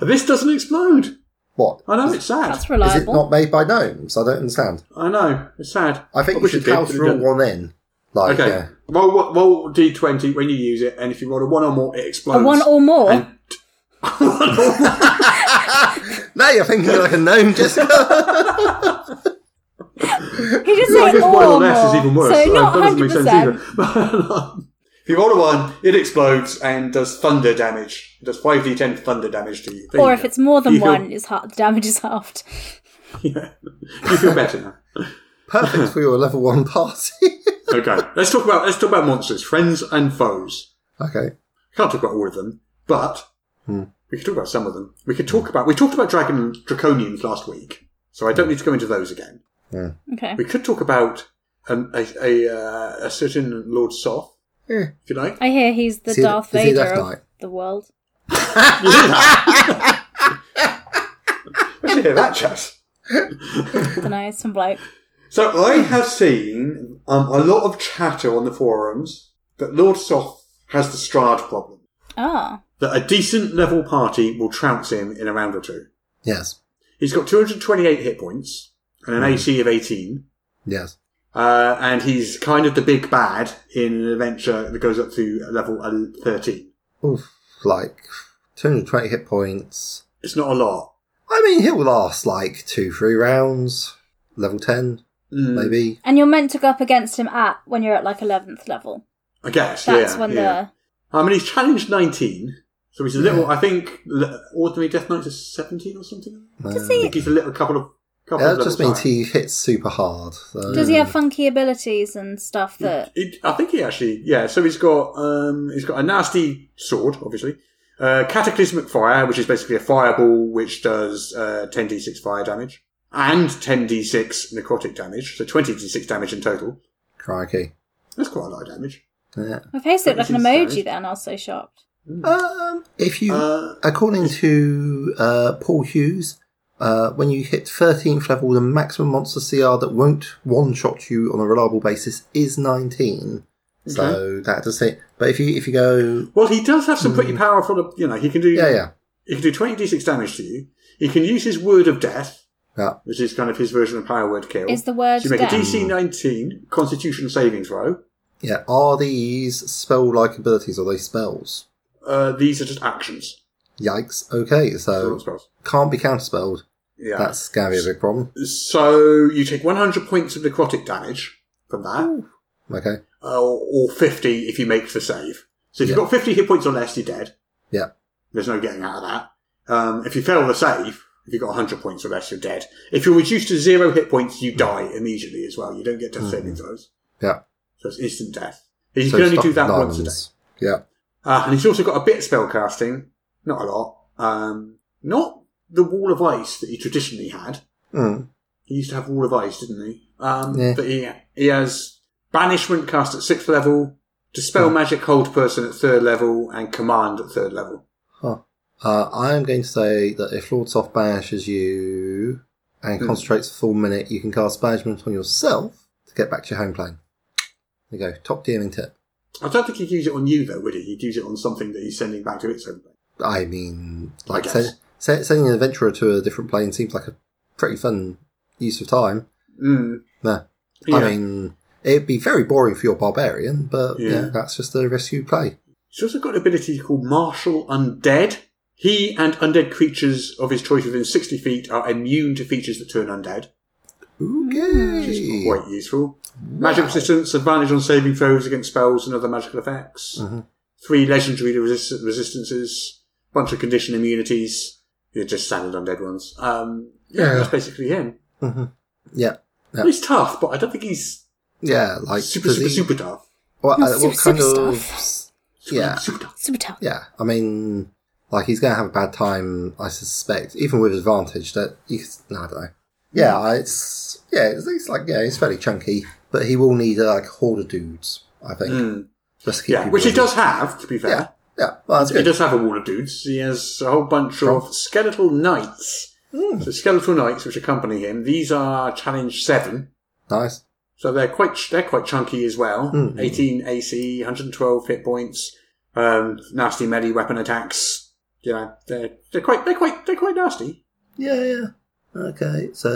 S5: This doesn't explode.
S6: What?
S5: I know it's sad.
S7: That's
S6: Is it
S7: reliable.
S6: not made by gnomes? I don't understand.
S5: I know it's sad.
S6: I think
S5: What
S6: you
S5: we
S6: should
S5: do-
S6: house rule
S5: do-
S6: one in. Like,
S5: Okay.
S6: yeah.
S5: Roll Roll, roll d20 when you use it, and if you roll a one or more, it explodes.
S7: A one or more?
S5: And-
S6: Now you're thinking like a gnome, Jessica.
S7: he
S5: I
S7: just said
S5: guess one
S7: or
S5: or less
S7: more.
S5: is even worse.
S7: So not
S5: that doesn't
S7: hundred
S5: make sense
S7: percent.
S5: either. um, if you roll a one, it explodes and does thunder damage. It does five d10 thunder damage to you. There
S7: Or
S5: you
S7: if
S5: go.
S7: it's more than
S5: You feel-
S7: one, is ha- the damage is halved.
S5: yeah. you feel better now.
S6: Perfect for your level one party.
S5: Okay, let's talk about let's talk about monsters, friends and foes.
S6: okay.
S5: Can't talk about all of them, but we could talk about some of them. We could talk about we talked about dragon draconians last week, so I don't need to go into those again.
S7: Okay.
S5: We could talk about um, a a, uh, a certain Lord Soth,
S6: Yeah.
S5: if you like.
S7: I hear he's the
S6: Is he-
S7: Darth
S6: is he
S7: Vader
S6: Death
S7: of
S6: Knight?
S7: the world.
S5: Let's hear that chat.
S7: Don't know, some bloke.
S5: So I have seen um, a lot of chatter on the forums that Lord Soth has the Strad problem.
S7: Ah,
S5: That a decent level party will trounce him in a round or two.
S6: Yes.
S5: He's got 228 hit points and an AC of 18.
S6: Yes.
S5: Uh, and he's kind of the big bad in an adventure that goes up to level uh, 13.
S6: Oof. Like 220 hit points.
S5: It's not a lot.
S6: I mean, he'll last like two, three rounds. Level 10,
S5: Mm,
S6: maybe.
S7: and you're meant to go up against him at when you're at like eleventh level.
S5: I guess,
S7: That's
S5: yeah.
S7: when
S5: yeah. I mean, he's challenged 19. So he's a little, I think, l- ordinary death knights is 17 or something.
S7: the does
S5: I
S7: he
S5: think he's a little couple of. Couple
S6: Yeah,
S5: of
S6: that Uh, just
S5: levels
S6: means
S5: higher.
S6: he hits super hard. So.
S7: does he have funky abilities and stuff
S5: Hmm.
S7: that
S5: He- I think he actually, yeah. So he's got um, he's got a nasty sword, obviously. Uh, cataclysmic fire, which is basically a fireball which does uh, 10d6 fire damage and 10d6 necrotic damage, so 20d6 damage in total.
S6: Crikey.
S5: That's quite a lot of damage.
S6: Yeah.
S7: my face looked like an
S5: Abilities,
S7: emoji
S5: sorry.
S7: then? I was so shocked.
S6: Um, if you,
S5: Uh,
S6: according to uh, Paul Hughes, uh, when you hit 13th level, the maximum monster CR that won't one shot you on a reliable basis is 19. So that does it. But if you if you go,
S5: Well, he does have some pretty
S7: Hmm.
S5: powerful. You know, he can do
S6: yeah, yeah,
S5: he can do 20d6 damage to you. He can use his word of death,
S6: yeah,
S5: which is kind of his version of power word kill.
S7: Is the word
S5: so you make
S7: death?
S5: a DC 19 Constitution saving throw.
S6: yeah, are these spell like abilities? Are they spells?
S5: Uh, these are just actions.
S6: Yikes. Okay,
S7: Oh.
S5: They're not
S6: so
S5: spells.
S6: can't be counterspelled.
S5: Yeah.
S6: That's going to be a big problem.
S5: So you take 100 points of necrotic damage from that,
S6: Okay.
S5: uh, or 50 if you make the save. So if you've
S6: Yeah.
S5: got 50 hit points or less, you're dead.
S6: Yeah.
S5: There's no getting out of that. Um, if you fail the save, if you've got 100 points or less, you're dead. If you're reduced to zero hit points,
S6: Hmm.
S5: you die immediately as well. You don't get death saving throws.
S6: Yeah.
S5: So it's instant death. You
S6: Hmm. So
S5: can only
S6: stop
S5: do that
S6: the
S5: once a day.
S6: diamonds. Yeah.
S5: Uh, and he's also got a bit of spell casting, not a lot. Um, not the wall of ice that he traditionally had.
S6: Mm.
S5: He used to have Wall of Ice, didn't he? Um,
S6: Yeah.
S5: But he, he has Banishment cast at sixth level, Dispel Magic Hold Person at third level, and Command at third level.
S6: Huh. Uh, I am going to say that if Lord Soft banishes you and
S5: Hmm.
S6: concentrates for full minute, you can cast banishment on yourself to get back to your home plane. There you go. Top DMing tip.
S5: I don't think he'd use it on you, though, would he? He'd use it on something that he's sending back to its own.
S6: I mean, like
S5: Yes.
S6: send, send, sending an adventurer to a different plane seems like a pretty fun use of time.
S5: Mm.
S6: Nah.
S5: Yeah.
S6: I mean, it'd be very boring for your barbarian, but yeah,
S5: Yeah.
S6: that's just the rescue play.
S5: He's also got an ability called Martial Undead. He and undead creatures of his choice within 60 feet are immune to features that turn undead.
S6: Okay.
S5: Quite useful. Magic resistance, advantage on saving throws against spells and other magical effects.
S6: Mm-hmm.
S5: Three legendary resist- resistances, bunch of condition immunities. You're just standard undead ones. Um, yeah,
S6: Yeah.
S5: that's basically him.
S6: Yeah. Yeah.
S5: He's tough, but I don't think he's
S6: Yeah. Like
S5: super,
S6: does
S5: super,
S6: he-
S5: super tough.
S6: What, uh,
S7: Super,
S6: what kind
S7: super
S6: of?
S5: Super,
S6: Yeah.
S5: super tough.
S7: Super tough.
S6: Yeah. I mean, like he's going to have a bad time. I suspect, even with advantage, that you. Could, no, I don't know. Yeah. I- It's yeah. It's, it's like yeah. It's fairly chunky, but he will need uh, like a horde of dudes. I think. Just to keep
S5: Hmm. Yeah,
S6: people
S5: which he
S6: busy.
S5: does have, to be fair.
S6: Yeah. Yeah. Well, that's
S5: He
S6: good.
S5: does have a wall of dudes. He has a whole bunch of skeletal knights.
S6: Hmm.
S5: So skeletal knights, which accompany him, these are challenge seven.
S6: Nice.
S5: So they're quite ch- they're quite chunky as well.
S6: Hmm.
S5: 18 AC, 112 hit points, um, nasty melee weapon attacks. You know, they're they're quite they're quite they're quite nasty.
S6: Yeah, yeah. Okay, so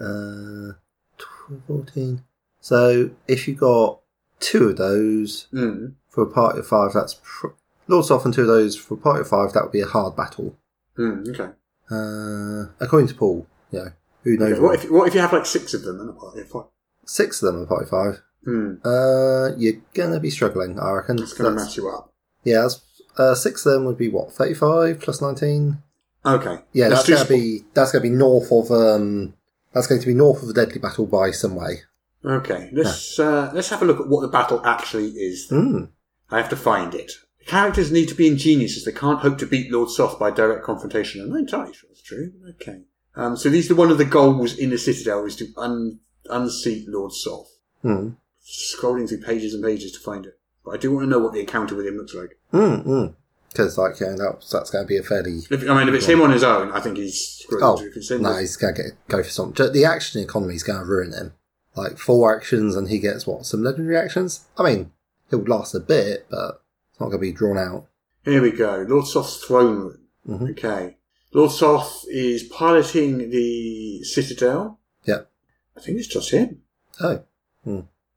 S6: uh, tw- 14. So if you got two of those
S5: Mm.
S6: for a party of five, that's pr- lots off and two of those for a party of five. That would be a hard battle,
S5: Mm, okay.
S6: uh, according to Paul. You know, who knows?
S5: Okay, What if what if you have like six of them in a party? If I-
S6: Six of them are party of five.
S5: Hmm,
S6: Uh, you're gonna be struggling, I reckon.
S5: it's going to
S6: That's-
S5: mess you up.
S6: yeah, that's, uh, six of them would be what thirty-five plus nineteen.
S5: Okay.
S6: Yeah,
S5: Let's
S6: that's
S5: do
S6: gonna
S5: sp-
S6: be that's gonna be north of um, that's going to be north of the deadly battle by some way.
S5: Okay, let's uh, let's have a look at what the battle actually is.
S6: Mm.
S5: I have to find it. The characters need to be ingenious as they can't hope to beat Lord Soth by direct confrontation. I'm not entirely sure that's true. Okay. Um, so these are one of the goals in the Citadel is to un- unseat Lord Soth.
S6: Mm.
S5: Scrolling through pages and pages to find it. But I do want to know what the encounter with him looks like.
S6: Because, Hmm. like, yeah, that, that's going to be a fairly.
S5: If, I mean, if it's him on his own, I think he's screwed.
S6: Oh,
S5: If it's him-
S6: no, he's going to get go for something. Ju- The action economy is going to ruin him. Like, four actions, and he gets what? Some legendary actions? I mean, he'll last a bit, but it's not going to be drawn out.
S5: Here we go. Lord Soth's throne room. Okay. Lord Soth is piloting the Citadel.
S6: Yep.
S5: I think it's just him.
S6: Oh.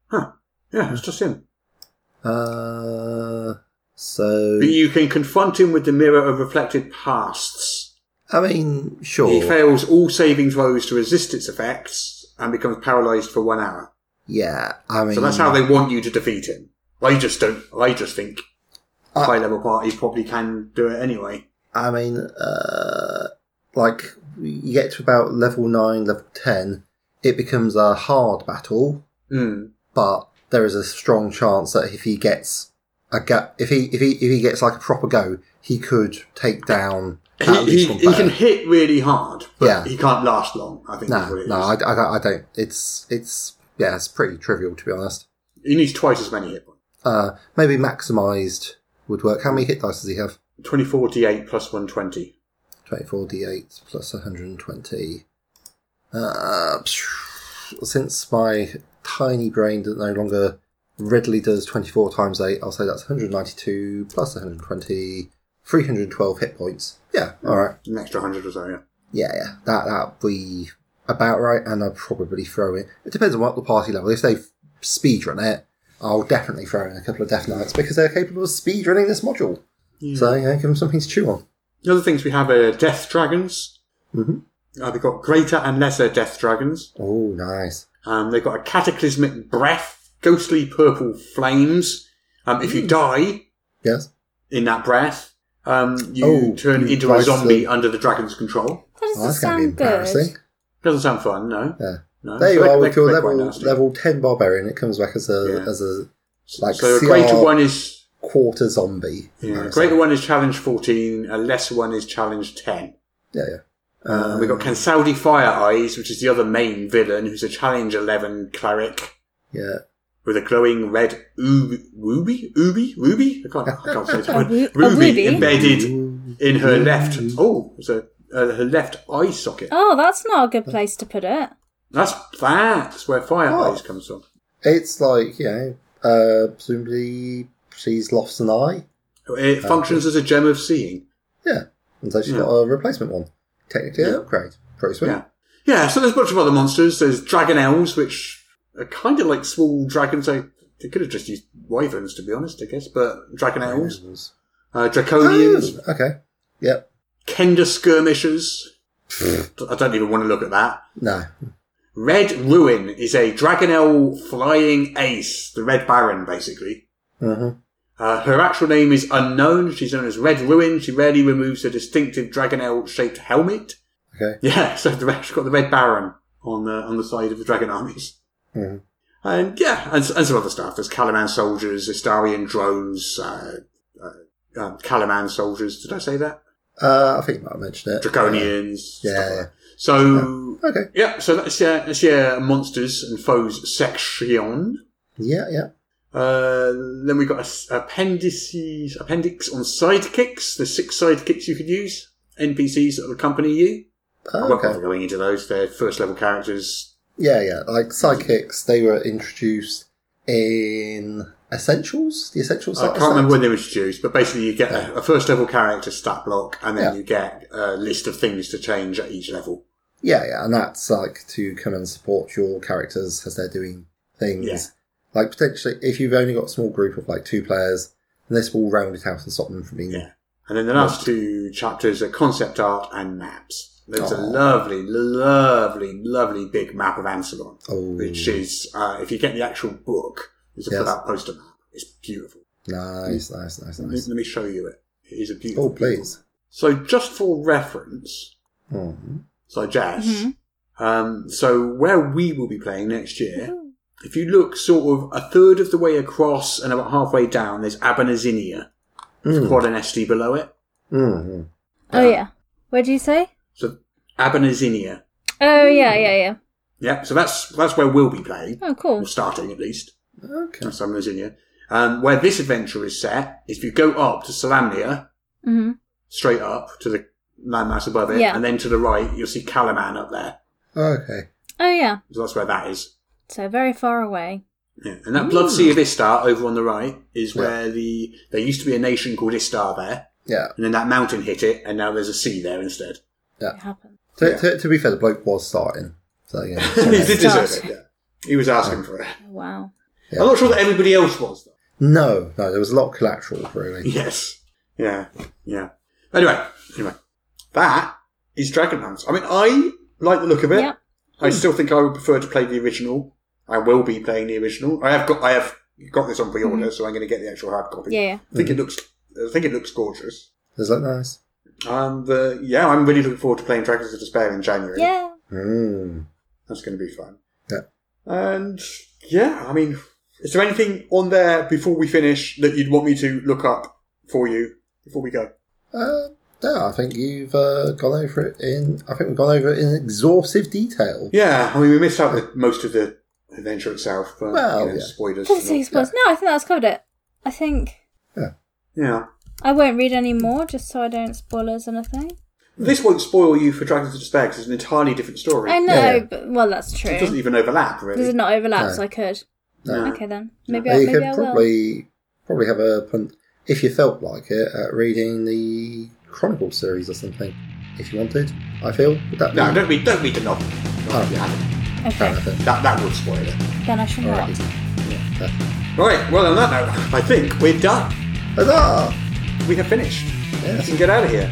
S5: Huh. Yeah, it's just him.
S6: Uh, so.
S5: But you can confront him with the mirror of reflected pasts.
S6: I mean, sure.
S5: He fails all saving throws to resist its effects and becomes paralysed for one hour.
S6: yeah, I mean.
S5: So that's how they want you to defeat him. I just don't. I just think
S6: I-
S5: high level party probably can do it anyway.
S6: I mean, uh, like, you get to about level 9, level 10, it becomes a hard battle.
S5: Mm.
S6: but there is a strong chance that if he gets a go, if he if he if he gets like a proper go, he could take down at
S5: He, he,
S6: least one
S5: he can
S6: player.
S5: hit really hard, but
S6: Yeah.
S5: he can't last long. I think. is what
S6: No,
S5: it is.
S6: no, I, I don't, I don't. It's it's yeah, it's pretty trivial to be honest.
S5: he needs twice as many hit points.
S6: Uh, maybe maximized would work. How many hit dice does he have?
S5: 2048 plus 120.
S6: Twenty-four d8 plus one hundred and twenty. Uh, since my tiny brain that no longer readily does 24 times 8, I'll say that's 192 plus 120, 312 hit points. Yeah, alright.
S5: An extra 100 or so, yeah.
S6: Yeah, yeah, that, that'll be about right, and I'll probably throw in. It depends on what the party level. If they speedrun it, I'll definitely throw in a couple of Death Knights because they're capable of speedrunning this module. So, yeah, give them something to chew on.
S5: The other things we have are death dragons.
S6: Mhm.
S5: Uh, we've got greater and lesser death dragons.
S6: Oh, nice.
S5: Um, they've got a cataclysmic breath, ghostly purple flames. Um, if you
S6: Hmm.
S5: die
S6: Yes.
S5: in that breath, um, you
S6: Oh,
S5: turn
S6: you
S5: into a
S6: die
S5: zombie
S6: slowly.
S5: under the dragon's control.
S7: That doesn't
S6: Well, Oh, that's going to be
S7: sound good.
S6: embarrassing.
S5: Doesn't sound fun, no.
S6: Yeah.
S5: no.
S6: There you
S5: So they-
S6: are
S5: they-
S6: with your
S5: they're quite
S6: level
S5: nasty.
S6: level ten barbarian. It comes back as a
S5: Yeah.
S6: as a like
S5: so a
S6: CR
S5: greater one is
S6: quarter zombie.
S5: yeah, a
S6: Nice.
S5: greater one is challenge fourteen, a lesser one is challenge ten.
S6: Yeah, Um, yeah.
S5: Uh, we've got Kansaldi Fire Eyes, which is the other main villain, who's a Challenge 11 cleric
S6: yeah.
S5: with a glowing red oob- ruby, ruby, ruby. I can't, I can't say the
S7: A
S5: word.
S7: ru- a ruby?
S5: Ruby embedded in
S6: Mm.
S5: her left. Oh, so uh, her left eye socket.
S7: Oh, that's not a good place to put it.
S5: That's that's where Fire
S6: Oh.
S5: Eyes comes from.
S6: It's like you know, uh, presumably she's lost an eye.
S5: It functions as a gem of seeing.
S6: Yeah, and so she's
S5: Yeah.
S6: got a replacement one. Technically, an
S5: Yeah.
S6: upgrade. Pretty sweet.
S5: Yeah, yeah. So there's a bunch of other monsters. There's dragon elves, which are kind of like small dragons. I, they could have just used wyverns, to be honest. I guess, but dragon elves, uh, draconians,
S6: Oh, okay. Yep.
S5: Kender skirmishers. I don't even want to look at that.
S6: No.
S5: Red Ruin is a Dragonel flying ace, the Red Baron, basically.
S6: Mhm.
S5: Uh, her actual name is unknown. She's known as Red Ruin. She rarely removes her distinctive Dragonel shaped helmet.
S6: Okay.
S5: Yeah, so the she's got the Red Baron on the on the side of the Dragon armies.
S6: Mhm.
S5: And yeah, and, and some other stuff. There's Calaman soldiers, Istarian drones, uh, uh, uh, Calaman soldiers. Did I say that?
S6: Uh, I think you might have mentioned it.
S5: Draconians.
S6: Yeah.
S5: stuff like that. So
S6: Okay.
S5: yeah, so that's yeah, that's yeah, monsters and foes section.
S6: Yeah, yeah.
S5: Uh, then we got a s- appendices, appendix on sidekicks. There's six sidekicks you could use. NPCs that will accompany you. I
S6: Oh,
S5: won't bother
S6: okay.
S5: going into those. They're first level characters.
S6: Yeah, yeah. Like sidekicks, they were introduced in Essentials, the Essentials.
S5: I
S6: set,
S5: can't
S6: is
S5: remember
S6: that?
S5: when they were introduced, but basically you get a, a first level character stat block, and then
S6: Yeah.
S5: you get a list of things to change at each level.
S6: Yeah, yeah, and that's like to come and support your characters as they're doing things.
S5: Yeah.
S6: Like potentially, if you've only got a small group of like two players, then this will round it out and stop them from being.
S5: Yeah. And then the last two chapters are concept art and maps. There's a
S6: Aw.
S5: lovely, lovely, lovely big map of Ancelon,
S6: Oh.
S5: which is, uh, if you get the actual book, there's a
S6: Yes.
S5: full-out poster map. It's beautiful.
S6: Nice, nice, nice,
S5: Let me,
S6: nice.
S5: let me show you it. It is a beautiful.
S6: Oh, please.
S5: So just for reference,
S6: Hmm.
S5: so Jazz, um, so where we will be playing next year, if you look sort of a third of the way across and about halfway down, there's Abanazinia,
S6: Mm.
S5: quad and SD below it.
S6: Mm.
S7: Oh yeah. What do you say?
S5: So Abanazinia.
S7: Oh yeah, yeah, yeah.
S5: Yeah, so that's that's where we'll be playing,
S7: Oh cool.
S5: or starting at least.
S6: Okay.
S5: That's Abanazinia. Um, where this adventure is set, if you go up to Salamnia,
S7: Mm-hmm.
S5: straight up to the landmass above it,
S7: Yeah.
S5: and then to the right, you'll see Calaman up there.
S6: Okay.
S7: Oh yeah.
S5: So that's where that is.
S7: So very far away.
S5: Yeah. And that Blood Sea of Istar over on the right is where the there used to be a nation called Istar there,
S6: Yeah.
S5: and then that mountain hit it, and now there's a sea there instead.
S7: It happened.
S6: To,
S5: Yeah.
S6: to, to be fair, the bloke was starting. So yeah.
S5: he did deserve
S7: Stars.
S5: it. Yeah. He was asking for it.
S7: Oh, wow.
S6: Yeah.
S5: I'm not sure that everybody else was though.
S6: no, no, there was a lot of collateral really.
S5: Yes. Yeah. Yeah. Anyway, anyway, that is Dragonlance. I mean, I like the look of it.
S7: Yep.
S5: I still think I would prefer to play the original. I will be playing the original. I have got I have got this on pre-order, so I'm going to get the actual hard copy.
S7: Mm-hmm. Yeah, yeah.
S5: I think it looks. I think it looks gorgeous.
S6: Does that nice?
S5: And uh, yeah, I'm really looking forward to playing Dragons of Despair in January.
S7: Yeah.
S6: Mm.
S5: That's going to be fun.
S6: Yeah.
S5: And yeah, I mean, is there anything on there before we finish that you'd want me to look up for you before we go?
S6: Uh, no, I think you've uh, gone over it in. I think we've gone over it in exhaustive detail.
S5: Yeah, I mean, we missed out the, most of the adventure itself, but
S6: Well,
S5: you know,
S6: yeah.
S5: spoilers.
S7: Doesn't say
S5: Yeah.
S7: spoilers. No, I think that's covered it. I think
S5: yeah.
S7: I won't read any more just so I don't spoil us anything.
S5: This won't spoil you for Dragons of Despair 'cause it's an entirely different story.
S7: I know,
S6: Yeah, yeah.
S7: but well, that's true.
S5: It doesn't even overlap, really.
S7: Does it not overlap?
S6: No.
S7: So I could.
S5: No.
S7: Okay then. Maybe
S6: Uh,
S7: I,
S6: you
S7: maybe
S6: could
S7: I will.
S6: probably probably have a punt if you felt like it at reading the Chronicle series or something, if you wanted. I feel would that
S5: No,
S6: be?
S5: don't read, don't read the novel.
S6: Oh, yeah.
S7: Okay.
S5: That, that would spoil it.
S7: Then I shall not.
S5: Right, well, on that note, I think we're done.
S6: Huzzah!
S5: We have finished.
S6: Yes.
S5: We can get out of here.